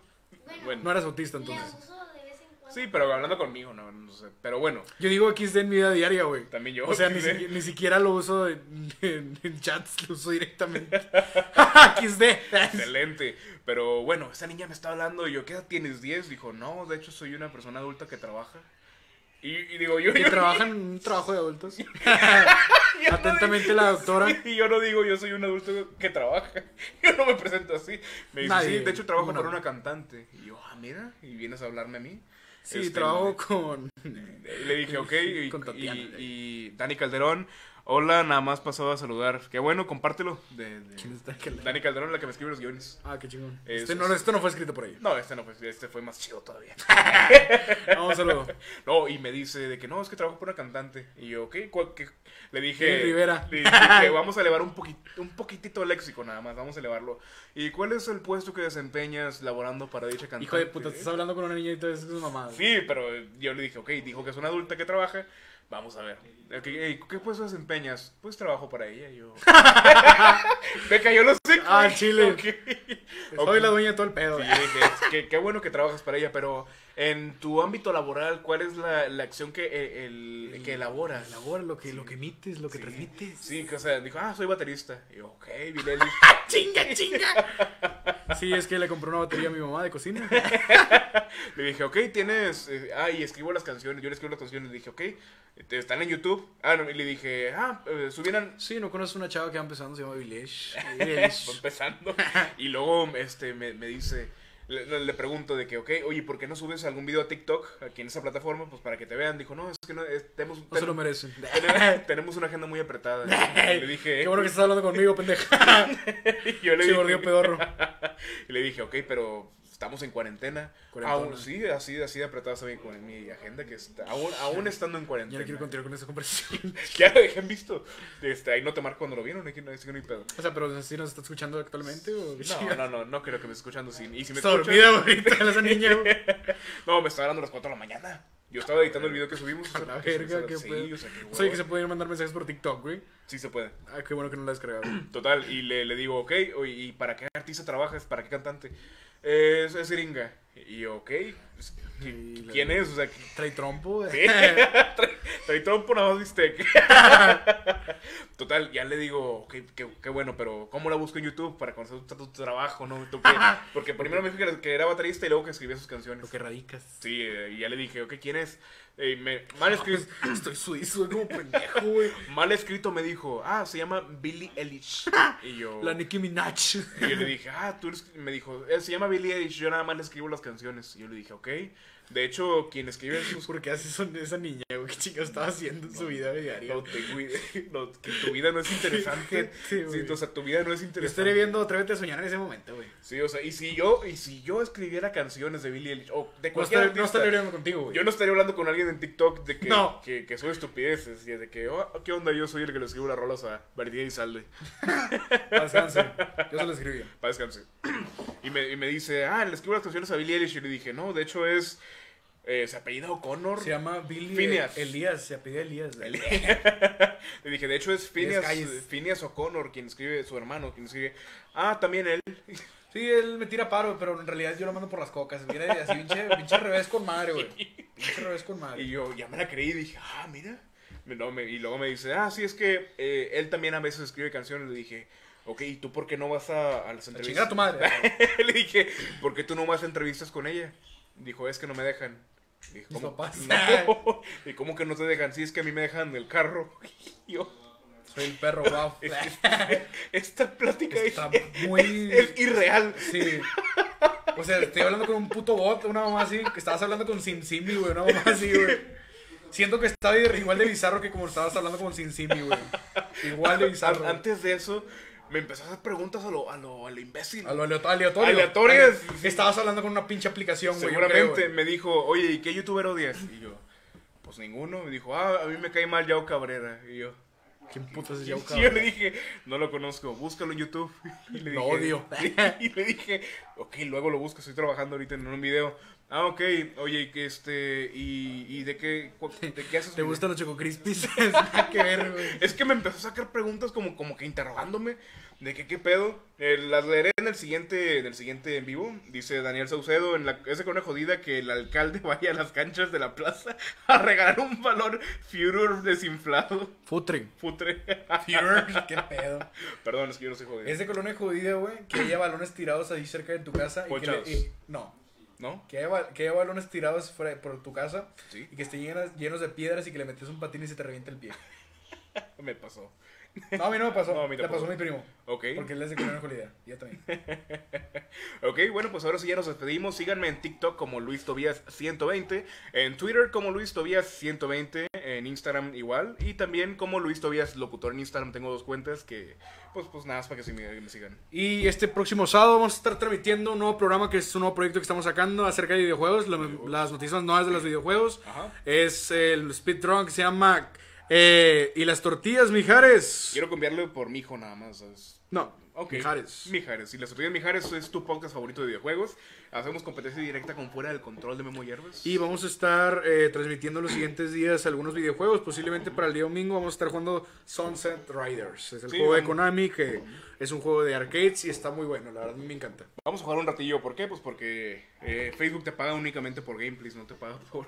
Speaker 3: Bueno,
Speaker 1: Bueno.
Speaker 2: No eras autista
Speaker 3: la
Speaker 2: entonces.
Speaker 3: uso de vez en cuando.
Speaker 1: Sí, pero hablando conmigo, no, no sé. Pero bueno,
Speaker 2: Yo digo XD en mi vida diaria, güey.
Speaker 1: también yo. ¿eh?
Speaker 2: O sea, ni,
Speaker 1: XD.
Speaker 2: siqui- ni siquiera lo uso en, en- en chats, lo uso directamente. XD.
Speaker 1: Excelente. Pero bueno, esa niña me está hablando y yo, ¿qué edad tienes? ¿10? Dijo, no, de hecho soy una persona adulta que trabaja. Y, y digo, yo,
Speaker 2: Que
Speaker 1: yo-
Speaker 2: trabajan en un trabajo de adultos.
Speaker 1: yo no
Speaker 2: Atentamente la doctora.
Speaker 1: digo- y yo no digo, yo soy un adulto que trabaja. Yo no me presento así. Me dice,
Speaker 2: Nadie,
Speaker 1: sí, de hecho trabajo
Speaker 2: ningún
Speaker 1: para una
Speaker 2: adulto.
Speaker 1: cantante. Y yo, ah, mira, y vienes a hablarme a mí.
Speaker 2: Sí,
Speaker 1: Este,
Speaker 2: trabajo con.
Speaker 1: Y le dije, ok, y,
Speaker 2: Con Tatiana.
Speaker 1: y- y Dani Calderón, hola, nada más pasaba a saludar. Qué bueno, compártelo. De, de-
Speaker 2: ¿Quién está que la-
Speaker 1: Dani Calderón, la que me escribe los guiones.
Speaker 2: Ah, qué chingón.
Speaker 1: Es-
Speaker 2: Este no, esto no fue escrito por ella.
Speaker 1: No, este no, pues este fue más chido todavía.
Speaker 2: Vamos a luego.
Speaker 1: No, y me dice de que no, es que trabajo por una cantante. Y yo, ¿qué? ¿Cuál- qué? Le dije.
Speaker 2: Jenny Rivera.
Speaker 1: Le dije, vamos a elevar un, poqui- un poquitito el léxico nada más, vamos a elevarlo. ¿Y cuál es el puesto que desempeñas laborando para dicha cantante?
Speaker 2: Hijo de puta, estás hablando con una niña y todo eso es una mamada.
Speaker 1: Sí, pero yo le dije, ok, dijo que es una adulta que trabaja. Vamos a ver. Ok, hey, ¿Qué puesto desempeñas? Pues trabajo para ella. y Yo. me cayó los cinco.
Speaker 2: Ah, chile.
Speaker 1: Ok.
Speaker 2: Soy la dueña de todo el pedo. eh.
Speaker 1: Sí, yo dije, es que- qué bueno que trabajas para ella, pero en tu ámbito laboral, ¿cuál es la, la acción que, eh, el, que elaboras?
Speaker 2: Elabora lo que, lo que emites, lo que transmites.
Speaker 1: Sí, que, o sea, dijo, ah, soy baterista. Y yo, ok, Billy Ellis.
Speaker 2: ¡Ah, ¡Chinga, chinga! Sí, es que le compré una batería a mi mamá de cocina.
Speaker 1: Le dije, ok, tienes. eh, ah, y escribo las canciones. Yo le escribo las canciones. Le dije, ok, te- están en YouTube. Ah, no, y le dije, ah, eh, subieran.
Speaker 2: Sí, no conoces una chava que va empezando, se llama Village.
Speaker 1: Fue empezando. Y luego este, me, me dice, le, le- le pregunto de que, ok, oye, ¿por qué no subes algún video a TikTok aquí en esa plataforma? Pues para que te vean. Dijo, no, es que no, es- tenemos,
Speaker 2: No se lo
Speaker 1: ten-
Speaker 2: merecen.
Speaker 1: Tenemos- Tenemos una agenda muy apretada. Y le dije,
Speaker 2: Qué bueno que estás hablando conmigo, pendeja.
Speaker 1: y yo le
Speaker 2: Sí,
Speaker 1: dije,
Speaker 2: gordillo pedorro.
Speaker 1: y le dije, ok, pero estamos en cuarentena.
Speaker 2: Cuarentona.
Speaker 1: Aún sí, así, así de apretada está mi, con mi agenda, que está, aún, aún estando en
Speaker 2: Ya
Speaker 1: cuarentena.
Speaker 2: no quiero continuar con esa conversación.
Speaker 1: Ya lo dejan visto. Este, ahí no te marco cuando lo vieron, aquí no es que no hay pedo.
Speaker 2: O sea, pero si nos está escuchando actualmente o qué
Speaker 1: No,
Speaker 2: chingas?
Speaker 1: no, no, no creo que me esté escuchando. sí. Y si me
Speaker 2: Está
Speaker 1: escucha-
Speaker 2: dormida ahorita esa niña, güey.
Speaker 1: No, me estaba hablando a las 4 de la mañana. Yo estaba editando el video que subimos.
Speaker 2: A la verga, qué
Speaker 1: sí,
Speaker 2: pedo.
Speaker 1: o sea, qué
Speaker 2: Soy
Speaker 1: hueva.
Speaker 2: que se pueden mandar mensajes por TikTok, güey.
Speaker 1: Sí se puede.
Speaker 2: Ah, qué bueno que no la descargaron.
Speaker 1: Total, y le, le digo, ok, oye, ¿y para qué artista trabajas? ¿Para qué cantante? "Eh, Es, es gringa. Y yo, ok, pues, ¿qui-
Speaker 2: la-
Speaker 1: ¿quién es? O sea, que-
Speaker 2: Trae trompo, güey.
Speaker 1: sí, trae- trae trompo nada más bistec. Total, ya le digo, ok, qué, qué bueno, pero ¿cómo la busco en YouTube para conocer tu, tu trabajo? no Tu- que- Porque primero me dijo que era, que era baterista y luego que escribía sus canciones.
Speaker 2: Lo que radicas.
Speaker 1: Sí, eh, y ya le dije, ok, ¿quién es? Eh, me, mal, escrito,
Speaker 2: Estoy suizo, güey, como pendejo, güey.
Speaker 1: mal escrito me dijo, ah, se llama Billie Eilish. Y yo...
Speaker 2: La Nicki Minaj.
Speaker 1: Y yo le dije, ah, tú eres... Me dijo, él se llama Billy Eilish, yo nada más le escribo las canciones. Y yo le dije, ok. De hecho, quien escribe sus...
Speaker 2: ¿Por qué hace eso esa niña, güey? ¿Qué chingados estaba haciendo en su vida diaria?
Speaker 1: No, te cuide- no, que tu vida no es interesante.
Speaker 2: Sí,
Speaker 1: Sí,
Speaker 2: güey.
Speaker 1: o sea, tu vida no es
Speaker 2: Yo estaría
Speaker 1: interesante.
Speaker 2: viendo Atrévete a soñar en ese momento, güey.
Speaker 1: Sí, o sea, y si yo, y si yo escribiera canciones de Billy Eilish o de
Speaker 2: No
Speaker 1: cualquier
Speaker 2: estaría, no
Speaker 1: artista,
Speaker 2: estaría hablando contigo, güey.
Speaker 1: yo no estaría hablando con alguien en TikTok de que,
Speaker 2: No.
Speaker 1: que, que sube estupideces y de que, oh, ¿qué onda? Yo soy el que le escribo las rolas a Verdía y Salde.
Speaker 2: Descanse. Yo se lo escribí.
Speaker 1: Para descansar. Y me, y me dice, ah, le escribo las canciones a Billie Eilish. Y le dije, no, de hecho es. eh, se apellida O'Connor.
Speaker 2: Se llama Billy
Speaker 1: Phineas.
Speaker 2: Elías, se apellida Elías. güey.
Speaker 1: Le dije, de hecho es
Speaker 2: Diez
Speaker 1: Phineas,
Speaker 2: calles.
Speaker 1: Phineas O'Connor, quien escribe, su hermano, quien escribe. Ah, también él.
Speaker 2: Sí, él me tira paro, pero en realidad yo lo mando por las cocas. Mira, así pinche, pinche revés con madre, güey. Pinche revés con madre.
Speaker 1: Y yo ya me la creí y dije, ah, mira. Me- no, me- y luego me dice, ah, sí, es que eh, él también a veces escribe canciones. Le dije, ok, ¿y tú por qué no vas a, a las
Speaker 2: A
Speaker 1: entrevistas?
Speaker 2: chingar a tu madre.
Speaker 1: Le dije, ¿por qué tú no vas a entrevistas con ella? Dijo, es que no me dejan. Dije,
Speaker 2: Mis
Speaker 1: ¿cómo?
Speaker 2: papás.
Speaker 1: No. ¿Y cómo que no te dejan? Sí, es que a mí me dejan del carro. Y yo,
Speaker 2: Soy el perro, wow.
Speaker 1: es que esta plática es,
Speaker 2: Está muy.
Speaker 1: es irreal.
Speaker 2: Sí.
Speaker 4: O sea, estoy hablando con un puto bot, una mamá así, que estabas hablando con Sin Simi, güey, una mamá así, güey. Siento que estaba igual de bizarro que como estabas hablando con Sin Simi, güey. Igual de bizarro. güey.
Speaker 1: Antes de eso, me empezó a hacer preguntas a lo, a lo, a lo imbécil.
Speaker 4: A lo aleo- aleatorio.
Speaker 1: Aleatorias.
Speaker 4: Ale- Estabas hablando con una pinche aplicación, güey. yo creo,
Speaker 1: Seguramente
Speaker 4: güey.
Speaker 1: me dijo, oye, ¿y qué youtuber odias? Y yo, pues ninguno. Me dijo, ah, a mí me cae mal Yao Cabrera. Y yo,
Speaker 4: ¿Quién putas es
Speaker 1: y
Speaker 4: Yauca?
Speaker 1: yo le dije, no lo conozco, búscalo en YouTube. Y le
Speaker 4: Lo
Speaker 1: dije-
Speaker 4: odio.
Speaker 1: Y le dije, ok, luego lo busco, estoy trabajando ahorita en un video. Ah, ok, oye, ¿y que este, y, y de qué, cu- de qué haces?
Speaker 4: ¿Te gustan los Choco Crispies? Nada que ver, güey.
Speaker 1: Es que me empezó a sacar preguntas como, como que interrogándome de que qué pedo. Eh, las leeré en el siguiente, en el siguiente en vivo. Dice Daniel Saucedo, en la, esa con una jodida que el alcalde vaya a las canchas de la plaza a regalar un valor Furor desinflado.
Speaker 2: Futre.
Speaker 1: Putre.
Speaker 4: Führer, qué pedo.
Speaker 1: Perdón, es que yo no soy jodido.
Speaker 4: Es de colonia judía, güey, que haya balones tirados ahí cerca de tu casa. Y que le-
Speaker 1: Ponchados.
Speaker 4: y- no,
Speaker 1: ¿No?
Speaker 4: que haya, ba- que haya balones tirados fuera, por tu casa
Speaker 1: Sí,
Speaker 4: y que estén llenas- llenos de piedras y que le metes un patín y se te revienta el pie.
Speaker 1: me pasó.
Speaker 4: No, a mí no me pasó.
Speaker 1: No, a
Speaker 4: No,
Speaker 1: mí
Speaker 4: le
Speaker 1: tampoco.
Speaker 4: pasó a mi primo.
Speaker 1: Ok.
Speaker 4: Porque él es de colonia judía. Y yo también.
Speaker 1: Ok, bueno, pues ahora sí ya nos despedimos. Síganme en TikTok como Luis Tobías 120, en Twitter como Luis Tobías 120, en Instagram igual y también como Luis Tobías locutor en Instagram. Tengo dos cuentas que pues pues nada, es para que sí me, me sigan.
Speaker 2: Y este próximo sábado vamos a estar transmitiendo un nuevo programa que es un nuevo proyecto que estamos sacando acerca de videojuegos, lo- las noticias nuevas de los videojuegos.
Speaker 1: Ajá.
Speaker 2: Es el speedrun que se llama eh, Y las tortillas, Mijares.
Speaker 1: Quiero cambiarlo por Mijo nada más. ¿sabes?
Speaker 2: No,
Speaker 1: Ok.
Speaker 2: Mijares.
Speaker 1: Mijares. Y las de Mijares es tu podcast favorito de videojuegos. Hacemos competencia directa con fuera del control de Memo Hierbas.
Speaker 2: Y vamos a estar eh, transmitiendo los siguientes días algunos videojuegos. Posiblemente para el día domingo vamos a estar jugando Sunset Riders. Es el
Speaker 1: Sí,
Speaker 2: juego de
Speaker 1: vamos.
Speaker 2: Konami que es un juego de arcades y está muy bueno. La verdad me encanta.
Speaker 1: Vamos a jugar un ratillo, ¿por qué? Pues porque eh, Facebook te paga únicamente por gameplays, no te paga por,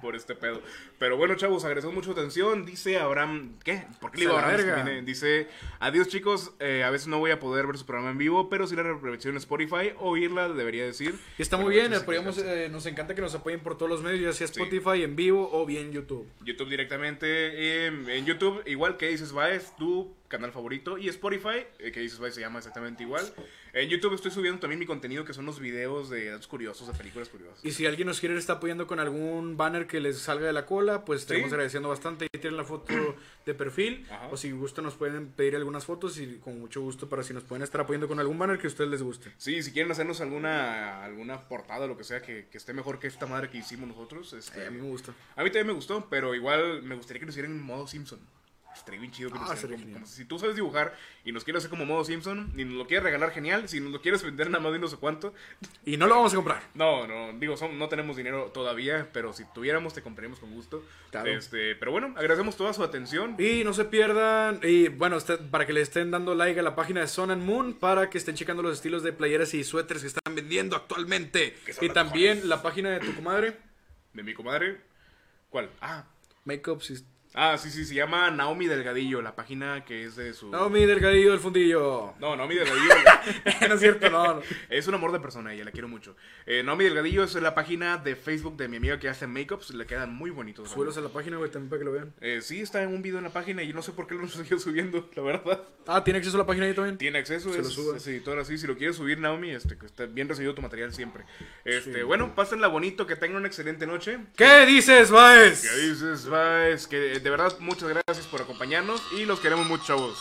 Speaker 1: por este pedo. Pero bueno, chavos, agradecemos mucho su atención. Dice Abraham, ¿qué? ¿Por qué le digo
Speaker 2: Se la
Speaker 1: Abraham? Es que
Speaker 2: verga.
Speaker 1: viene- Dice, adiós chicos, eh, a veces no voy a poder ver su programa en vivo, pero si la reproducción en Spotify, oírla debería decir.
Speaker 2: Y está
Speaker 1: Pero
Speaker 2: muy
Speaker 1: bueno,
Speaker 2: bien.
Speaker 1: eso sí que
Speaker 2: apoyamos,
Speaker 1: alcanza.
Speaker 2: eh, nos encanta que nos apoyen por todos los medios, ya sea Spotify, en vivo o bien YouTube.
Speaker 1: YouTube directamente, eh, en YouTube, igual que dices Baez, tu canal favorito, y Spotify, eh, que dices Baez se llama exactamente igual. En YouTube estoy subiendo también mi contenido, que son los videos de datos curiosos, de películas curiosas.
Speaker 2: Y si alguien nos quiere estar apoyando con algún banner que les salga de la cola, pues estaremos
Speaker 1: Sí.
Speaker 2: agradeciendo bastante. Ahí tienen la foto de perfil.
Speaker 1: Ajá.
Speaker 2: O si gustan, nos pueden pedir algunas fotos y con mucho gusto para si nos pueden estar apoyando con algún banner que a ustedes les guste.
Speaker 1: Sí, si quieren hacernos alguna alguna portada o lo que sea que, que esté mejor que esta madre que hicimos nosotros, este,
Speaker 2: Eh, a mí me gusta.
Speaker 1: a mí también me gustó, pero igual me gustaría que nos hicieran en modo Simpson. Estaría bien chido que nos
Speaker 2: Ah,
Speaker 1: hicieran
Speaker 2: sería
Speaker 1: como-
Speaker 2: genial.
Speaker 1: como- si tú sabes dibujar y nos quieres hacer como modo Simpson y nos lo quieres regalar genial, si nos lo quieres vender nada más de no sé cuánto.
Speaker 2: Y no lo vamos a comprar.
Speaker 1: No, no, digo, son- no tenemos dinero todavía, pero si tuviéramos te compraríamos con gusto.
Speaker 2: Claro.
Speaker 1: Este, pero bueno, agradecemos toda su atención.
Speaker 2: Y no se pierdan, y bueno, usted- para que le estén dando like a la página de Sun and Moon, para que estén checando los estilos de playeras y suéteres que están vendiendo actualmente.
Speaker 1: Que son
Speaker 2: Y
Speaker 1: los
Speaker 2: también
Speaker 1: mejores.
Speaker 2: la página de tu comadre,
Speaker 1: De mi comadre. ¿Cuál? Ah,
Speaker 2: Makeup Sist-
Speaker 1: ah, sí, sí, se llama Naomi Delgadillo, la página que es de su
Speaker 2: Naomi Delgadillo del Fundillo.
Speaker 1: No, Naomi Delgadillo.
Speaker 2: no es cierto, no. no.
Speaker 1: Es un amor de persona, ella la quiero mucho. Eh, Naomi Delgadillo es la página de Facebook de mi amiga que hace makeups, le quedan muy bonitos. la
Speaker 2: Súbelos a
Speaker 1: neta.
Speaker 2: la página, güey, también para que lo vean.
Speaker 1: Eh, sí, está en un video en la página y yo no sé por qué lo siguió subiendo, la verdad.
Speaker 2: Ah, ¿tiene acceso a la página ahí también?
Speaker 1: Tiene acceso,
Speaker 2: Se lo
Speaker 1: es-
Speaker 2: subo.
Speaker 1: es editora, sí, si lo quieres subir, Naomi, este, que está bien recibido tu material siempre. Este,
Speaker 2: Sí.
Speaker 1: bueno, pásenla bonito, que tengan una excelente noche.
Speaker 2: ¿Qué dices, Baez?
Speaker 1: Que dices, Vice, que eh, de verdad muchas gracias por acompañarnos y los queremos mucho, chavos.